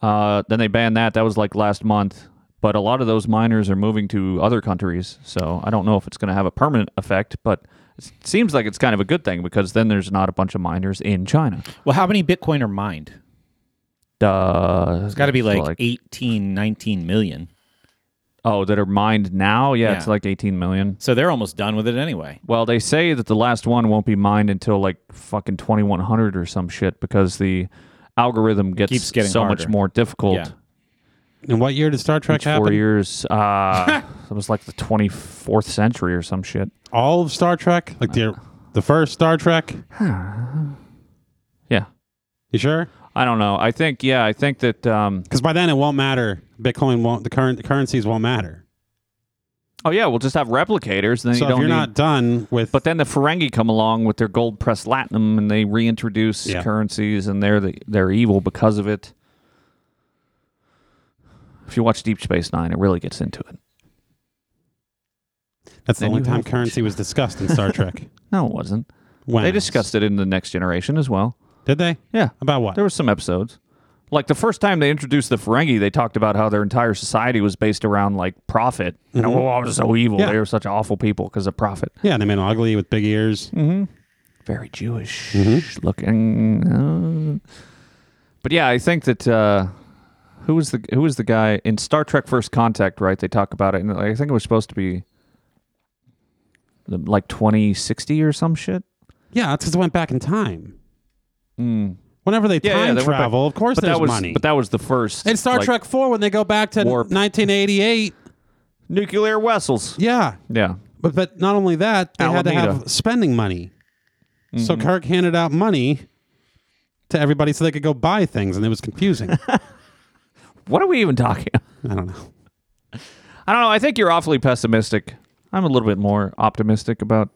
[SPEAKER 1] Uh, then they banned that. That was like last month. But a lot of those miners are moving to other countries. So I don't know if it's going to have a permanent effect, but it seems like it's kind of a good thing because then there's not a bunch of miners in China.
[SPEAKER 3] Well, how many Bitcoin are mined?
[SPEAKER 1] Uh,
[SPEAKER 3] It's got to be like, eighteen, nineteen million. 18, 19 million.
[SPEAKER 1] Oh, that are mined now? Yeah, it's
[SPEAKER 3] Yeah.
[SPEAKER 1] like 18 million.
[SPEAKER 3] So they're almost done with it anyway.
[SPEAKER 1] Well, they say that the last one won't be mined until like fucking 2100 or some shit because the algorithm gets
[SPEAKER 3] Keeps getting
[SPEAKER 1] so much
[SPEAKER 3] harder.
[SPEAKER 1] more difficult.
[SPEAKER 3] Yeah.
[SPEAKER 4] And what year did Star Trek
[SPEAKER 1] Each four
[SPEAKER 4] happen?
[SPEAKER 1] years. Uh, it was like the 24th century or some shit.
[SPEAKER 4] All of Star Trek, like
[SPEAKER 1] Uh.
[SPEAKER 4] the the first Star Trek.
[SPEAKER 1] Yeah.
[SPEAKER 4] You sure?
[SPEAKER 1] I don't know. I think, yeah, I think that. Um,
[SPEAKER 4] Because by then it won't matter. Bitcoin won't. The current the currencies won't matter.
[SPEAKER 1] oh, yeah, we'll just have replicators. And then you
[SPEAKER 4] so if
[SPEAKER 1] don't
[SPEAKER 4] you're
[SPEAKER 1] need-
[SPEAKER 4] not done with,
[SPEAKER 1] But then the Ferengi come along with their gold pressed latinum, and they reintroduce
[SPEAKER 4] Yeah.
[SPEAKER 1] currencies, and they're the, they're evil because of it. If you watch Deep Space Nine, it really gets into it.
[SPEAKER 4] that's the
[SPEAKER 1] then
[SPEAKER 4] only
[SPEAKER 1] you
[SPEAKER 4] time
[SPEAKER 1] have-
[SPEAKER 4] currency was discussed in Star Trek.
[SPEAKER 1] No, it wasn't.
[SPEAKER 4] When
[SPEAKER 1] They
[SPEAKER 4] else?
[SPEAKER 1] discussed it in the Next Generation as well.
[SPEAKER 4] Did they?
[SPEAKER 1] Yeah,
[SPEAKER 4] About what?
[SPEAKER 1] there were some episodes. Like the first time they introduced the Ferengi, they talked about how their entire society was based around like profit. And oh, I was so evil.
[SPEAKER 4] Mm-hmm. Yeah.
[SPEAKER 1] They were such awful people because of profit.
[SPEAKER 4] yeah, they made him ugly with big ears.
[SPEAKER 1] very Jewish
[SPEAKER 4] Mm-hmm.
[SPEAKER 1] looking. uh, but yeah, I think that uh, who was the who was the guy in Star Trek: First Contact? Right, they talk about it, and I think it was supposed to be the- like 2060 or some shit.
[SPEAKER 4] Yeah, that's because it went back in time. Whenever they
[SPEAKER 1] Hmm. Yeah, yeah,
[SPEAKER 4] time
[SPEAKER 1] they went back-
[SPEAKER 4] travel, of course
[SPEAKER 1] but
[SPEAKER 4] there's
[SPEAKER 1] that was
[SPEAKER 4] money.
[SPEAKER 1] but that was the first
[SPEAKER 4] in Star
[SPEAKER 1] like,
[SPEAKER 4] Trek 4, when they go back to
[SPEAKER 1] warp.
[SPEAKER 4] 1988,
[SPEAKER 1] nuclear vessels.
[SPEAKER 4] yeah.
[SPEAKER 1] Yeah,
[SPEAKER 4] But, but not only that, they had to
[SPEAKER 1] Alameda. Mm-hmm.
[SPEAKER 4] have spending money. So Kirk handed out money to everybody so they could go buy things, and it was confusing. I
[SPEAKER 1] what are we even talking?
[SPEAKER 4] don't know.
[SPEAKER 1] I don't know. I think you're awfully pessimistic. I'm a little bit more optimistic about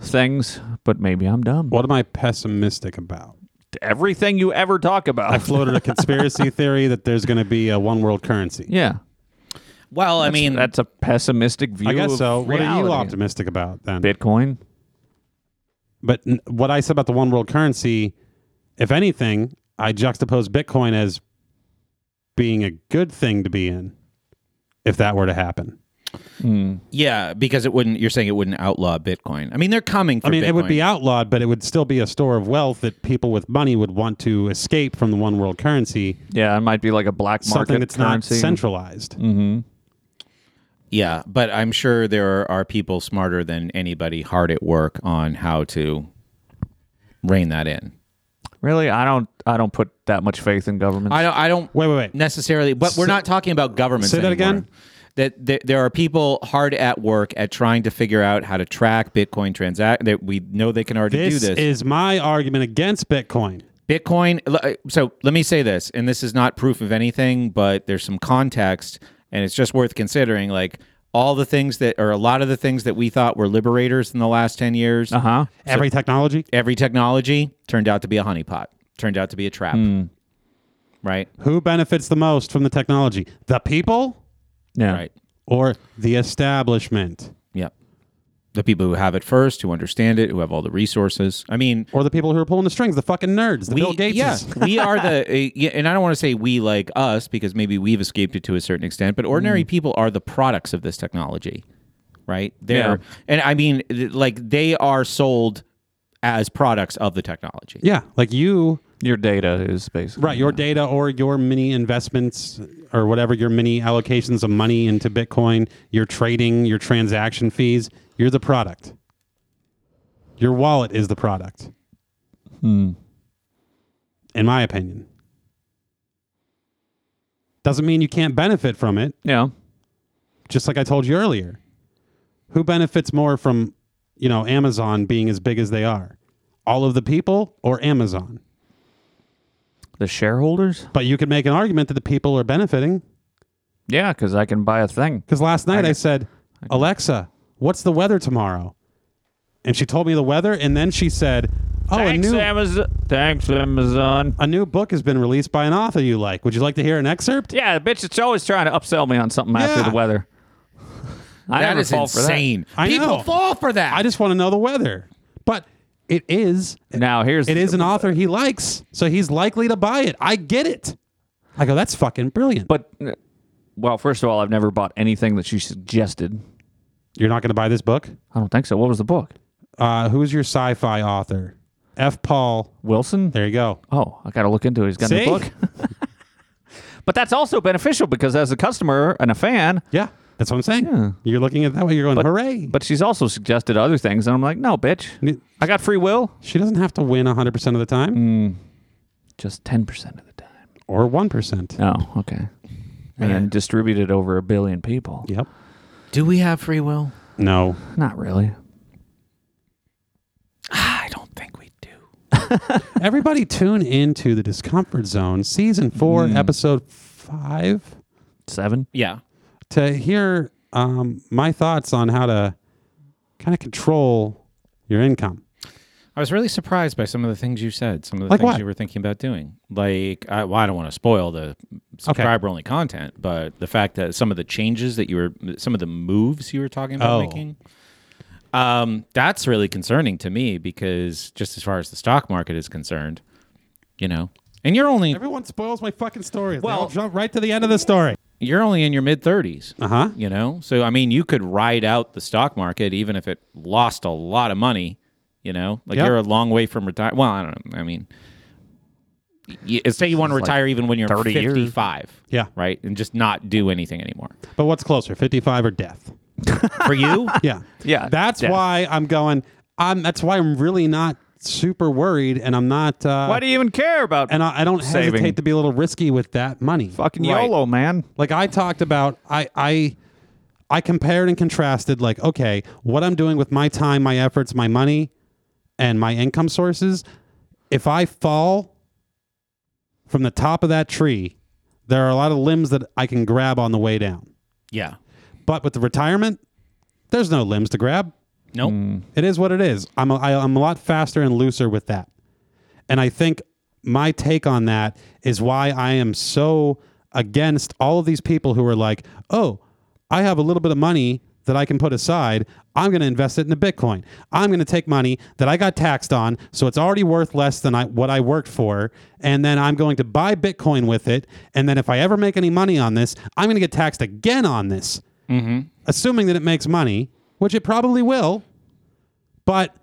[SPEAKER 1] things, but maybe I'm dumb.
[SPEAKER 4] What am I pessimistic about?
[SPEAKER 1] to everything you ever talk about.
[SPEAKER 4] I floated a conspiracy theory that there's going to be a one world currency.
[SPEAKER 1] yeah.
[SPEAKER 3] Well, I mean,
[SPEAKER 1] that's a pessimistic view.
[SPEAKER 4] I guess
[SPEAKER 1] of
[SPEAKER 4] so. What are you
[SPEAKER 1] reality.
[SPEAKER 4] optimistic about then?
[SPEAKER 1] Bitcoin.
[SPEAKER 4] But n- what I said about the one world currency, if anything, I juxtapose Bitcoin as being a good thing to be in if that were to happen.
[SPEAKER 3] yeah, because it wouldn't. You're saying it wouldn't outlaw Bitcoin. I mean, they're coming. For
[SPEAKER 4] I mean, it would
[SPEAKER 3] Bitcoin.
[SPEAKER 4] be outlawed, but it would still be a store of wealth that people with money would want to escape from the one world currency,
[SPEAKER 1] Yeah, it might be like a black market
[SPEAKER 4] something that's
[SPEAKER 1] currency.
[SPEAKER 4] not centralized.
[SPEAKER 3] Mm. Yeah, but I'm sure there are people smarter than anybody hard at work on how to rein that in.
[SPEAKER 1] Really, I don't. I don't put that much faith in government.
[SPEAKER 3] I don't. I don't
[SPEAKER 4] Wait, wait, wait.
[SPEAKER 3] necessarily. But we're not talking about governments.
[SPEAKER 4] Say that
[SPEAKER 3] anymore.
[SPEAKER 4] again?
[SPEAKER 3] That there, there are people hard at work at trying to figure out how to track Bitcoin transact. That we know they can already
[SPEAKER 4] This,
[SPEAKER 3] do this.
[SPEAKER 4] is my argument against Bitcoin.
[SPEAKER 3] Bitcoin. l- uh, So let me say this, and this is not proof of anything, but there's some context, and it's just worth considering. Like all the things that, or a lot of the things that we thought were liberators in the last ten years.
[SPEAKER 1] Uh huh.
[SPEAKER 4] Every technology.
[SPEAKER 3] every technology turned out to be a honeypot, turned out to be a trap.
[SPEAKER 4] Hmm.
[SPEAKER 3] Right?
[SPEAKER 4] Who benefits the most from the technology? The people
[SPEAKER 1] Yeah.
[SPEAKER 3] Right.
[SPEAKER 4] or the establishment?
[SPEAKER 3] Yep. The people who have it first, who understand it, who have all the resources. I mean,
[SPEAKER 4] Or the people who are pulling the strings, the fucking nerds, the
[SPEAKER 3] we,
[SPEAKER 4] Bill Gates.
[SPEAKER 3] yeah, we are the, uh, yeah, and I don't want to say we like us because maybe we've escaped it to a certain extent, but ordinary people are the products of this technology, right? They're, and I mean, th- like they are sold as products of the technology.
[SPEAKER 4] Yeah, like you,
[SPEAKER 1] Your data is basically
[SPEAKER 4] right? Your data or your mini investments or whatever your mini allocations of money into Bitcoin, your trading, your transaction fees, you're the product. Your wallet is the product. In my opinion. Doesn't mean you can't benefit from it,
[SPEAKER 1] Yeah.
[SPEAKER 4] just like I told you earlier. Who benefits more from, you know, Amazon being as big as they are? All of the people or Amazon?
[SPEAKER 1] The shareholders.
[SPEAKER 4] But you could make an argument that the people are benefiting.
[SPEAKER 1] Yeah, because I can buy a thing.
[SPEAKER 4] Because last night I, said, Alexa, what's the weather tomorrow? And she told me the weather, and then she said, Oh,
[SPEAKER 1] Thanks,
[SPEAKER 4] a new
[SPEAKER 1] Amazon. Thanks, Amazon.
[SPEAKER 4] a new book has been released by an author you like. Would you like to hear an excerpt?
[SPEAKER 1] Yeah, the bitch. It's always trying to upsell me on something after
[SPEAKER 4] Yeah.
[SPEAKER 1] the weather. I
[SPEAKER 3] That
[SPEAKER 1] never
[SPEAKER 3] is
[SPEAKER 1] fall for that.
[SPEAKER 3] insane.
[SPEAKER 4] I
[SPEAKER 3] people
[SPEAKER 4] know.
[SPEAKER 3] fall for that.
[SPEAKER 4] I just want to know the weather. But it is
[SPEAKER 1] Now here's
[SPEAKER 4] it is an author he likes, so he's likely to buy it. I get it. I go, that's fucking brilliant.
[SPEAKER 1] But uh, well, first of all, I've never bought anything that she suggested.
[SPEAKER 4] You're not going to buy this book?
[SPEAKER 1] I don't think so. What was the book?
[SPEAKER 4] Uh, who's your sci-fi author? F. Paul.
[SPEAKER 1] Wilson.
[SPEAKER 4] There you go.
[SPEAKER 1] Oh, I got to look into it. He's got a new
[SPEAKER 4] See?
[SPEAKER 1] book. but that's also beneficial because as a customer and a fan,
[SPEAKER 4] Yeah, that's what I'm saying. You're looking at it that way. You're going, hooray!
[SPEAKER 1] but she's also suggested other things. And I'm like, no, bitch.
[SPEAKER 4] Yeah.
[SPEAKER 1] I got free will.
[SPEAKER 4] She doesn't have to win 100% of the time
[SPEAKER 1] Just 10% of the time.
[SPEAKER 4] or 1%.
[SPEAKER 1] Oh, okay. And then distributed over a billion people.
[SPEAKER 4] Yep.
[SPEAKER 3] Do we have free will?
[SPEAKER 4] No.
[SPEAKER 1] Not really.
[SPEAKER 3] I don't think we do.
[SPEAKER 4] Everybody tune into The Discomfort Zone, season four, episode five,
[SPEAKER 1] Seven?
[SPEAKER 3] Yeah.
[SPEAKER 4] to hear um, my thoughts on how to kind of control your income.
[SPEAKER 3] I was really surprised by some of the things you said, some of the
[SPEAKER 4] Like
[SPEAKER 3] things
[SPEAKER 4] what?
[SPEAKER 3] you were thinking about doing. Like, I, well, I don't want to spoil the subscriber only content, but the fact that some of the changes that you were, some of the moves you were talking about
[SPEAKER 4] Oh.
[SPEAKER 3] making, um, that's really concerning to me because just as far as the stock market is concerned, you know, and you're only
[SPEAKER 4] Everyone spoils my fucking story. Well, jump right to the end of the story.
[SPEAKER 3] you're only in your mid 30s.
[SPEAKER 4] Uh-huh.
[SPEAKER 3] You know? So I mean, you could ride out the stock market even if it lost a lot of money, you know? Like
[SPEAKER 4] Yep.
[SPEAKER 3] you're a long way from retire well, I don't know. I mean, y- y- say you want to retire even when you're
[SPEAKER 1] 30 years.
[SPEAKER 3] 55.
[SPEAKER 4] Yeah.
[SPEAKER 3] Right? And just not do anything anymore.
[SPEAKER 4] But what's closer, 55 or death?
[SPEAKER 3] For you?
[SPEAKER 4] Yeah.
[SPEAKER 1] Yeah,
[SPEAKER 4] That's
[SPEAKER 1] death.
[SPEAKER 4] why I'm going, I'm, that's why I'm really not super worried and I'm not. Uh,
[SPEAKER 1] Why do you even care about
[SPEAKER 4] and I, I don't
[SPEAKER 1] saving?
[SPEAKER 4] hesitate to be a little risky with that money.
[SPEAKER 1] fucking YOLO, man?
[SPEAKER 4] like i talked about i i i compared and contrasted like okay what i'm doing with my time my efforts my money and my income sources if i fall from the top of that tree there are a lot of limbs that i can grab on the way down
[SPEAKER 3] Yeah.
[SPEAKER 4] but with the retirement there's no limbs to grab
[SPEAKER 3] Nope.
[SPEAKER 4] it is what it is. I'm a, I, I'm a lot faster and looser with that. And I think my take on that is why I am so against all of these people who are like, oh, I have a little bit of money that I can put aside. I'm going to invest it into Bitcoin. I'm going to take money that I got taxed on, so it's already worth less than I, what I worked for, and then I'm going to buy Bitcoin with it. And then if I ever make any money on this, I'm going to get taxed again on this, assuming that it makes money, which it probably will but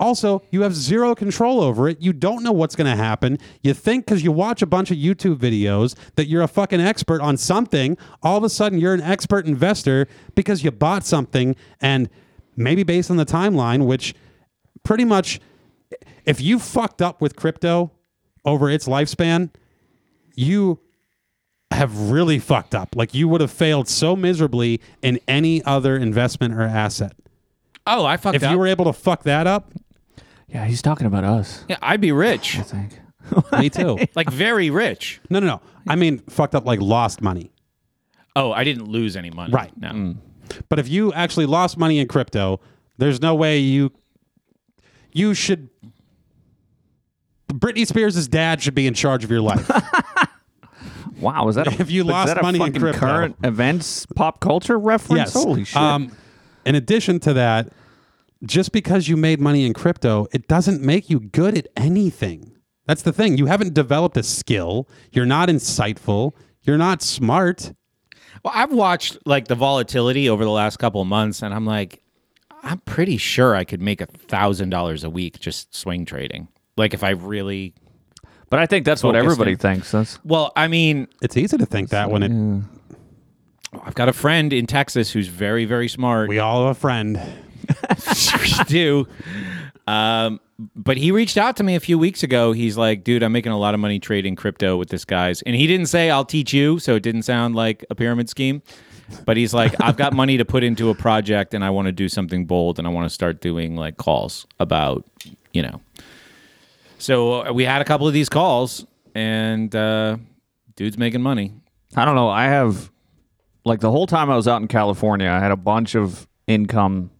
[SPEAKER 4] also you have zero control over it. You don't know what's going to happen. You think because you watch a bunch of YouTube videos that you're a fucking expert on something, all of a sudden you're an expert investor because you bought something and maybe based on the timeline, which pretty much if you fucked up with crypto over its lifespan, you have really fucked up. Like you would have failed so miserably in any other investment or asset.
[SPEAKER 3] Oh, I fucked
[SPEAKER 4] If you were able to fuck that up,
[SPEAKER 1] Yeah, he's talking about us.
[SPEAKER 3] yeah, I'd be rich,
[SPEAKER 1] I think.
[SPEAKER 4] me too.
[SPEAKER 3] like very rich.
[SPEAKER 4] No, no, no. I mean, fucked up like lost money.
[SPEAKER 3] Oh, I didn't lose any money.
[SPEAKER 4] Right.
[SPEAKER 3] No.
[SPEAKER 4] But if you actually lost money in crypto, there's no way you you should Britney Spears' dad should be in charge of your life.
[SPEAKER 1] Wow, is that a,
[SPEAKER 4] If you
[SPEAKER 1] is
[SPEAKER 4] lost
[SPEAKER 1] that a
[SPEAKER 4] money in
[SPEAKER 1] fucking
[SPEAKER 4] crypto.
[SPEAKER 1] current events pop culture reference? Holy shit!
[SPEAKER 4] Um, in addition to that, just because you made money in crypto, it doesn't make you good at anything. That's the thing. You haven't developed a skill. You're not insightful. You're not smart.
[SPEAKER 3] Well, I've watched like the volatility over the last couple of months, and I'm like, I'm pretty sure I could make a thousand dollars a week just swing trading. Like if I really
[SPEAKER 1] but I think that's what
[SPEAKER 3] focused
[SPEAKER 1] everybody
[SPEAKER 3] in-
[SPEAKER 1] thinks. That's
[SPEAKER 3] well, I mean,
[SPEAKER 4] It's easy to think that when it,
[SPEAKER 3] I've got a friend in Texas who's very, very smart.
[SPEAKER 4] we all have a friend.
[SPEAKER 3] We do. Um, but he reached out to me a few weeks ago. He's like, dude, I'm making a lot of money trading crypto with this guy's. And he didn't say, I'll teach you. So it didn't sound like a pyramid scheme. But he's like, I've got money to put into a project and I want to do something bold and I want to start doing like calls about, you know. So uh, we had a couple of these calls and uh, dude's making money.
[SPEAKER 1] I don't know. I have like the whole time I was out in California, I had a bunch of income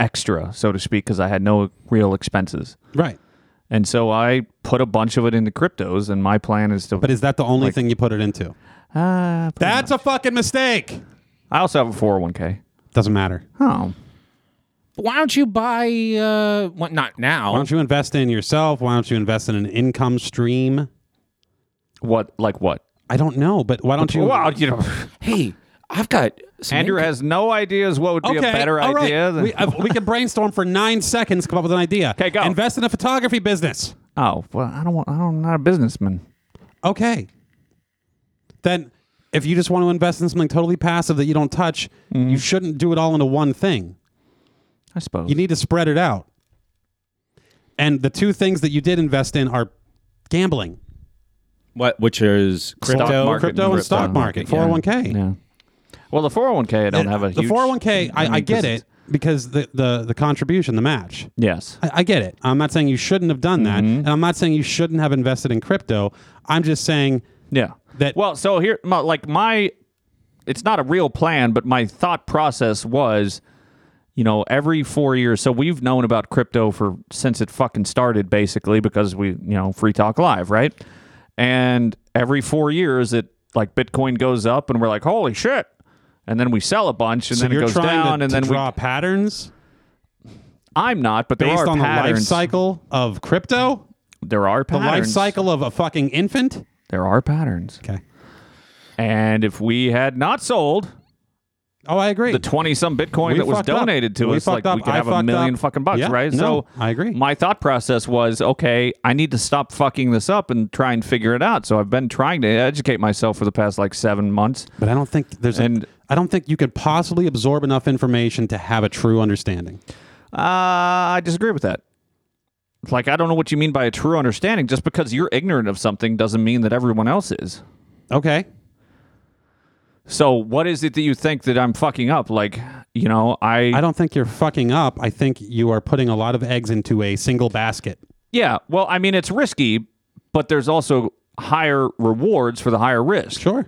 [SPEAKER 1] extra, so to speak, because I had no real expenses,
[SPEAKER 4] Right.
[SPEAKER 1] and so I put a bunch of it into cryptos. And my plan is to.
[SPEAKER 4] But is that the only thing you put it into?
[SPEAKER 1] Ah, pretty
[SPEAKER 4] That's a fucking mistake.
[SPEAKER 1] I also have a 401k.
[SPEAKER 4] Doesn't matter.
[SPEAKER 1] Oh,
[SPEAKER 3] But why don't you buy, uh, what, not now?
[SPEAKER 4] Why don't you invest in yourself? Why don't you invest in an income stream?
[SPEAKER 1] what? Like what?
[SPEAKER 4] I don't know, but why don't you?
[SPEAKER 1] Wow, you know,
[SPEAKER 3] hey, I've got some
[SPEAKER 1] Andrew
[SPEAKER 3] income.
[SPEAKER 1] has no ideas what would be
[SPEAKER 4] okay,
[SPEAKER 1] a better
[SPEAKER 4] all right.
[SPEAKER 1] idea than.
[SPEAKER 4] we, uh, we can brainstorm for nine seconds, come up with an idea.
[SPEAKER 1] 'Kay, go.
[SPEAKER 4] Invest in a photography business.
[SPEAKER 1] oh, well, I don't want. I don't, I'm not a businessman.
[SPEAKER 4] Okay. Then, if you just want to invest in something totally passive that you don't touch,
[SPEAKER 1] Mm.
[SPEAKER 4] you shouldn't do it all into one thing.
[SPEAKER 1] I suppose.
[SPEAKER 4] You need to spread it out. And the two things that you did invest in are gambling,
[SPEAKER 3] What, which is crypto?
[SPEAKER 1] Stock market
[SPEAKER 4] crypto, and
[SPEAKER 1] crypto.
[SPEAKER 4] stock market,
[SPEAKER 1] Yeah.
[SPEAKER 4] four hundred one k.
[SPEAKER 1] yeah. Well, the 401k I don't have a
[SPEAKER 4] the
[SPEAKER 1] huge.
[SPEAKER 4] 401k
[SPEAKER 1] I
[SPEAKER 4] I, I
[SPEAKER 1] mean,
[SPEAKER 4] get
[SPEAKER 1] 'cause
[SPEAKER 4] it
[SPEAKER 1] it's-
[SPEAKER 4] because the, the the contribution the match
[SPEAKER 1] Yes.
[SPEAKER 4] I, I get it i'm not saying you shouldn't have done that
[SPEAKER 1] Mm-hmm.
[SPEAKER 4] and i'm not saying you shouldn't have invested in crypto i'm just saying
[SPEAKER 1] Yeah.
[SPEAKER 4] that-
[SPEAKER 1] well, so here, my, like my, it's not a real plan, but my thought process was, you know, every four years. So we've known about crypto for since it fucking started, basically, because we, you know, Free Talk Live, right? And every four years, it like Bitcoin goes up, and we're like, holy shit. And then we sell a bunch, and
[SPEAKER 4] so
[SPEAKER 1] then it
[SPEAKER 4] you're
[SPEAKER 1] goes
[SPEAKER 4] trying
[SPEAKER 1] down,
[SPEAKER 4] to,
[SPEAKER 1] and
[SPEAKER 4] to
[SPEAKER 1] then
[SPEAKER 4] draw
[SPEAKER 1] we.
[SPEAKER 4] patterns
[SPEAKER 1] I'm not, but there
[SPEAKER 4] based
[SPEAKER 1] are
[SPEAKER 4] on the life
[SPEAKER 1] patterns.
[SPEAKER 4] cycle of crypto
[SPEAKER 1] There are
[SPEAKER 4] the
[SPEAKER 1] patterns.
[SPEAKER 4] life cycle of a fucking infant
[SPEAKER 1] There are patterns.
[SPEAKER 4] okay
[SPEAKER 1] And if we had not sold
[SPEAKER 4] oh i agree
[SPEAKER 1] the 20 some Bitcoin
[SPEAKER 4] We
[SPEAKER 1] that was
[SPEAKER 4] fucked up.
[SPEAKER 1] donated to
[SPEAKER 4] We
[SPEAKER 1] us, like
[SPEAKER 4] fucked up.
[SPEAKER 1] we could
[SPEAKER 4] I
[SPEAKER 1] have a
[SPEAKER 4] fucked
[SPEAKER 1] million
[SPEAKER 4] up.
[SPEAKER 1] fucking bucks,
[SPEAKER 4] Yeah,
[SPEAKER 1] right?
[SPEAKER 4] no,
[SPEAKER 1] so
[SPEAKER 4] I agree.
[SPEAKER 1] My thought process was okay, I need to stop fucking this up and try and figure it out. So I've been trying to educate myself for the past like seven months.
[SPEAKER 4] but i don't think there's
[SPEAKER 1] And-
[SPEAKER 4] and I i don't think you could possibly absorb enough information to have a true understanding
[SPEAKER 1] Uh, I disagree with that. Like, I don't know what you mean by a true understanding. Just because you're ignorant of something doesn't mean that everyone else is.
[SPEAKER 4] okay
[SPEAKER 1] So, what is it that you think that I'm fucking up? Like, you know,
[SPEAKER 4] i don't think you're fucking up i think you are putting a lot of eggs into a single basket
[SPEAKER 1] Yeah. Well, I mean, it's risky, but there's also higher rewards for the higher risk.
[SPEAKER 4] sure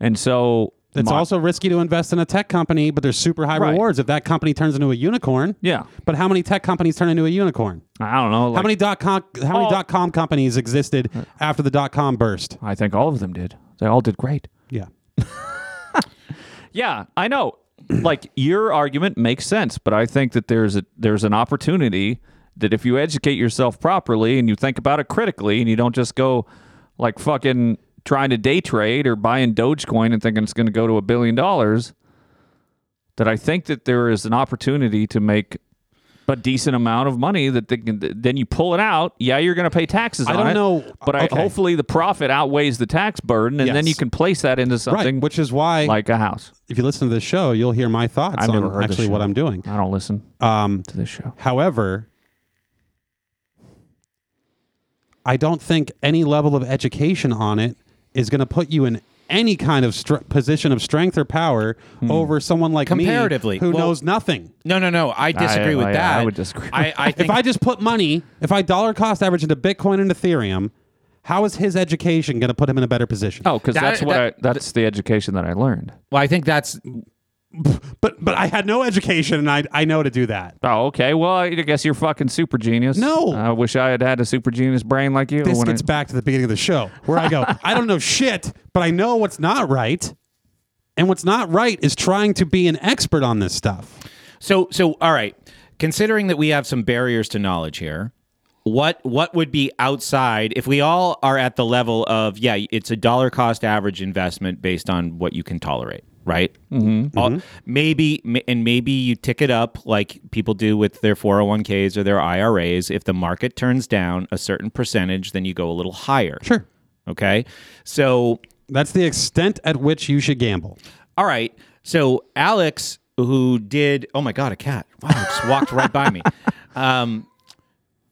[SPEAKER 1] And so
[SPEAKER 4] It's
[SPEAKER 1] Mon-
[SPEAKER 4] also risky to invest in a tech company, but there's super high
[SPEAKER 1] Right.
[SPEAKER 4] rewards if that company turns into a unicorn.
[SPEAKER 1] Yeah.
[SPEAKER 4] But how many tech companies turn into a unicorn?
[SPEAKER 1] I don't know.
[SPEAKER 4] how
[SPEAKER 1] like-
[SPEAKER 4] many dot com how many
[SPEAKER 1] All-
[SPEAKER 4] dot com companies existed after the dot com burst?
[SPEAKER 1] I think all of them did. They all did great.
[SPEAKER 4] Yeah.
[SPEAKER 1] Yeah, I know. like your argument makes sense, but I think that there's a there's an opportunity that if you educate yourself properly and you think about it critically and you don't just go like fucking trying to day trade or buying Dogecoin and thinking it's going to go to a billion dollars that I think that there is an opportunity to make a decent amount of money that they can, then you pull it out. Yeah, you're going to pay taxes
[SPEAKER 4] I
[SPEAKER 1] on
[SPEAKER 4] don't
[SPEAKER 1] it,
[SPEAKER 4] know-
[SPEAKER 1] but I,
[SPEAKER 4] okay.
[SPEAKER 1] hopefully the profit outweighs the tax burden, and then
[SPEAKER 4] Yes.
[SPEAKER 1] you can place that into something
[SPEAKER 4] Right. Which is why
[SPEAKER 1] like a house.
[SPEAKER 4] if you listen to this show, you'll hear my thoughts
[SPEAKER 1] I've
[SPEAKER 4] on
[SPEAKER 1] never heard this
[SPEAKER 4] actually what
[SPEAKER 1] show.
[SPEAKER 4] I'm doing.
[SPEAKER 1] I don't listen
[SPEAKER 4] Um,
[SPEAKER 1] to this show.
[SPEAKER 4] however, I don't think any level of education on it is going to put you in any kind of str- position of strength or power
[SPEAKER 1] Hmm.
[SPEAKER 4] over someone like
[SPEAKER 3] Comparatively.
[SPEAKER 4] me who
[SPEAKER 3] Well-
[SPEAKER 4] knows nothing.
[SPEAKER 3] No, no, no. I disagree with
[SPEAKER 1] I-
[SPEAKER 3] that.
[SPEAKER 1] I would disagree.
[SPEAKER 3] I, I think
[SPEAKER 4] if I just put money, if I dollar cost average into Bitcoin and Ethereum, how is his education going to put him in a better position?
[SPEAKER 1] Oh, because
[SPEAKER 3] That-
[SPEAKER 1] that's what
[SPEAKER 3] that-
[SPEAKER 1] I, that's the education that I learned.
[SPEAKER 3] well, I think that's
[SPEAKER 4] but but I had no education, and I I know to do that.
[SPEAKER 1] Oh, okay. Well, I guess you're fucking super genius.
[SPEAKER 4] No.
[SPEAKER 1] I wish I had had a super genius brain like you.
[SPEAKER 4] This
[SPEAKER 1] when I-
[SPEAKER 4] gets back to the beginning of the show where I go, I don't know shit, but I know what's not right, and what's not right is trying to be an expert on this stuff.
[SPEAKER 3] so. So, all right. Considering that we have some barriers to knowledge here, what what would be outside if we all are at the level of yeah, it's a dollar cost average investment based on what you can tolerate, right? Mm-hmm. maybe ma- and maybe you tick it up like people do with their 401ks or their IRAs. If the market turns down a certain percentage, then you go a little higher.
[SPEAKER 4] Sure,
[SPEAKER 3] Okay. So
[SPEAKER 4] that's the extent at which you should gamble.
[SPEAKER 3] All right. So Alex, who did oh my god, a cat! Wow, it just walked right by me. Um,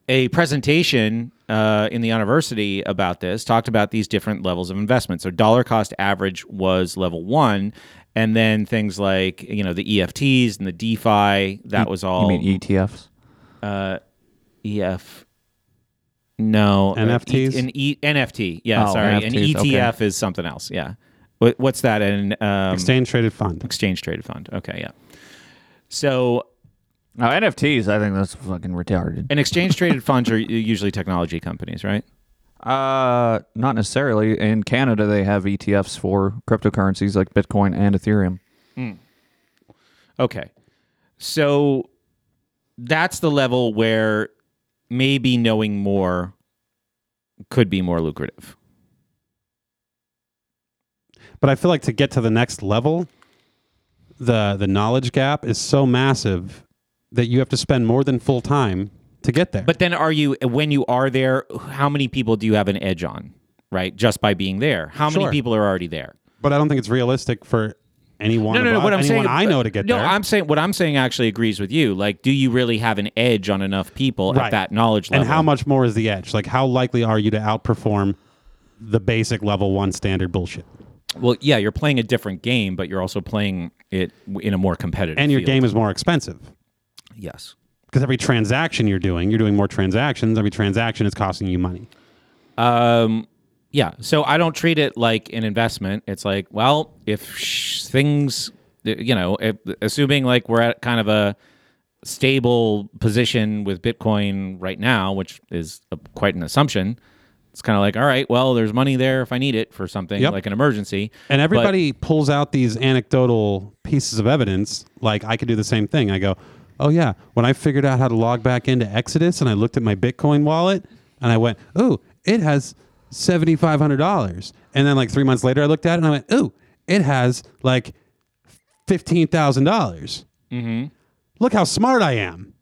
[SPEAKER 3] a presentation uh, in the university about this talked about these different levels of investment. So dollar cost average was level one, and then things like you know the EFTs and the DeFi that was all
[SPEAKER 1] E- You mean ETFs?
[SPEAKER 3] EF. No, uh,
[SPEAKER 4] NFTs?
[SPEAKER 3] E- an e- NFT. Yeah,
[SPEAKER 1] Oh,
[SPEAKER 3] sorry, an
[SPEAKER 4] E
[SPEAKER 1] NFTs, okay.
[SPEAKER 3] ETF is something else. Yeah, What- what's that? An um,
[SPEAKER 4] Exchange traded fund.
[SPEAKER 3] exchange traded fund. Okay, yeah. So
[SPEAKER 1] No, NFTs. I think that's fucking retarded.
[SPEAKER 3] an exchange traded funds are usually technology companies, right?
[SPEAKER 1] Uh, not necessarily. In Canada, they have ETFs for cryptocurrencies like Bitcoin and Ethereum.
[SPEAKER 3] Okay. So that's the level where maybe knowing more could be more lucrative.
[SPEAKER 4] But I feel like to get to the next level, the the knowledge gap is so massive that you have to spend more than full time to get there.
[SPEAKER 3] But then are you when you are there, how many people do you have an edge on, right? Just by being there. How many
[SPEAKER 4] Sure.
[SPEAKER 3] people are already there?
[SPEAKER 4] But I don't think it's realistic for anyone.
[SPEAKER 3] no, no, no.
[SPEAKER 4] above-
[SPEAKER 3] What I'm
[SPEAKER 4] anyone
[SPEAKER 3] saying,
[SPEAKER 4] I know to get
[SPEAKER 3] no,
[SPEAKER 4] there.
[SPEAKER 3] I'm saying what I'm saying actually agrees with you. Like, do you really have an edge on enough people at
[SPEAKER 4] Right.
[SPEAKER 3] that knowledge level?
[SPEAKER 4] and how much more is the edge? Like, how likely are you to outperform the basic level one standard bullshit?
[SPEAKER 3] Well, yeah, you're playing a different game, but you're also playing it w- in a more competitive.
[SPEAKER 4] And your
[SPEAKER 3] field.
[SPEAKER 4] game is more expensive
[SPEAKER 3] yes.
[SPEAKER 4] because every transaction you're doing, you're doing more transactions. Every transaction is costing you money.
[SPEAKER 3] Um, yeah. So I don't treat it like an investment. It's like, well, if sh- things, you know, if, assuming like we're at kind of a stable position with Bitcoin right now, which is a, quite an assumption. It's kind of like, all right, well, there's money there if I need it for something
[SPEAKER 4] Yep.
[SPEAKER 3] like an emergency. But-
[SPEAKER 4] And everybody pulls out these anecdotal pieces of evidence. Like I could do the same thing. I go, "Oh yeah, when I figured out how to log back into Exodus, and I looked at my Bitcoin wallet, and I went, "Ooh, it has seventy five hundred dollars." And then like three months later, I looked at it and I went, "Ooh, it has like fifteen thousand dollars." Look how smart I am,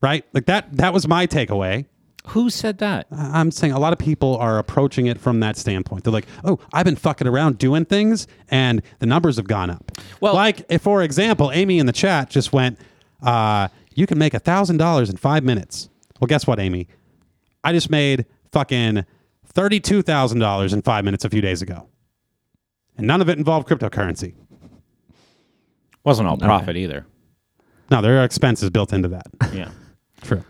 [SPEAKER 4] right? Like that. That was my takeaway.
[SPEAKER 3] who said that?
[SPEAKER 4] I- I'm saying a lot of people are approaching it from that standpoint. They're like, "Oh, I've been fucking around doing things, and the numbers have gone up."
[SPEAKER 3] Well-
[SPEAKER 4] like if, for example, Amy in the chat just went, uh, "You can make a thousand dollars in five minutes." Well, guess what, Amy? I just made fucking thirty-two thousand dollars in five minutes a few days ago, and none of it involved cryptocurrency.
[SPEAKER 3] Wasn't all profit either.
[SPEAKER 4] Now there are expenses built into that.
[SPEAKER 3] Yeah.
[SPEAKER 4] True.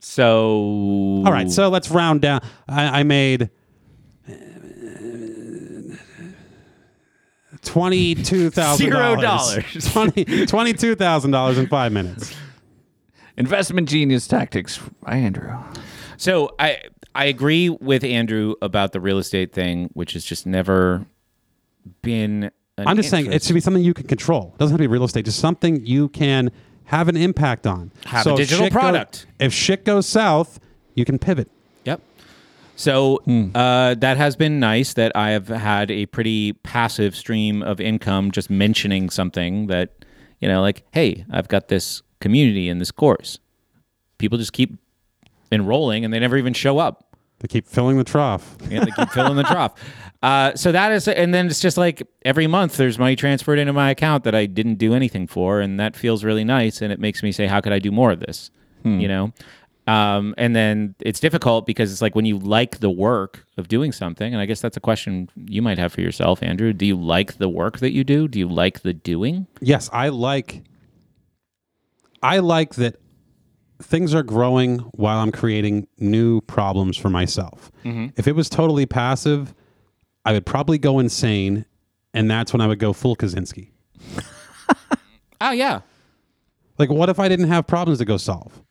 [SPEAKER 3] So
[SPEAKER 4] All right, so let's round down. I, I made Twenty-two thousand
[SPEAKER 3] Zero dollars.
[SPEAKER 4] Twenty twenty-two thousand dollars in five minutes.
[SPEAKER 1] Investment genius tactics by Andrew.
[SPEAKER 3] So I I agree with Andrew about the real estate thing, which has just never been. an
[SPEAKER 4] I'm just saying it
[SPEAKER 3] interest.
[SPEAKER 4] should be something you can control. It doesn't have to be real estate, just something you can have an impact on.
[SPEAKER 3] Have
[SPEAKER 4] So
[SPEAKER 3] a
[SPEAKER 4] if
[SPEAKER 3] digital
[SPEAKER 4] shit go-
[SPEAKER 3] product.
[SPEAKER 4] if shit goes south, you can pivot.
[SPEAKER 3] Yep. So
[SPEAKER 4] Hmm.
[SPEAKER 3] uh, that has been nice that I have had a pretty passive stream of income just mentioning something that, you know, like, hey, I've got this community in this course. People just keep enrolling and they never even show up.
[SPEAKER 4] They keep filling the trough.
[SPEAKER 3] You know, they keep filling the trough. Uh, so that is, and then it's just like every month there's money transferred into my account that I didn't do anything for, and that feels really nice, and it makes me say, how could I do more of this? You know, um, and then it's difficult because it's like when you like the work of doing something, and I guess that's a question you might have for yourself, Andrew. Do you like the work that you do? Do you like the doing?
[SPEAKER 4] Yes, I like I like that things are growing while I'm creating new problems for myself. If it was totally passive, I would probably go insane and that's when I would go full Kaczynski.
[SPEAKER 3] Oh yeah,
[SPEAKER 4] Like what if I didn't have problems to go solve?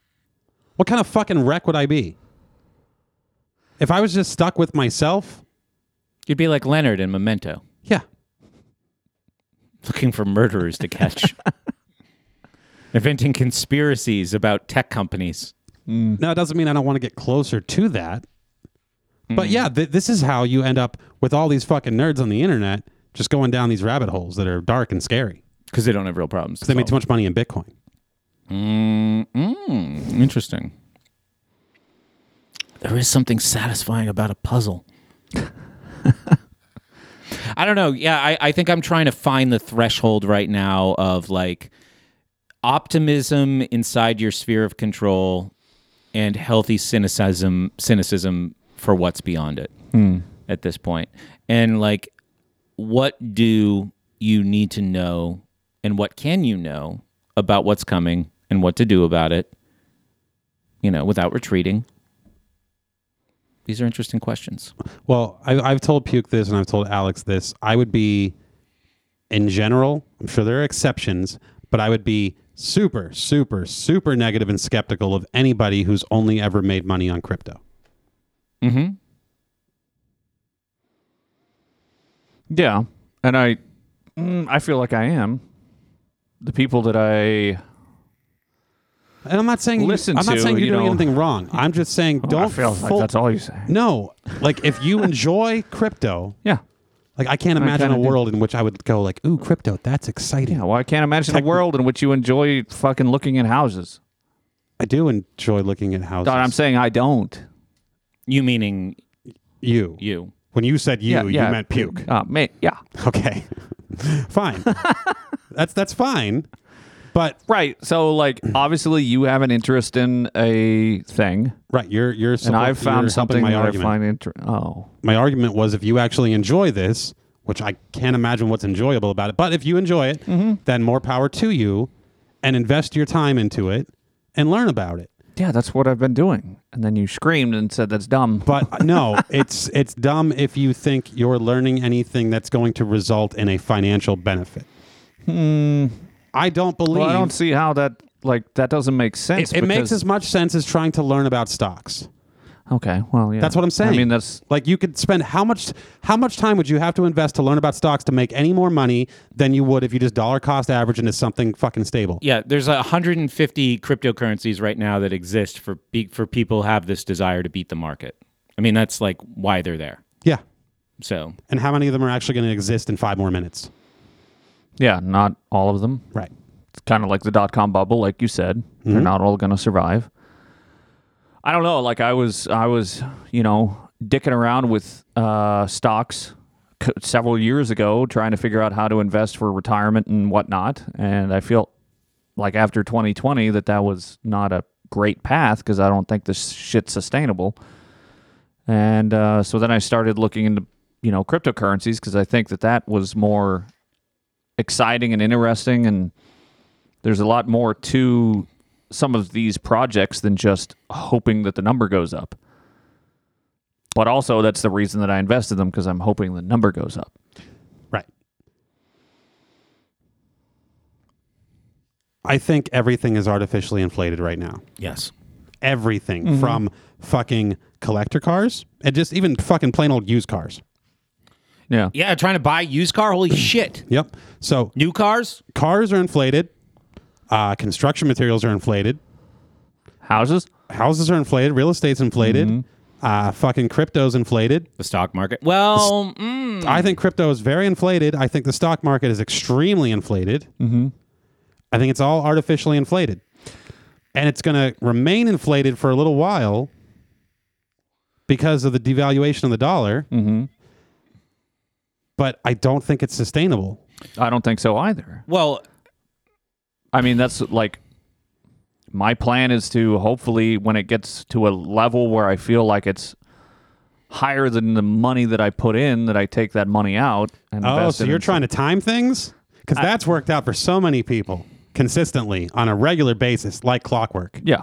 [SPEAKER 4] What kind of fucking wreck would I be? If I was just stuck with myself?
[SPEAKER 3] you'd be like Leonard in Memento,
[SPEAKER 4] Yeah.
[SPEAKER 3] looking for murderers to catch, inventing conspiracies about tech companies.
[SPEAKER 4] Now, it doesn't mean I don't want to get closer to that.
[SPEAKER 1] Mm.
[SPEAKER 4] But yeah, th- this is how you end up with all these fucking nerds on the internet just going down these rabbit holes that are dark and scary.
[SPEAKER 3] because they don't have real problems.
[SPEAKER 4] They
[SPEAKER 1] Oh.
[SPEAKER 4] made too much money in Bitcoin.
[SPEAKER 3] Mm, interesting. There is something satisfying about a puzzle. I don't know. Yeah, I, I think I'm trying to find the threshold right now of like optimism inside your sphere of control and healthy cynicism cynicism for what's beyond it at this point. And like what do you need to know and what can you know about what's coming and what to do about it you know without retreating these are interesting questions
[SPEAKER 4] Well, I, I've told Puke this and I've told Alex this. I would be, in general, I'm sure there are exceptions, but I would be super, super, super negative and skeptical of anybody who's only ever made money on crypto.
[SPEAKER 3] mm-hmm
[SPEAKER 1] Yeah, and I, mm, I feel like I am. The people that I
[SPEAKER 4] And I'm not saying you-
[SPEAKER 1] Listen
[SPEAKER 4] I'm not
[SPEAKER 1] to,
[SPEAKER 4] saying you're
[SPEAKER 1] you
[SPEAKER 4] doing
[SPEAKER 1] know- Oh,
[SPEAKER 4] anything wrong. I'm just saying don't
[SPEAKER 1] I feel like
[SPEAKER 4] full-
[SPEAKER 1] that's all you say.
[SPEAKER 4] No, like if you enjoy crypto,
[SPEAKER 1] Yeah,
[SPEAKER 4] like I can't imagine a
[SPEAKER 1] kinda do.
[SPEAKER 4] world in which I would go like, "Ooh, crypto, that's exciting."
[SPEAKER 1] yeah. Well, I can't imagine a world in which you enjoy fucking looking at houses.
[SPEAKER 4] I do enjoy looking at houses.
[SPEAKER 1] But I'm saying I don't.
[SPEAKER 3] you meaning
[SPEAKER 4] you.
[SPEAKER 3] you
[SPEAKER 4] When you said you,
[SPEAKER 1] yeah, yeah.
[SPEAKER 4] you meant puke.
[SPEAKER 1] Uh, ma- yeah,
[SPEAKER 4] Okay, fine. that's that's fine. But
[SPEAKER 1] right. So like, obviously, you have an interest in a thing,
[SPEAKER 4] right, you're you're.
[SPEAKER 1] and I've found something
[SPEAKER 4] My
[SPEAKER 1] that I
[SPEAKER 4] argument.
[SPEAKER 1] find interesting. Oh,
[SPEAKER 4] my argument was if you actually enjoy this, which I can't imagine what's enjoyable about it, but if you enjoy it,
[SPEAKER 1] Mm-hmm.
[SPEAKER 4] then more power to you, and invest your time into it and learn about it.
[SPEAKER 1] yeah, that's what I've been doing. And then you screamed and said that's dumb.
[SPEAKER 4] But uh, no, it's it's dumb if you think you're learning anything that's going to result in a financial benefit. I don't believe
[SPEAKER 1] Hmm. well, I don't see how that like that doesn't make sense.
[SPEAKER 4] it, it makes
[SPEAKER 1] because-
[SPEAKER 4] as much sense as trying to learn about stocks.
[SPEAKER 1] okay. Well, yeah,
[SPEAKER 4] That's what I'm saying.
[SPEAKER 1] I mean, that's
[SPEAKER 4] like you could spend how much how much time would you have to invest to learn about stocks to make any more money than you would if you just dollar cost average into something fucking stable.
[SPEAKER 3] yeah there's 150 cryptocurrencies right now that exist for be- for people who have this desire to beat the market i mean that's like why they're there
[SPEAKER 4] Yeah.
[SPEAKER 3] so
[SPEAKER 4] And how many of them are actually going to exist in 5 more minutes?
[SPEAKER 1] yeah, not all of them.
[SPEAKER 4] Right.
[SPEAKER 1] It's kind of like the dot com bubble, like you said. They're not all going to survive. I don't know. Like I was, I was, you know, dicking around with uh, stocks c- several years ago, trying to figure out how to invest for retirement and whatnot. And I feel like after 2020 that that was not a great path because I don't think this shit's sustainable. And uh, so then I started looking into you know cryptocurrencies because I think that that was more exciting and interesting and there's a lot more to some of these projects than just hoping that the number goes up. But also, that's the reason that I invested them because I'm hoping the number goes up.
[SPEAKER 4] Right. I think everything is artificially inflated right now.
[SPEAKER 3] Yes.
[SPEAKER 4] Everything from fucking collector cars and just even fucking plain old used cars.
[SPEAKER 1] Yeah.
[SPEAKER 3] Yeah, trying to buy used car. Holy shit.
[SPEAKER 4] Yep. So
[SPEAKER 3] New cars?
[SPEAKER 4] cars are inflated. Uh, construction materials are inflated.
[SPEAKER 1] Houses?
[SPEAKER 4] Houses are inflated. Real estate's inflated. Uh, fucking crypto's inflated.
[SPEAKER 3] The stock market. Well, mm,
[SPEAKER 4] I think crypto is very inflated. I think the stock market is extremely inflated. Mm-hmm. I think it's all artificially inflated. And it's going to remain inflated for a little while because of the devaluation of the dollar. Mm-hmm. But I don't think it's sustainable.
[SPEAKER 1] I don't think so either.
[SPEAKER 3] well,
[SPEAKER 1] I mean, that's like my plan is to hopefully when it gets to a level where I feel like it's higher than the money that I put in, that I take that money out and
[SPEAKER 4] Oh,
[SPEAKER 1] invest
[SPEAKER 4] so
[SPEAKER 1] it
[SPEAKER 4] you're
[SPEAKER 1] in-
[SPEAKER 4] trying to time things? Because that's worked out for so many people consistently on a regular basis, like clockwork.
[SPEAKER 1] yeah.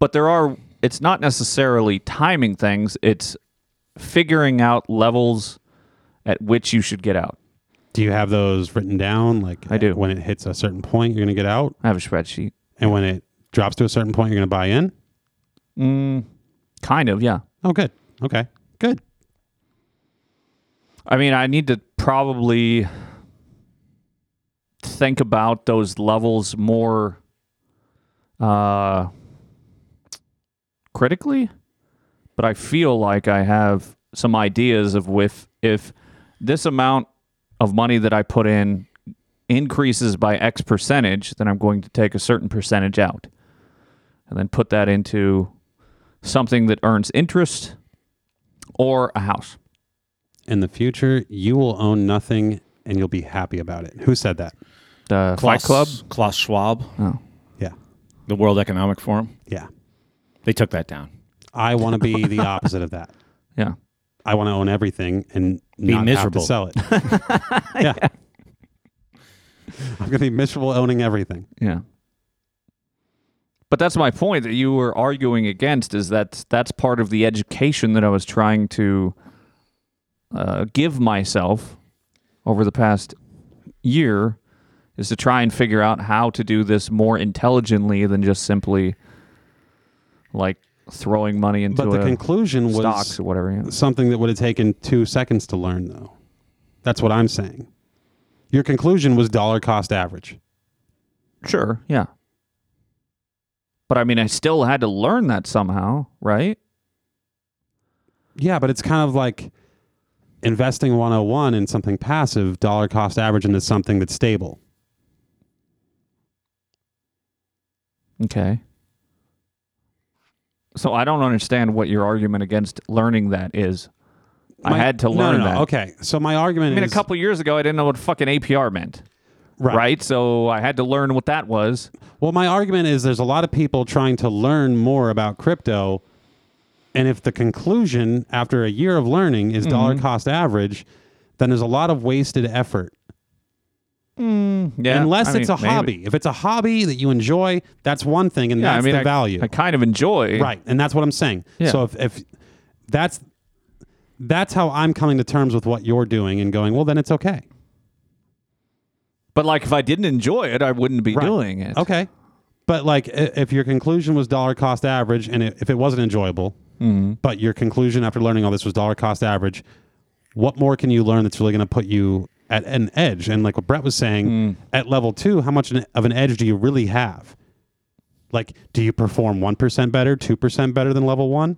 [SPEAKER 1] But there are. It's not necessarily timing things. It's figuring out levels at which you should get out.
[SPEAKER 4] Do you have those written down? Like,
[SPEAKER 1] I do.
[SPEAKER 4] When it hits a certain point, you're going to get out.
[SPEAKER 1] I have a spreadsheet.
[SPEAKER 4] And when it drops to a certain point, you're going to buy in.
[SPEAKER 1] Mm, Kind of, yeah.
[SPEAKER 4] Oh, good. Okay. Good.
[SPEAKER 1] I mean, I need to probably think about those levels more uh, critically, but I feel like I have some ideas of with if this amount of money that I put in increases by X percentage, then I'm going to take a certain percentage out and then put that into something that earns interest or a house.
[SPEAKER 4] In the future, you will own nothing and you'll be happy about it. Who said that?
[SPEAKER 1] The Fight
[SPEAKER 3] Klaus, Oh.
[SPEAKER 1] Club.
[SPEAKER 3] Klaus Schwab,
[SPEAKER 4] Yeah.
[SPEAKER 3] the World Economic Forum.
[SPEAKER 4] Yeah.
[SPEAKER 3] They took that down.
[SPEAKER 4] I want to be the opposite of that.
[SPEAKER 1] Yeah.
[SPEAKER 4] I want to own everything and not
[SPEAKER 3] miserable.
[SPEAKER 4] have to sell it. yeah. I'm going to be miserable owning everything.
[SPEAKER 1] Yeah. But that's my point that you were arguing against is that that's part of the education that I was trying to uh, give myself over the past year is to try and figure out how to do this more intelligently than just simply like throwing money into
[SPEAKER 4] But the
[SPEAKER 1] a
[SPEAKER 4] conclusion was
[SPEAKER 1] stocks or whatever. yeah.
[SPEAKER 4] something that would have taken two seconds to learn, though. That's what I'm saying. Your conclusion was dollar cost average.
[SPEAKER 1] Sure, yeah. But I mean, I still had to learn that somehow, right?
[SPEAKER 4] Yeah, but it's kind of like investing 101 in something passive, dollar cost average into something that's stable.
[SPEAKER 1] Okay. So I don't understand what your argument against learning that is. I
[SPEAKER 4] My-
[SPEAKER 1] had to
[SPEAKER 4] No,
[SPEAKER 1] learn
[SPEAKER 4] no, no.
[SPEAKER 1] that.
[SPEAKER 4] Okay, so my argument
[SPEAKER 1] I mean, a
[SPEAKER 4] is
[SPEAKER 1] couple years ago, I didn't know what fucking APR meant, right. So I had to learn what that was.
[SPEAKER 4] Well, my argument is there's a lot of people trying to learn more about crypto, and if the conclusion after a year of learning is dollar
[SPEAKER 1] Mm-hmm.
[SPEAKER 4] cost average, then there's a lot of wasted effort.
[SPEAKER 1] Yeah,
[SPEAKER 4] Unless
[SPEAKER 1] I mean,
[SPEAKER 4] it's a
[SPEAKER 1] maybe.
[SPEAKER 4] hobby. If it's a hobby that you enjoy, that's one thing, and
[SPEAKER 1] Yeah,
[SPEAKER 4] that's
[SPEAKER 1] I mean,
[SPEAKER 4] the
[SPEAKER 1] I,
[SPEAKER 4] value.
[SPEAKER 1] I kind of enjoy.
[SPEAKER 4] Right, and that's what I'm saying.
[SPEAKER 1] Yeah.
[SPEAKER 4] So if, if that's that's how I'm coming to terms with what you're doing and going, well, then it's okay.
[SPEAKER 1] But like, if I didn't enjoy it, I wouldn't be
[SPEAKER 4] Right.
[SPEAKER 1] doing it.
[SPEAKER 4] Okay, but like i- if your conclusion was dollar cost average, and it, if it wasn't enjoyable,
[SPEAKER 1] Mm-hmm.
[SPEAKER 4] but your conclusion after learning all this was dollar cost average, what more can you learn that's really going to put you at an edge? And like what Brett was saying,
[SPEAKER 1] Mm.
[SPEAKER 4] at level two, how much an- of an edge do you really have? Like, do you perform one percent better, two percent better than level one?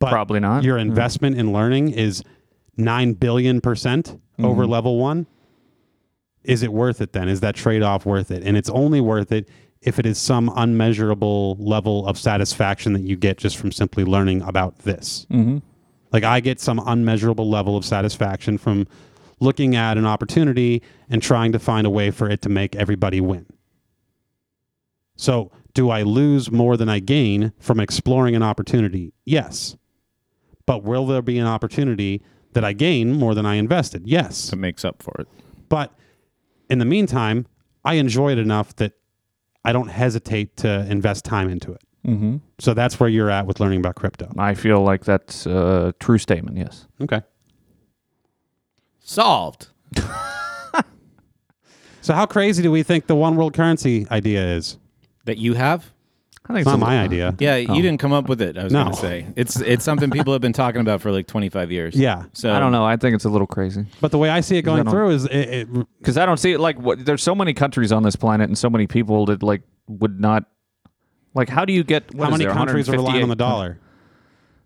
[SPEAKER 4] But
[SPEAKER 1] Probably not.
[SPEAKER 4] Your investment in learning is nine billion percent over level one. Is it worth it then? Is that trade off worth it? And it's only worth it if it is some unmeasurable level of satisfaction that you get just from simply learning about this.
[SPEAKER 1] Mm-hmm.
[SPEAKER 4] Like I get some unmeasurable level of satisfaction from looking at an opportunity and trying to find a way for it to make everybody win. So, do I lose more than I gain from exploring an opportunity? Yes. But will there be an opportunity that I gain more than I invested? Yes.
[SPEAKER 3] It makes up for it.
[SPEAKER 4] But in the meantime, I enjoy it enough that I don't hesitate to invest time into it.
[SPEAKER 1] Mm-hmm.
[SPEAKER 4] So that's where you're at with learning about crypto.
[SPEAKER 1] I feel like that's a true statement. Yes.
[SPEAKER 4] Okay.
[SPEAKER 3] Solved.
[SPEAKER 4] So how crazy do we think the one world currency idea is?
[SPEAKER 3] that you have.
[SPEAKER 1] I think
[SPEAKER 4] It's not my idea.
[SPEAKER 3] Yeah, you didn't come up with it. I was
[SPEAKER 4] No.
[SPEAKER 3] going to say Oh. it's it's something people have been talking about for like 25 years.
[SPEAKER 4] Yeah.
[SPEAKER 3] So
[SPEAKER 1] I don't know. I think it's a little um, crazy
[SPEAKER 4] But the way I see it going
[SPEAKER 1] that on-
[SPEAKER 4] through is it, it
[SPEAKER 1] because I don't see it like what. There's so many countries on this planet and so many people that like would not. Like, how do you get what
[SPEAKER 4] how
[SPEAKER 1] is
[SPEAKER 4] many
[SPEAKER 1] there,
[SPEAKER 4] countries are relying on the
[SPEAKER 1] 158
[SPEAKER 4] dollar?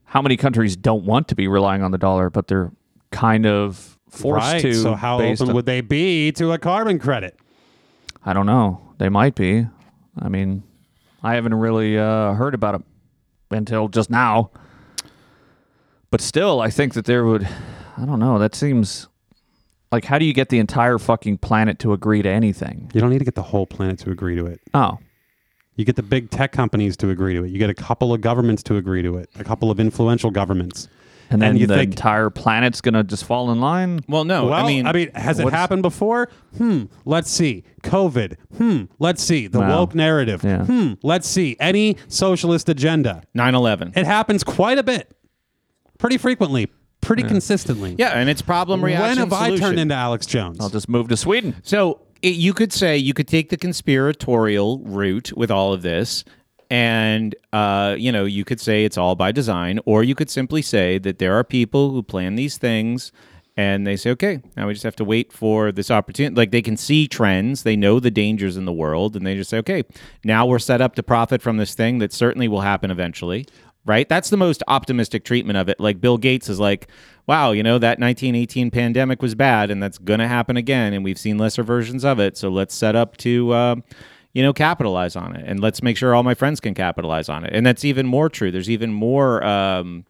[SPEAKER 1] How many countries don't want to be relying on the dollar, but they're kind of forced
[SPEAKER 4] right.
[SPEAKER 1] to?
[SPEAKER 4] so how
[SPEAKER 1] based
[SPEAKER 4] open
[SPEAKER 1] on-
[SPEAKER 4] would they be to a carbon credit?
[SPEAKER 1] I don't know. They might be. I mean, I haven't really uh, heard about it until just now. But still, I think that there would. I don't know. That seems like how do you get the entire fucking planet to agree to anything?
[SPEAKER 4] You don't need to get the whole planet to agree to it.
[SPEAKER 1] Oh,
[SPEAKER 4] You get the big tech companies to agree to it. You get a couple of governments to agree to it. A couple of influential governments.
[SPEAKER 1] and then
[SPEAKER 4] you
[SPEAKER 1] the
[SPEAKER 4] think,
[SPEAKER 1] entire planet's gonna just fall in line.
[SPEAKER 3] Well, no.
[SPEAKER 4] well,
[SPEAKER 3] I mean,
[SPEAKER 4] has it
[SPEAKER 1] what's-
[SPEAKER 4] happened before? Hmm. Let's see. COVID. Hmm. Let's see. The
[SPEAKER 1] No.
[SPEAKER 4] woke narrative.
[SPEAKER 1] Yeah.
[SPEAKER 4] Hmm. Let's see. Any socialist agenda.
[SPEAKER 3] 9/11.
[SPEAKER 4] It happens quite a bit, pretty frequently, pretty consistently.
[SPEAKER 3] yeah, and it's problem
[SPEAKER 4] When
[SPEAKER 3] reaction.
[SPEAKER 4] have I
[SPEAKER 3] solution.
[SPEAKER 4] turned into Alex Jones?
[SPEAKER 1] I'll just move to Sweden.
[SPEAKER 3] So it, you could say you could take the conspiratorial route with all of this, and uh, you know you could say it's all by design, or you could simply say that there are people who plan these things, and they say, okay, now we just have to wait for this opportunity. Like they can see trends, they know the dangers in the world, and they just say, okay, now we're set up to profit from this thing that certainly will happen eventually. Right? That's the most optimistic treatment of it. Like Bill Gates is like, wow, you know, that 1918 pandemic was bad and that's going to happen again. And we've seen lesser versions of it. So let's set up to, um, you know, capitalize on it. And let's make sure all my friends can capitalize on it. And that's even more true. There's even more um,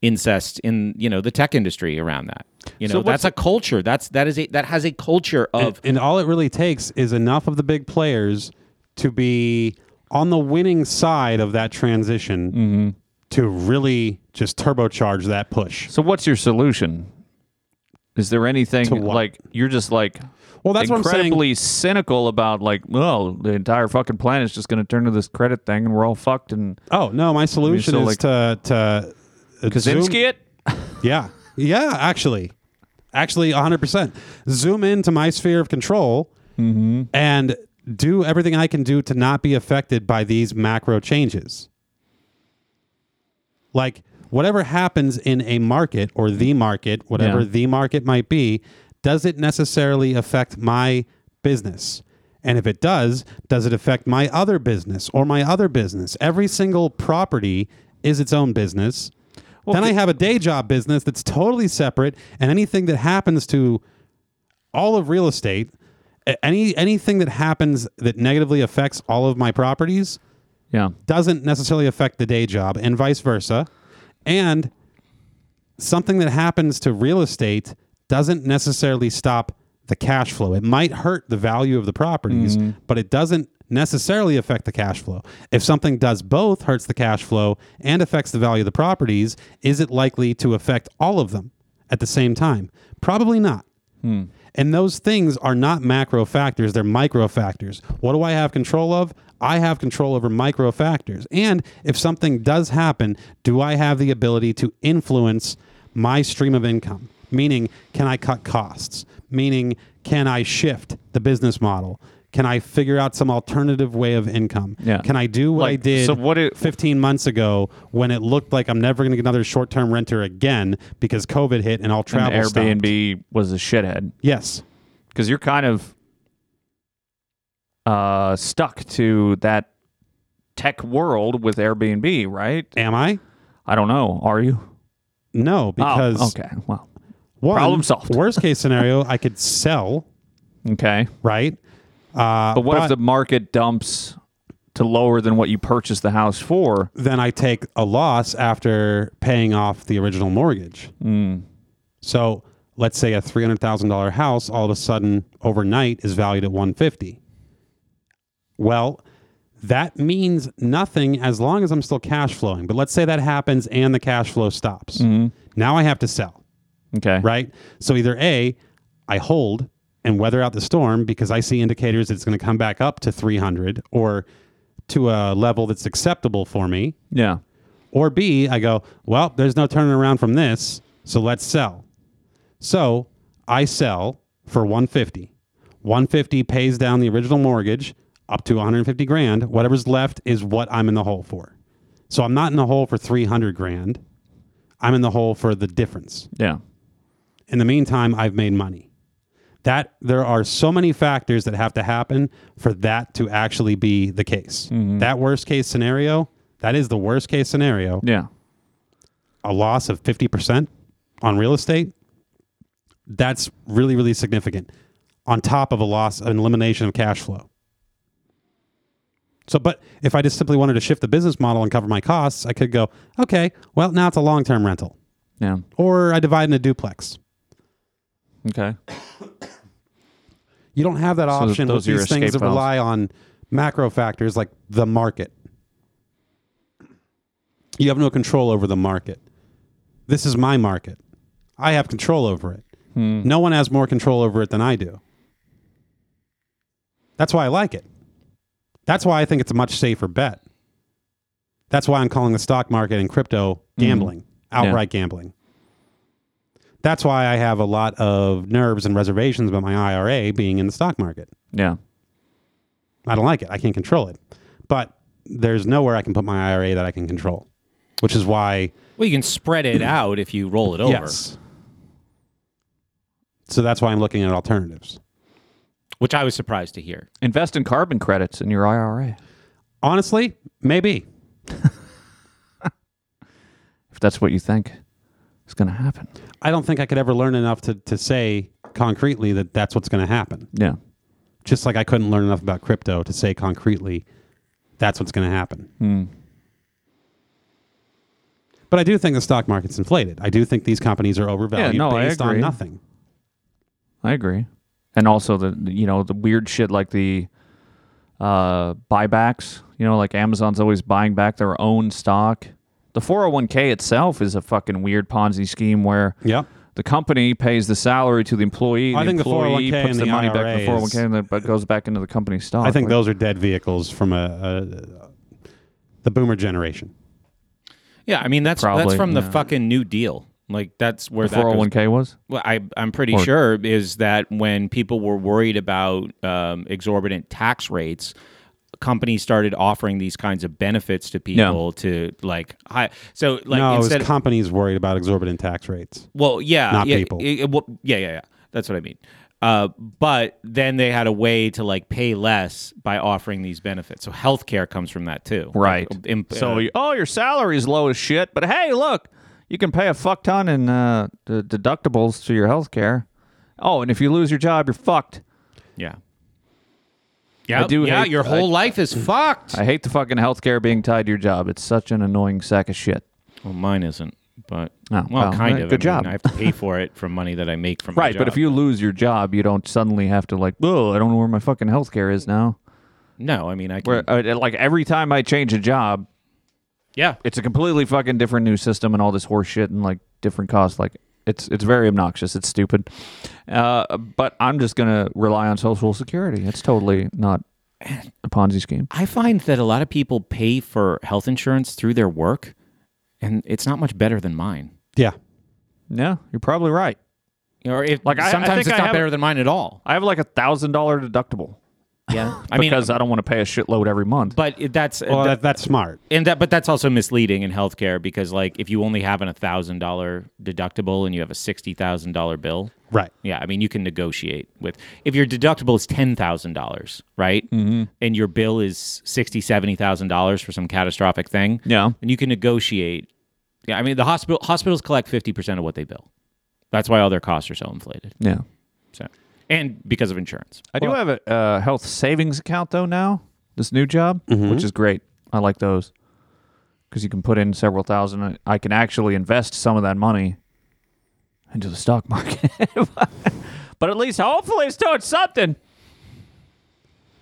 [SPEAKER 3] incest in, you know, the tech industry around that. You know, that's a culture. That's that is a that has a culture of
[SPEAKER 4] and all it really takes is enough of the big players to be on the winning side of that transition
[SPEAKER 1] Mm-hmm.
[SPEAKER 4] to really just turbocharge that push.
[SPEAKER 1] So what's your solution? Is there anything
[SPEAKER 4] To what?
[SPEAKER 1] like you're just like
[SPEAKER 4] Well, that's what I'm saying.
[SPEAKER 1] incredibly cynical about like, well, the entire fucking planet's just gonna turn to this credit thing and we're all fucked and
[SPEAKER 4] Oh no, my solution
[SPEAKER 1] so,
[SPEAKER 4] is
[SPEAKER 1] like-
[SPEAKER 4] to to uh, zoom-
[SPEAKER 1] Kaczynski it?
[SPEAKER 4] Yeah, yeah, actually, actually, 100. percent Zoom into my sphere of control and do everything I can do to not be affected by these macro changes. Like whatever happens in a market or the market, whatever
[SPEAKER 1] Yeah.
[SPEAKER 4] the market might be, does it necessarily affect my business? And if it does, does it affect my other business or my other business? Every single property is its own business. then I have a day job business that's totally separate, and anything that happens to all of real estate, a- any anything that happens that negatively affects all of my properties,
[SPEAKER 1] Yeah.
[SPEAKER 4] doesn't necessarily affect the day job and vice versa. And something that happens to real estate doesn't necessarily stop the cash flow. It might hurt the value of the properties, but it doesn't necessarily affect the cash flow. If something does both, hurts the cash flow and affects the value of the properties, is it likely to affect all of them at the same time? Probably not.
[SPEAKER 1] Hmm.
[SPEAKER 4] And those things are not macro factors, they're micro factors. What do I have control of? I have control over micro factors. And if something does happen, do I have the ability to influence my stream of income? Meaning, can I cut costs? Meaning, can I shift the business model? Can I figure out some alternative way of income?
[SPEAKER 1] Yeah.
[SPEAKER 4] Can I do what I
[SPEAKER 1] Like,
[SPEAKER 4] did
[SPEAKER 1] so what it-
[SPEAKER 4] 15 months ago when it looked like I'm never going to get another short term renter again because COVID hit and all
[SPEAKER 1] And
[SPEAKER 4] travel stopped?
[SPEAKER 1] Airbnb was a shithead.
[SPEAKER 4] Yes.
[SPEAKER 1] Because you're kind of uh stuck to that tech world with Airbnb, right?
[SPEAKER 4] Am I?
[SPEAKER 1] I don't know. Are you?
[SPEAKER 4] No,
[SPEAKER 1] Oh,
[SPEAKER 4] because
[SPEAKER 1] okay. Well.
[SPEAKER 4] one,
[SPEAKER 1] problem solved.
[SPEAKER 4] Worst case scenario, I could sell,
[SPEAKER 1] Okay.
[SPEAKER 4] right? Uh,
[SPEAKER 1] But what if the market dumps to lower than what you purchased the house for?
[SPEAKER 4] then I take a loss after paying off the original mortgage. So let's say a three hundred thousand dollar house all of a sudden overnight is valued at one fifty. Well, that means nothing as long as I'm still cash flowing. But let's say that happens and the cash flow stops. Now I have to sell.
[SPEAKER 1] Okay.
[SPEAKER 4] right? So either A, I hold and weather out the storm because I see indicators it's going to come back up to 300 or to a level that's acceptable for me,
[SPEAKER 1] Yeah.
[SPEAKER 4] or B, I go, well, there's no turning around from this, so let's sell. So I sell for 150. 150 pays down the original mortgage up to 150 grand. Whatever's left is what I'm in the hole for. So I'm not in the hole for 300 grand. I'm in the hole for the difference.
[SPEAKER 1] Yeah.
[SPEAKER 4] In the meantime, I've made money. That there are so many factors that have to happen for that to actually be the case. That worst case scenario, that is the worst case scenario
[SPEAKER 1] Yeah.
[SPEAKER 4] a loss of 50% on real estate, that's really, really significant on top of a loss, an elimination of cash flow. So, but if I just simply wanted to shift the business model and cover my costs, I could go, okay, well, now it's a long term rental,
[SPEAKER 1] Yeah.
[SPEAKER 4] or I divide in a duplex.
[SPEAKER 1] Okay.
[SPEAKER 4] You don't have that
[SPEAKER 1] th-
[SPEAKER 4] option with
[SPEAKER 1] those are your
[SPEAKER 4] these things
[SPEAKER 1] escape
[SPEAKER 4] that
[SPEAKER 1] valves.
[SPEAKER 4] rely on macro factors like the market. You have no control over the market. This is my market. I have control over it. Mm-hmm. No one has more control over it than I do. That's why I like it. That's why I think it's a much safer bet. That's why I'm calling the stock market and crypto gambling, outright gambling. That's why I have a lot of nerves and reservations about my IRA being in the stock market.
[SPEAKER 1] Yeah.
[SPEAKER 4] I don't like it. I can't control it. But there's nowhere I can put my IRA that I can control, which is why
[SPEAKER 3] Well, you can spread it out if you roll it over.
[SPEAKER 4] yes. So that's why I'm looking at alternatives.
[SPEAKER 3] Which I was surprised to hear.
[SPEAKER 1] Invest in carbon credits in your IRA
[SPEAKER 4] Honestly, maybe
[SPEAKER 1] if that's what you think is going to happen.
[SPEAKER 4] I don't think I could ever learn enough to to say concretely that that's what's going to happen.
[SPEAKER 1] Yeah.
[SPEAKER 4] Just like I couldn't learn enough about crypto to say concretely that's what's going to happen. But I do think the stock market's inflated. I do think these companies are overvalued
[SPEAKER 1] no, I
[SPEAKER 4] based
[SPEAKER 1] agree.
[SPEAKER 4] on nothing.
[SPEAKER 1] I agree. And also the the- you know the weird shit like the uh, buybacks. You know, like Amazon's always buying back their own stock. The 401k itself is a fucking weird Ponzi scheme where
[SPEAKER 4] Yep.
[SPEAKER 1] the company pays the salary to the employee.
[SPEAKER 4] I
[SPEAKER 1] the
[SPEAKER 4] think the
[SPEAKER 1] employee
[SPEAKER 4] 401k
[SPEAKER 1] puts
[SPEAKER 4] and
[SPEAKER 1] the
[SPEAKER 4] the
[SPEAKER 1] money back
[SPEAKER 4] IRA
[SPEAKER 1] in the 401k and then but goes back into the company's stock.
[SPEAKER 4] I think
[SPEAKER 1] Like,
[SPEAKER 4] those are dead vehicles from a, a the boomer generation.
[SPEAKER 3] Yeah, I mean that's that's
[SPEAKER 1] Probably,
[SPEAKER 3] from the
[SPEAKER 1] yeah.
[SPEAKER 3] fucking New Deal. Like that's where
[SPEAKER 1] the
[SPEAKER 3] that goes
[SPEAKER 1] 401k was.
[SPEAKER 3] Well, I, I'm pretty
[SPEAKER 1] Or-
[SPEAKER 3] sure is that when people were worried about um, exorbitant tax rates, companies started offering these kinds of benefits to people to like hi So like
[SPEAKER 4] no,
[SPEAKER 3] instead,
[SPEAKER 4] it was companies worried about exorbitant tax rates.
[SPEAKER 3] well, yeah,
[SPEAKER 4] not
[SPEAKER 3] yeah,
[SPEAKER 4] people.
[SPEAKER 3] it- it- well, yeah, yeah, yeah. That's what I mean. Uh, but then they had a way to like pay less by offering these benefits. So healthcare comes from that too,
[SPEAKER 1] Right.
[SPEAKER 3] Like, im-
[SPEAKER 1] So,
[SPEAKER 3] uh,
[SPEAKER 1] you- oh, your salary's low as shit, but hey, look, you can pay a fuck ton in uh, d- deductibles to your health care. Oh, and if you lose your job, you're fucked.
[SPEAKER 3] yeah, yeah,
[SPEAKER 1] do
[SPEAKER 3] yeah.
[SPEAKER 1] hate-
[SPEAKER 3] your whole life is fucked.
[SPEAKER 1] I hate the fucking healthcare being tied to your job. It's such an annoying sack of shit.
[SPEAKER 3] Well, mine isn't, but
[SPEAKER 1] Oh,
[SPEAKER 3] well,
[SPEAKER 1] well,
[SPEAKER 3] kind
[SPEAKER 1] right,
[SPEAKER 3] of.
[SPEAKER 1] good
[SPEAKER 3] I mean,
[SPEAKER 1] job.
[SPEAKER 3] I have to pay for it from money that I make from my
[SPEAKER 1] Right, but
[SPEAKER 3] job.
[SPEAKER 1] if you lose your job, you don't suddenly have to like, oh, I don't know where my fucking healthcare is now.
[SPEAKER 3] no, I mean I can.
[SPEAKER 1] Where uh, like every time I change a job,
[SPEAKER 3] yeah,
[SPEAKER 1] it's a completely fucking different new system and all this horse shit and like different costs. Like it's it's very obnoxious. It's stupid. Uh, but I'm just gonna rely on Social Security. It's totally not a Ponzi scheme.
[SPEAKER 3] I find that a lot of people pay for health insurance through their work, and it's not much better than mine.
[SPEAKER 4] Yeah.
[SPEAKER 1] Yeah, you're probably right.
[SPEAKER 3] Or if
[SPEAKER 1] Like, I- I
[SPEAKER 3] sometimes
[SPEAKER 1] think
[SPEAKER 3] it's
[SPEAKER 1] I
[SPEAKER 3] not
[SPEAKER 1] have-
[SPEAKER 3] better than mine at all.
[SPEAKER 1] I have like a thousand dollar deductible
[SPEAKER 3] Yeah, I mean,
[SPEAKER 1] because I don't want to pay a shitload every month.
[SPEAKER 3] but it- that's
[SPEAKER 4] Well,
[SPEAKER 3] that-
[SPEAKER 4] that, that's smart.
[SPEAKER 3] and that, but that's also misleading in healthcare because like if you only have an thousand dollar deductible and you have a sixty thousand dollar bill,
[SPEAKER 4] Right.
[SPEAKER 3] Yeah, I mean, you can negotiate with if your deductible is ten thousand dollars, right? Mm-hmm. And your bill is sixty, seventy thousand dollars for some catastrophic thing.
[SPEAKER 1] Yeah.
[SPEAKER 3] and you can negotiate. Yeah, I mean, the hospital hospitals collect fifty percent of what they bill. That's why all their costs are so inflated.
[SPEAKER 1] yeah.
[SPEAKER 3] So, and because of insurance.
[SPEAKER 1] I do have a uh, health savings account though now. This new job, which is great. I like those because you can put in several thousand. I can actually invest some of that money into the stock market. but at least, hopefully, it's doing something.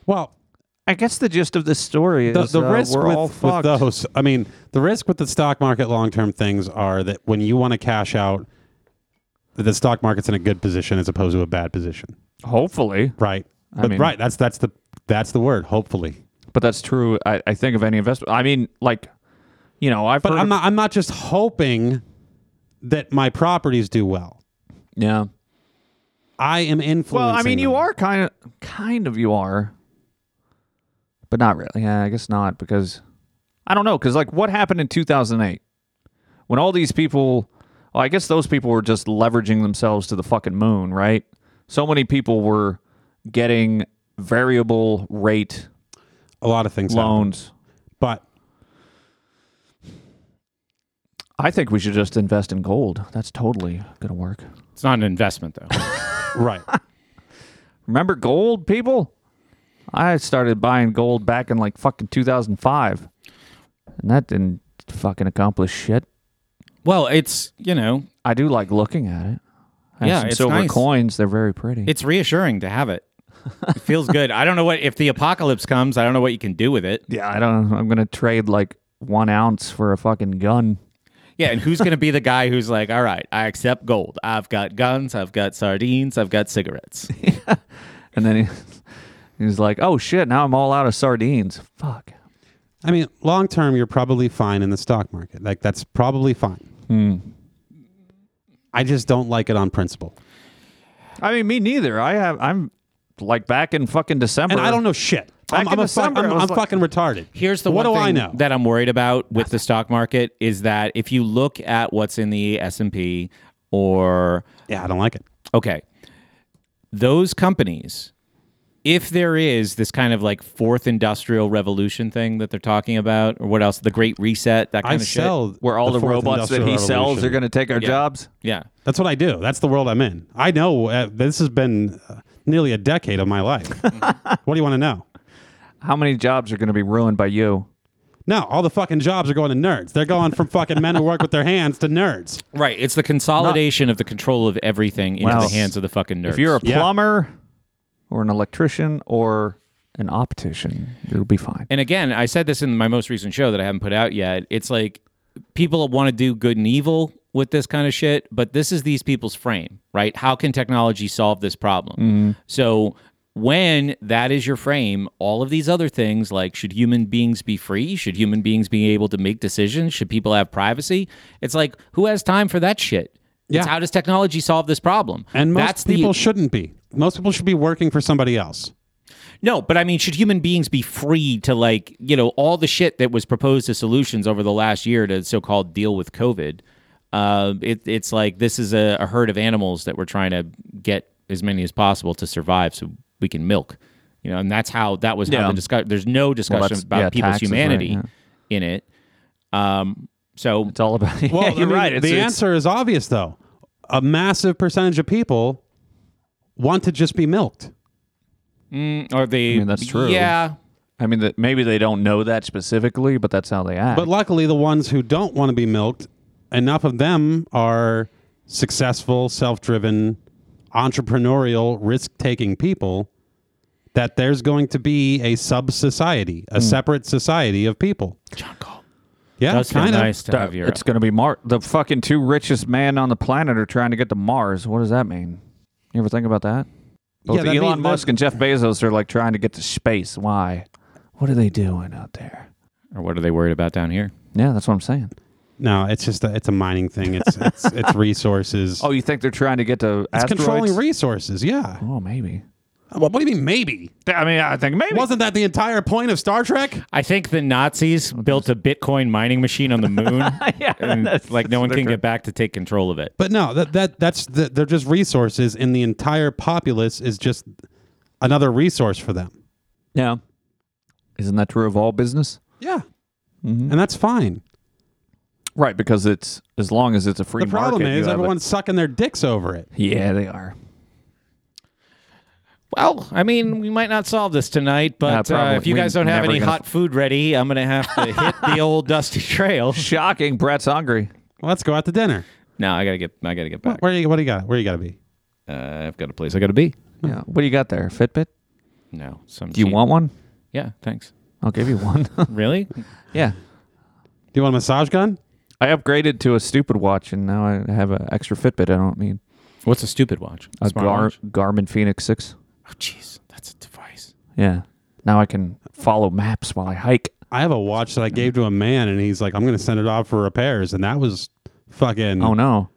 [SPEAKER 4] Well,
[SPEAKER 1] I guess the gist of this story
[SPEAKER 4] the,
[SPEAKER 1] is
[SPEAKER 4] the
[SPEAKER 1] uh,
[SPEAKER 4] risk
[SPEAKER 1] we're
[SPEAKER 4] with,
[SPEAKER 1] all
[SPEAKER 4] with
[SPEAKER 1] fucked.
[SPEAKER 4] those, I mean, the risk with the stock market long term things are that when you want to cash out, that the stock market's in a good position as opposed to a bad position.
[SPEAKER 1] Hopefully,
[SPEAKER 4] Right. but
[SPEAKER 1] mean-
[SPEAKER 4] right, that's that's the that's the word. Hopefully.
[SPEAKER 1] but that's true. I, I think of any investment. I mean, like, you know, I've
[SPEAKER 4] But
[SPEAKER 1] heard
[SPEAKER 4] I'm
[SPEAKER 1] of-
[SPEAKER 4] not. I'm not just hoping that my properties do well.
[SPEAKER 1] yeah.
[SPEAKER 4] I am influencing.
[SPEAKER 1] Well, I mean, you
[SPEAKER 4] them.
[SPEAKER 1] are kind of, kind of, you are, but not really. Yeah, I guess not because I don't know. Because like, what happened in 2008 when all these people? Well, I guess those people were just leveraging themselves to the fucking moon, right? So many people were getting variable rate
[SPEAKER 4] a lot of things. happen.
[SPEAKER 1] loans.
[SPEAKER 4] but
[SPEAKER 1] I think we should just invest in gold. That's totally gonna work.
[SPEAKER 3] It's not an investment though.
[SPEAKER 4] right,
[SPEAKER 1] Remember gold, people? I started buying gold back in like fucking 2005. And that didn't fucking accomplish shit.
[SPEAKER 3] well, it's you know,
[SPEAKER 1] I do like looking at it. I have
[SPEAKER 3] Yeah,
[SPEAKER 1] some
[SPEAKER 3] it's
[SPEAKER 1] silver
[SPEAKER 3] nice.
[SPEAKER 1] coins. They're very pretty.
[SPEAKER 3] it's reassuring to have it. It feels good. I don't know what if the apocalypse comes. I don't know what you can do with it.
[SPEAKER 1] yeah, I don't I'm going to trade like one ounce for a fucking gun.
[SPEAKER 3] Yeah, and who's going to be the guy who's like, all right, I accept gold. I've got guns, I've got sardines, I've got cigarettes.
[SPEAKER 1] And then he, he's like, oh shit, now I'm all out of sardines. Fuck.
[SPEAKER 4] I mean, long term, you're probably fine in the stock market. Like that's probably fine.
[SPEAKER 1] Hmm.
[SPEAKER 4] I just don't like it on principle,
[SPEAKER 1] I mean, me neither. I have, I'm like back in fucking December.
[SPEAKER 4] and I don't know shit.
[SPEAKER 1] Back
[SPEAKER 4] I'm,
[SPEAKER 1] in
[SPEAKER 4] I'm, a fuck,
[SPEAKER 1] December,
[SPEAKER 4] I'm,
[SPEAKER 1] I was
[SPEAKER 4] I'm
[SPEAKER 1] like-
[SPEAKER 4] fucking retarded.
[SPEAKER 3] Here's the
[SPEAKER 4] what
[SPEAKER 3] one
[SPEAKER 4] do I
[SPEAKER 3] thing
[SPEAKER 4] know?
[SPEAKER 3] that I'm worried about with the stock market is that if you look at what's in the S&P or
[SPEAKER 4] yeah, I don't like it.
[SPEAKER 3] okay, those companies if there is this kind of like fourth industrial revolution thing that they're talking about or what else the great reset that kind
[SPEAKER 4] I
[SPEAKER 3] of shit
[SPEAKER 4] sell
[SPEAKER 1] Where all the,
[SPEAKER 4] Fourth
[SPEAKER 1] robots that he
[SPEAKER 4] Industrial
[SPEAKER 1] sells are
[SPEAKER 4] Revolution.
[SPEAKER 1] going to take our jobs.
[SPEAKER 3] yeah
[SPEAKER 4] That's what I do. That's the world I'm in. I know uh, this has been uh, nearly a decade of my life. what do you want to know?
[SPEAKER 1] How many jobs are going to be ruined by you?
[SPEAKER 4] No, all the fucking jobs are going to nerds. They're going from fucking men who work with their hands to nerds.
[SPEAKER 3] right it's the consolidation of the control of everything into
[SPEAKER 1] Well,
[SPEAKER 3] the hands of the fucking nerds
[SPEAKER 1] If you're a
[SPEAKER 4] Yeah.
[SPEAKER 1] plumber or an electrician or an optician, you'll be fine.
[SPEAKER 3] And again, I said this in my most recent show that I haven't put out yet. It's like people want to do good and evil with this kind of shit, but this is these people's frame, right? How can technology solve this problem?
[SPEAKER 1] Mm-hmm.
[SPEAKER 3] So when that is your frame, all of these other things like should human beings be free? Should human beings be able to make decisions? Should people have privacy? It's like who has time for that shit? It's
[SPEAKER 4] Yeah.
[SPEAKER 3] how does technology solve this problem?
[SPEAKER 4] And most
[SPEAKER 3] That's the
[SPEAKER 4] people shouldn't be. Most people should be working for somebody else.
[SPEAKER 3] No, but I mean, should human beings be free to like, you know, all the shit that was proposed as solutions over the last year to so-called deal with COVID? Uh, it, it's like this is a, a herd of animals that we're trying to get as many as possible to survive, so we can milk. You know, and that's how that was how
[SPEAKER 1] Yeah.
[SPEAKER 3] the discussion. There's no discussion
[SPEAKER 1] that's-
[SPEAKER 3] about
[SPEAKER 1] yeah,
[SPEAKER 3] people's
[SPEAKER 1] taxes, right,
[SPEAKER 3] humanity
[SPEAKER 1] yeah.
[SPEAKER 3] in it. Um, so
[SPEAKER 1] It's all about.
[SPEAKER 4] Well,
[SPEAKER 1] yeah, you're
[SPEAKER 4] I mean,
[SPEAKER 1] right. It's,
[SPEAKER 4] the
[SPEAKER 1] it's-
[SPEAKER 4] answer is obvious, though. A massive percentage of people want to just be milked.
[SPEAKER 3] or they,
[SPEAKER 1] I mean, that's true.
[SPEAKER 3] Yeah,
[SPEAKER 1] I mean, that maybe they don't know that specifically, but that's how they act.
[SPEAKER 4] But luckily, the ones who don't want to be milked, enough of them are successful, self driven, entrepreneurial, risk taking people that there's going to be a sub society,
[SPEAKER 1] Hmm.
[SPEAKER 4] a separate society of people. John Cole. Yeah,
[SPEAKER 3] does feel
[SPEAKER 4] kind of.
[SPEAKER 3] nice to have your.
[SPEAKER 1] it's going to be Mar. The fucking two richest men on the planet are trying to get to Mars. What does that mean? You ever think about that? Both
[SPEAKER 4] that'd be-
[SPEAKER 1] Elon
[SPEAKER 4] that-
[SPEAKER 1] Musk and Jeff Bezos are like trying to get to space. Why? What are they doing out there?
[SPEAKER 3] or what are they worried about down here?
[SPEAKER 1] Yeah, that's what I'm saying.
[SPEAKER 4] No, it's just a, it's a mining thing. It's it's, it's resources.
[SPEAKER 1] Oh, you think they're trying to get to
[SPEAKER 4] it's
[SPEAKER 1] asteroids?
[SPEAKER 4] controlling resources. Yeah.
[SPEAKER 1] oh, maybe.
[SPEAKER 4] Well, what do you mean? Maybe
[SPEAKER 1] I mean, I think maybe.
[SPEAKER 4] wasn't that the entire point of Star Trek?
[SPEAKER 3] I think the Nazis built a Bitcoin mining machine on the moon. yeah, and, like no one can get back to take control of it.
[SPEAKER 4] But no, that that that's the, they're just resources, and the entire populace is just another resource for them.
[SPEAKER 1] Yeah. Isn't that true of all business?
[SPEAKER 4] Yeah,
[SPEAKER 1] Mm-hmm.
[SPEAKER 4] and that's fine.
[SPEAKER 1] Right, because it's as long as it's a free
[SPEAKER 4] The problem
[SPEAKER 1] market, you
[SPEAKER 4] is
[SPEAKER 1] have it-
[SPEAKER 4] everyone's sucking their dicks over it.
[SPEAKER 1] Yeah, they are.
[SPEAKER 3] Well, I mean, we might not solve this tonight, but
[SPEAKER 1] Uh,
[SPEAKER 3] uh,
[SPEAKER 1] probably.
[SPEAKER 3] if you
[SPEAKER 1] We
[SPEAKER 3] guys don't have
[SPEAKER 1] never
[SPEAKER 3] any
[SPEAKER 1] gonna-
[SPEAKER 3] hot food ready, I'm gonna have to hit the old dusty trail.
[SPEAKER 1] Shocking. Brett's hungry.
[SPEAKER 4] Well, let's go out to dinner.
[SPEAKER 3] No, I gotta get. I gotta get back.
[SPEAKER 4] Where you? What do you got? Where you got to be?
[SPEAKER 3] Uh, I've got a place I gotta be.
[SPEAKER 1] Yeah. What do you got there? Fitbit?
[SPEAKER 3] No, some.
[SPEAKER 1] Do you
[SPEAKER 3] cheap-
[SPEAKER 1] want one?
[SPEAKER 3] Yeah, thanks.
[SPEAKER 1] I'll give you one.
[SPEAKER 3] Really?
[SPEAKER 1] yeah.
[SPEAKER 4] Do you want a massage gun?
[SPEAKER 1] I upgraded to a stupid watch and now I have an extra Fitbit I don't need.
[SPEAKER 3] What's a stupid watch?
[SPEAKER 1] A Gar-
[SPEAKER 3] watch?
[SPEAKER 1] Garmin Phoenix 6.
[SPEAKER 3] Oh, jeez, that's a device.
[SPEAKER 1] Yeah. Now I can follow maps while I hike.
[SPEAKER 4] I have a watch that I gave to a man, and he's like, "I'm going to send it
[SPEAKER 1] Mm.
[SPEAKER 4] off for repairs," and that was fucking
[SPEAKER 1] Oh, no.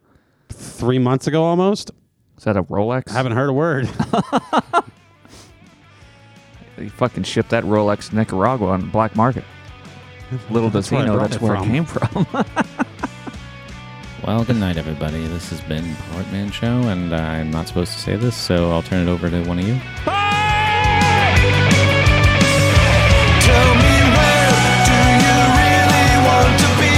[SPEAKER 4] three months ago almost.
[SPEAKER 1] Is that a Rolex?
[SPEAKER 4] I haven't heard a word.
[SPEAKER 1] They fucking shipped that Rolex to Nicaragua on the black market. Little does he
[SPEAKER 4] where I
[SPEAKER 1] know
[SPEAKER 4] brought
[SPEAKER 1] that's
[SPEAKER 4] it
[SPEAKER 1] where it
[SPEAKER 4] from.
[SPEAKER 1] came from.
[SPEAKER 3] Well, good night, everybody. This has been Portman Show, and I'm not supposed to say this, so I'll turn it over to one of you.
[SPEAKER 2] Tell me where do you really want to be?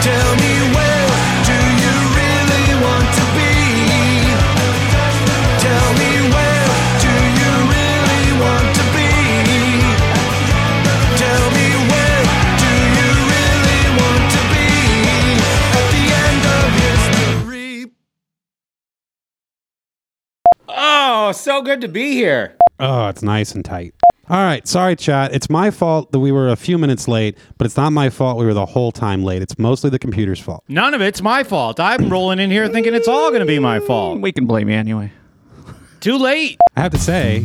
[SPEAKER 2] Tell me where do you really want to be? Tell me where do you really want to be? Tell me where do you really want to be? At the end of history.
[SPEAKER 3] Oh, so good to be here.
[SPEAKER 4] Oh, it's nice and tight. All right, sorry, chat. It's my fault that we were a few minutes late, but it's not my fault we were the whole time late. It's mostly the computer's fault.
[SPEAKER 3] None of it's my fault. I'm rolling in here thinking it's all going to be my fault.
[SPEAKER 1] we can blame you anyway.
[SPEAKER 3] Too late.
[SPEAKER 4] I have to say,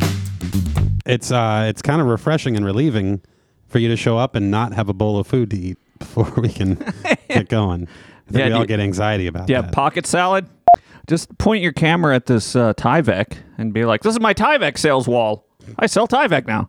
[SPEAKER 4] it's uh, it's kind of refreshing and relieving for you to show up and not have a bowl of food to eat before we can get going. I think
[SPEAKER 1] Yeah,
[SPEAKER 4] we all
[SPEAKER 1] do-
[SPEAKER 4] get anxiety about
[SPEAKER 1] Yeah,
[SPEAKER 4] that.
[SPEAKER 1] pocket salad. Just point your camera at this uh, Tyvek and be like, "This is my Tyvek sales wall. I sell Tyvek now."